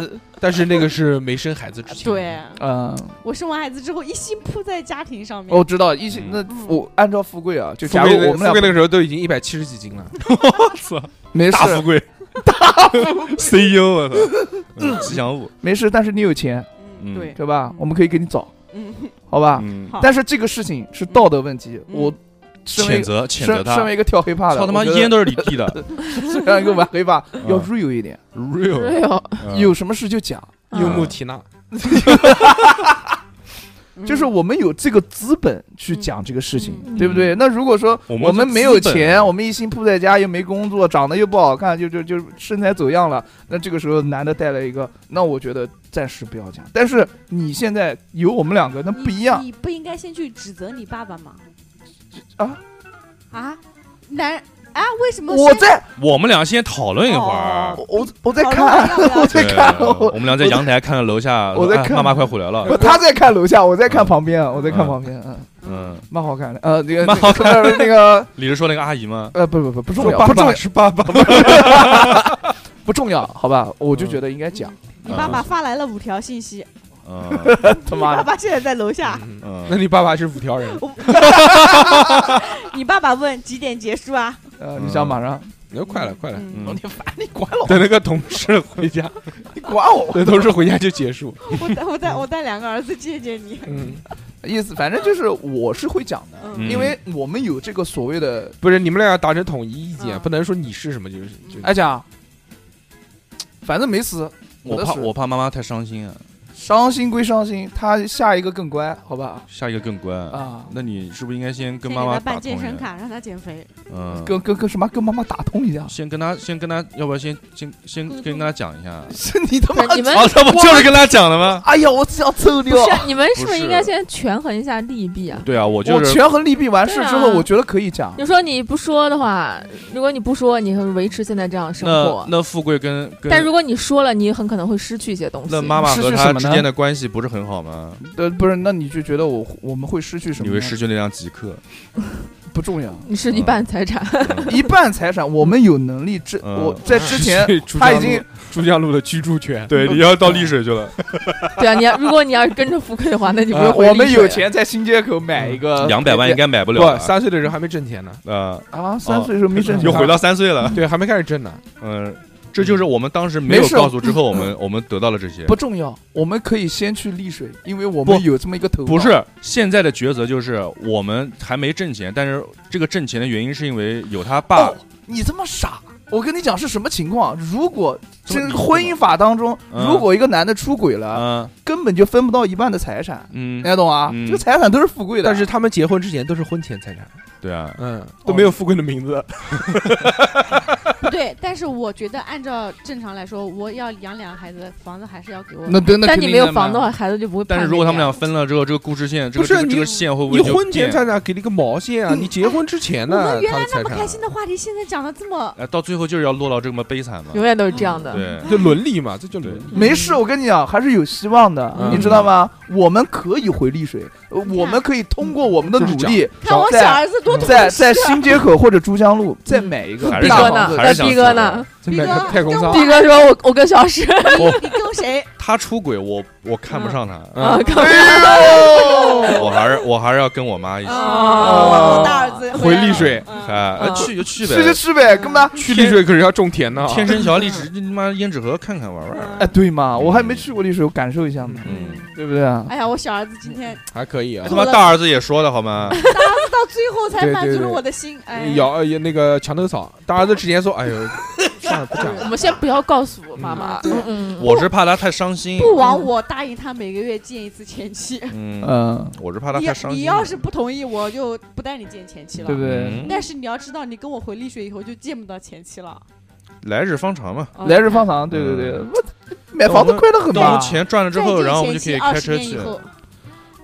是但是那个是没生孩子之前，对，嗯，我生完孩子之后一心扑在家庭上面。我知道，一起那嗯我按照富贵啊，就富假贵如那我个们富贵那俩个时候都已经一百七十几斤了，没事大富贵，大 CEO，我操，嗯吉祥物。没事，但是你有钱，嗯嗯，对，对吧？我们可以给你找，嗯，啊好吧？嗯，好 但是这个事情是道德问题，嗯我身为谴责谴责身他身，为一个跳黑怕的，操他妈我觉得烟都是你递的虽然一个玩黑怕要 嗯 real 一点， ，real 哎呦，嗯有什么事就讲。嗯柚木提娜，嗯就是我们有这个资本去讲这个事情，嗯对不对？那如果说我们我们没有是资钱，本我们一心扑在家，又没工作，长得又不好看，就就就身材走样了，那这个时候男的带了一个，那我觉得暂时不要讲。但是你现在有我们两个，那不一样你不应该先去指责你爸爸吗？啊！啊，男啊，为什么我先在我们俩先讨论一会儿。嗯哦我我我在讨论看，要不要 我在看，对我我们俩在阳台看着楼下，我在哎看妈妈快回来了。我他在看楼下，我在看旁边，我在看旁边，嗯，嗯，蛮好看的，呃，这个蛮好看的，那个你是说那个阿姨吗？呃，不不不不重说要，爸不重爸要，是爸爸，不重要，好吧？我就觉得应该讲，你爸啊爸发来了五条信息，嗯他你妈爸的，爸现在在楼啊下。嗯那嗯，你爸爸是五条人，嗯你爸爸问几点结束啊？呃，你想马上。那快了快了，嗯，嗯烦你管老，等那个同事回家， 你嗯管我。等同事回家就结束，我带我带我带两个儿子见见你。嗯，意思反正就是我是会讲的，嗯因为我们有这个所谓的，不是你们俩要达成统一意见，嗯不能说你是什么就是就哎讲，反正没死。我的怕是我怕妈妈太伤心啊，伤心归伤心，他下一个更乖，好吧？下一个更乖。啊，那你是不是应该先跟先妈给妈他打办通健一身下？卡，让他减肥。嗯，跟跟跟什么？跟妈妈打通一下。先跟他先跟他，要不要先先先沟通跟他讲一下？是你他妈不是你们哦，这不就是跟他讲的吗？哎呀，我只想抽你不哦！是你们是不不是是应该先权衡一下利弊啊？对啊，我我就是权衡利弊完事之后，对啊我觉得可以讲。你说你不说的话，如果你不说，你会维持现在这样生那活；那富贵跟跟但如果你说了，你很可能会失去一些东西。那妈妈是和是他什么之间的关系不是很好吗？呃，不是，那你就觉得我我们会失去什么你呢？会失去那辆极客，不重要，你是一半财产， 嗯一半财产我们有能力之，嗯我在之 前珠他江已路经珠江路的居住权，对，你要到丽水去了， 对啊，你要如果你要是跟着富贵的话，那就不啊用回我们丽水有了钱在新街口买一个嗯两百万应该买不了啊不，了，三岁的人还没挣钱呢，呃，啊，三岁时候没挣嗯钱，又回到三岁了，对，还没开始挣呢。嗯，这就是我们当时没有没事告诉之后，我们我们得到了这些，不重要，我们可以先去丽水，因为我不们有这么一个头脑。不是现在的抉择就是我们还没挣钱，但是这个挣钱的原因是因为有他爸哦，你这么傻！我跟你讲是什么情况？如果这么这离谱吗婚姻法当中，嗯如果一个男的出轨了，啊，根本就分不到一半的财产，嗯你，还懂啊？嗯这个财产都是富贵的，但是他们结婚之前都是婚前财产，对啊，嗯，哦都没有富贵的名字。不对，但是我觉得按照正常来说，我要养两个孩子，房子还是要给我。那真的但你没有房的的话，嘛，孩子就不会但判给你啊。是如果他们俩分了之后，这个故事线，这不个是这个这你个线会不会你就婚前变财产给你个毛线啊！你结婚之前我们呢，原他来的那财么产啊开心的话题，现在讲的这 么哎，到最后就是要落到这么悲惨嘛，永远都是这样的。对，就伦理嘛，这就伦理。没事，我跟你讲，还是有希望的，嗯你知道吗？我们可以回丽水，呃我们可以通过我们的努力，看我小在儿子多懂在事在新街口或者珠江路再买一个还是逼大哥想房呢？子，还那是想逼哥呢？再买逼个哥太空舱逼哥说：“我我跟小石你跟谁？哦他出轨，我我看不上他，啊，嗯刚哎我还是我还是要跟我妈一起，哦我大儿子回来丽了水，哎，嗯哎嗯去就去呗去，去去呗，干嘛？去丽水可是要种田的啊。天生桥历史，你他妈胭脂河看看玩玩，哎，对嘛，我还没去过丽水，我感受一下嘛，嗯，对不对啊？哎呀，我小儿子今天还可以啊哎他。妈大儿子也说了好吗？到最后才对满对足了对我的心，哎，摇呃那个墙头草，大儿子之前说：“哎 呦，算了，不讲我了。们先不要告诉我妈妈。嗯嗯，我是怕他太伤心，不啊枉我答应他每个月见一次前 妻。嗯，嗯，我是怕他你太伤心。你要是不同意，我就不带你见前妻了。对不对？嗯但是你要知道，你跟我回丽水以后就见不到前妻了。来日方长嘛，嗯来日方长，对对嗯对，我买房子快得很等我吧们？钱赚了之再后，见然后我们就可前以妻20开车年以去。后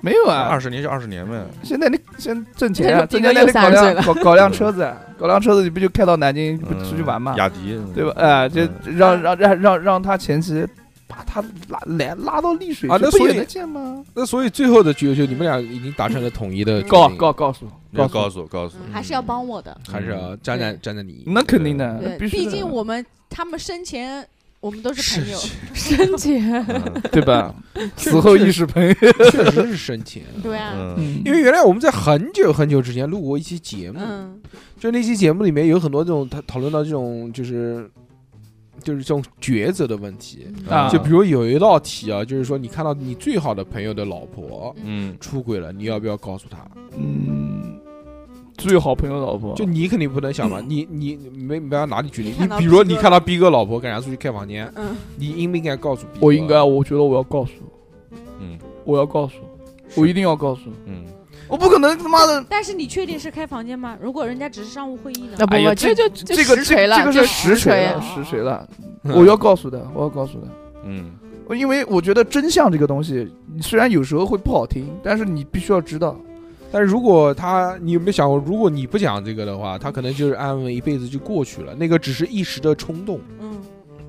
没有啊，二十年就二十年呗，现在你先挣钱啊，这挣个钱那又得搞30岁了辆搞搞辆车子，啊搞辆车子你不就开到南京不嗯出去玩嘛，雅迪对吧？哎，就嗯让让让让让他前妻把他拉来拉到丽水啊去那不所也以能见吗？”那所以最后的决就你们俩已经达成了统一的决定告告告诉要告告诉，诉我告诉我，嗯还是要帮我的。还是要站在站在你那肯定的，对那，必须毕的竟我们他们生前我们都是朋友， 深姐，嗯对吧？确 死后亦是朋友。 确实是生钱。对 啊，嗯，因为原来我们在很久很久之前录过一期节目，嗯，就那期节目里面有很多这种他讨论到这种就是就是这种抉择的问题，嗯啊就比如有一道题啊，就是说你看到你最好的朋友的老婆嗯，出轨了，你要不要告诉他？哦嗯，最好朋友老婆就你肯定不能想嘛，你你没没要哪里举例，你你看到比如说逼你哥看到逼哥老婆跟人家出去开房间，嗯你应不应该告诉逼哥？我应该，我觉得我要告诉，嗯我要告诉，我一定要告诉，嗯，我不可能他妈的。但是你确定是开房间吗？如果人家只是商务会议呢？那不哎呀不，这就就这个实这锤个了，这个就是实锤锤了，。实锤了。嗯我要告诉他，我要告诉他，嗯我因为我觉得真相这个东西，你虽然有时候会不好听，但是你必须要知道。但是如果他，你有没有想过，如果你不讲这个的话，他可能就是安稳一辈子就过去了。那个只是一时的冲动，嗯，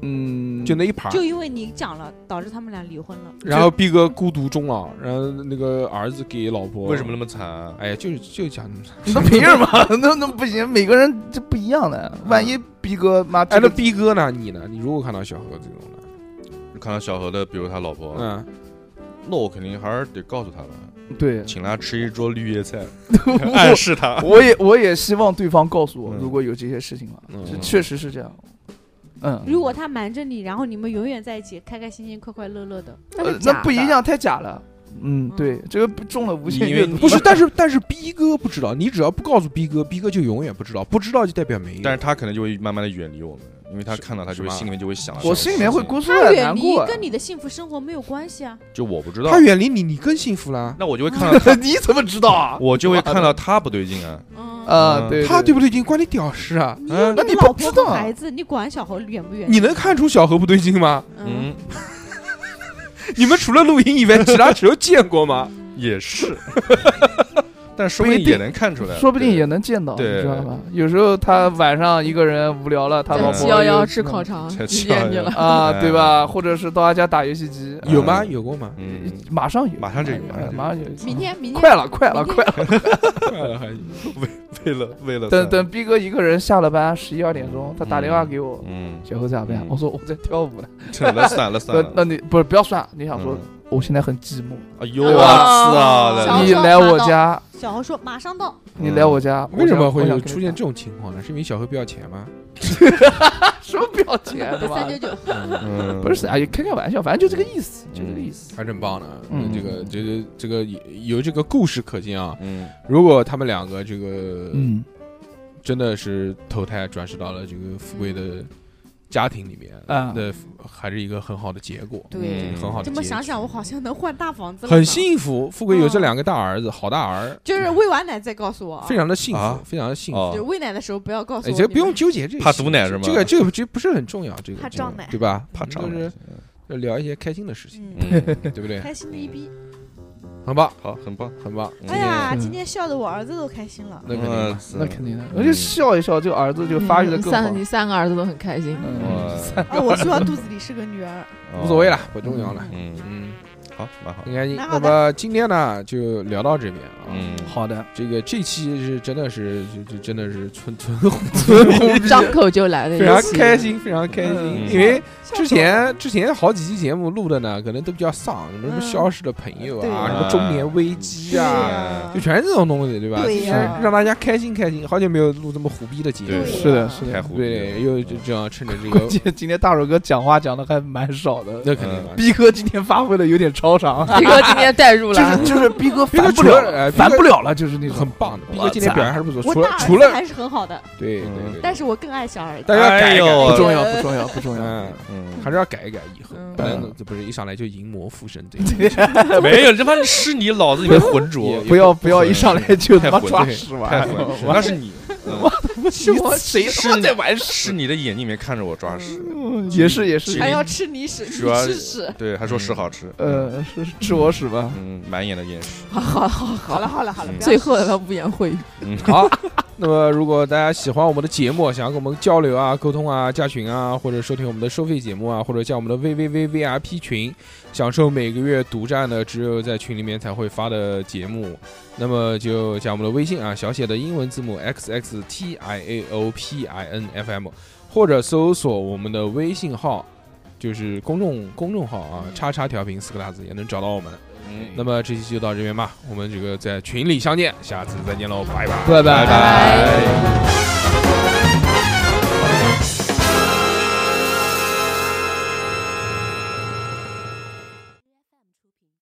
嗯，就那一盘儿就，因为你讲了，导致他们俩离婚了。然后逼哥孤独终老，然后那个儿子给老婆，为什么那？么惨啊？哎呀，就是就讲，那凭什么？那那不行，每个人这不一样的。万嗯一逼哥妈哎这，那个逼哥呢？你呢？你如果看到小何这种的，看到小何的，比如他老婆，嗯，那我肯定还是得告诉他吧，对，请哎他吃一桌绿叶菜， 暗我示他。啊我也我也希望对方告诉我，嗯如果有这些事情了，嗯 这确实是这样。嗯，如果他瞒着你，然后你们永远在一起，开开心心、快快乐乐的，呃是假那不一的样，太假了。嗯，对，这个不中了无限因为阅读。不是，但是但是逼哥不知道，你只要不告诉逼哥，逼哥就永远不知道，不知道就代表没有。但是他可能就会慢慢的远离我们，因为他看到他就会是吗心里面就会想，我心里面会过，哭出他来，远难离过。啊跟你的幸福生活没有关系啊。就我不知道他，远离你，你更幸福啦。那我就会 看到， 你怎么知道啊？我就会看到他不对劲啊，嗯，啊，嗯对，他对不对劲，关你屌事啊！你嗯有那你不老婆知道啊和孩子，你管小猴远不远？你能看出小何不对劲吗？嗯，嗯， 你们除了录音以外，其他时候见过吗？也是， 但说不一定也定能看出来，说不定对也能见到，你对知道吧？有时候他晚上一个人无聊了，他在老对婆七幺又幺吃烤肠，在遇711见你了。 啊，对吧？或者是到他家打游戏机， 啊有吗？有过吗？呃嗯，马上有，马上就有马上哎就有马上有，明天明天快了，快了，明天快了！为了为了等等，逼哥一个人下了班，十一二点钟，他打电话给我，嗯，小何咋办嗯？我说我在跳舞呢。算了算了算那了，那你不是不要算？你想说嗯我现在很寂寞，哎呦我操小的，你来我家，小红说马上到，你来我家，嗯为什么会我想有跟你出现打这种情况呢？是因为小何不要钱吗？ 什么表情啊？对吧三？九九，嗯不是，哎，开开玩笑，反正就这个意思，就这个意思。还真棒呢嗯这个这个这个有这个故事可见啊。嗯，如果他们两个这个嗯，真的是投胎转世到了这个富贵的家庭里面，啊那还是一个很好的结果，对嗯，很好的结这局。么想想，我好像能换大房子了，很，幸福，富贵有这两个大儿子，好大儿，就是喂完奶再告诉我啊非，常的幸啊福，非常的幸福。就是哦，喂奶的时候不要告诉哎，我，这个不用纠结这个，怕毒奶是吗这个这个这不是很重要，这个怕这个胀奶对吧？怕我长们就是聊一些开心的事情，嗯，嗯，对不对？开心的一逼。很棒，好，很棒，很棒。嗯哎呀，嗯今天笑的我儿子都开 心了。那肯定嘛，那肯定的，我就嗯笑一笑，这个儿子就发育的嗯更好三，。你三个儿子都很开心。嗯，我啊，我希望肚子里是个女儿。无所谓了，，不重要了。嗯，嗯，好，蛮好，很开心。蛮那好的么今天呢，就聊到这边啊。嗯，好的，这个这期是真的是就就真的是纯 纯纯胡逼，张口就来的非常一期开，心，非常开心，嗯因为。之前之前好几期节目录的呢，可能都比较丧，什么什么嗯消失的朋友对啊，什么中年危机啊，呀就全是这种东西，对吧？对呀就是让大家开心开心。好久没有录这么虎逼的节目，对是的，是太的。胡对，又就这样趁着这关 个，键今天大手哥讲话讲的还蛮少的，那肯定嘛。逼哥今天发挥的有点超常，逼哥今天带入啊 就了是，就是逼哥逼哥烦不除了了哎了，逼烦哥不了了，就是那种很棒的，逼我哥今天操表现还是不错。我除了大除儿子了还是很好的，对对嗯对，但是我更爱小儿子。但是要改一哎改，呦不重要，不重要，不重要。嗯，还是要改一改以后，嗯不能这不是一上来就淫魔附身这 个。没有，他妈是你脑子里面浑 也浊，哎不要不要一上来就他妈太混抓对屎太玩混意儿，了， 那是你，嗯我是我谁是他妈在玩屎？是你的嗯眼睛里面看着我抓屎，也是也是，还要吃泥屎，你主要吃屎，对，还说屎好吃，呃，是是吃我屎吧？嗯，满眼的眼屎，好好好好好了，好了好了，嗯不要最后的污言秽语。嗯，好，那么如果大家喜欢我们的节目，想要跟我们交流啊、沟通啊、加群啊，或者收听我们的收费节目啊，或者加我们的 VVVVIP 群，享受每个月独占的只有在群里面才会发的节目，那么就加我们的微信啊，小写的英文字母 XXTIAOPINFM，或者搜索我们的微信号。就是公众公众号啊，叉叉调频四个大字也能找到我们。那么这期就到这边吧，我们这个在群里相见，下次再见喽，拜拜。拜拜拜拜。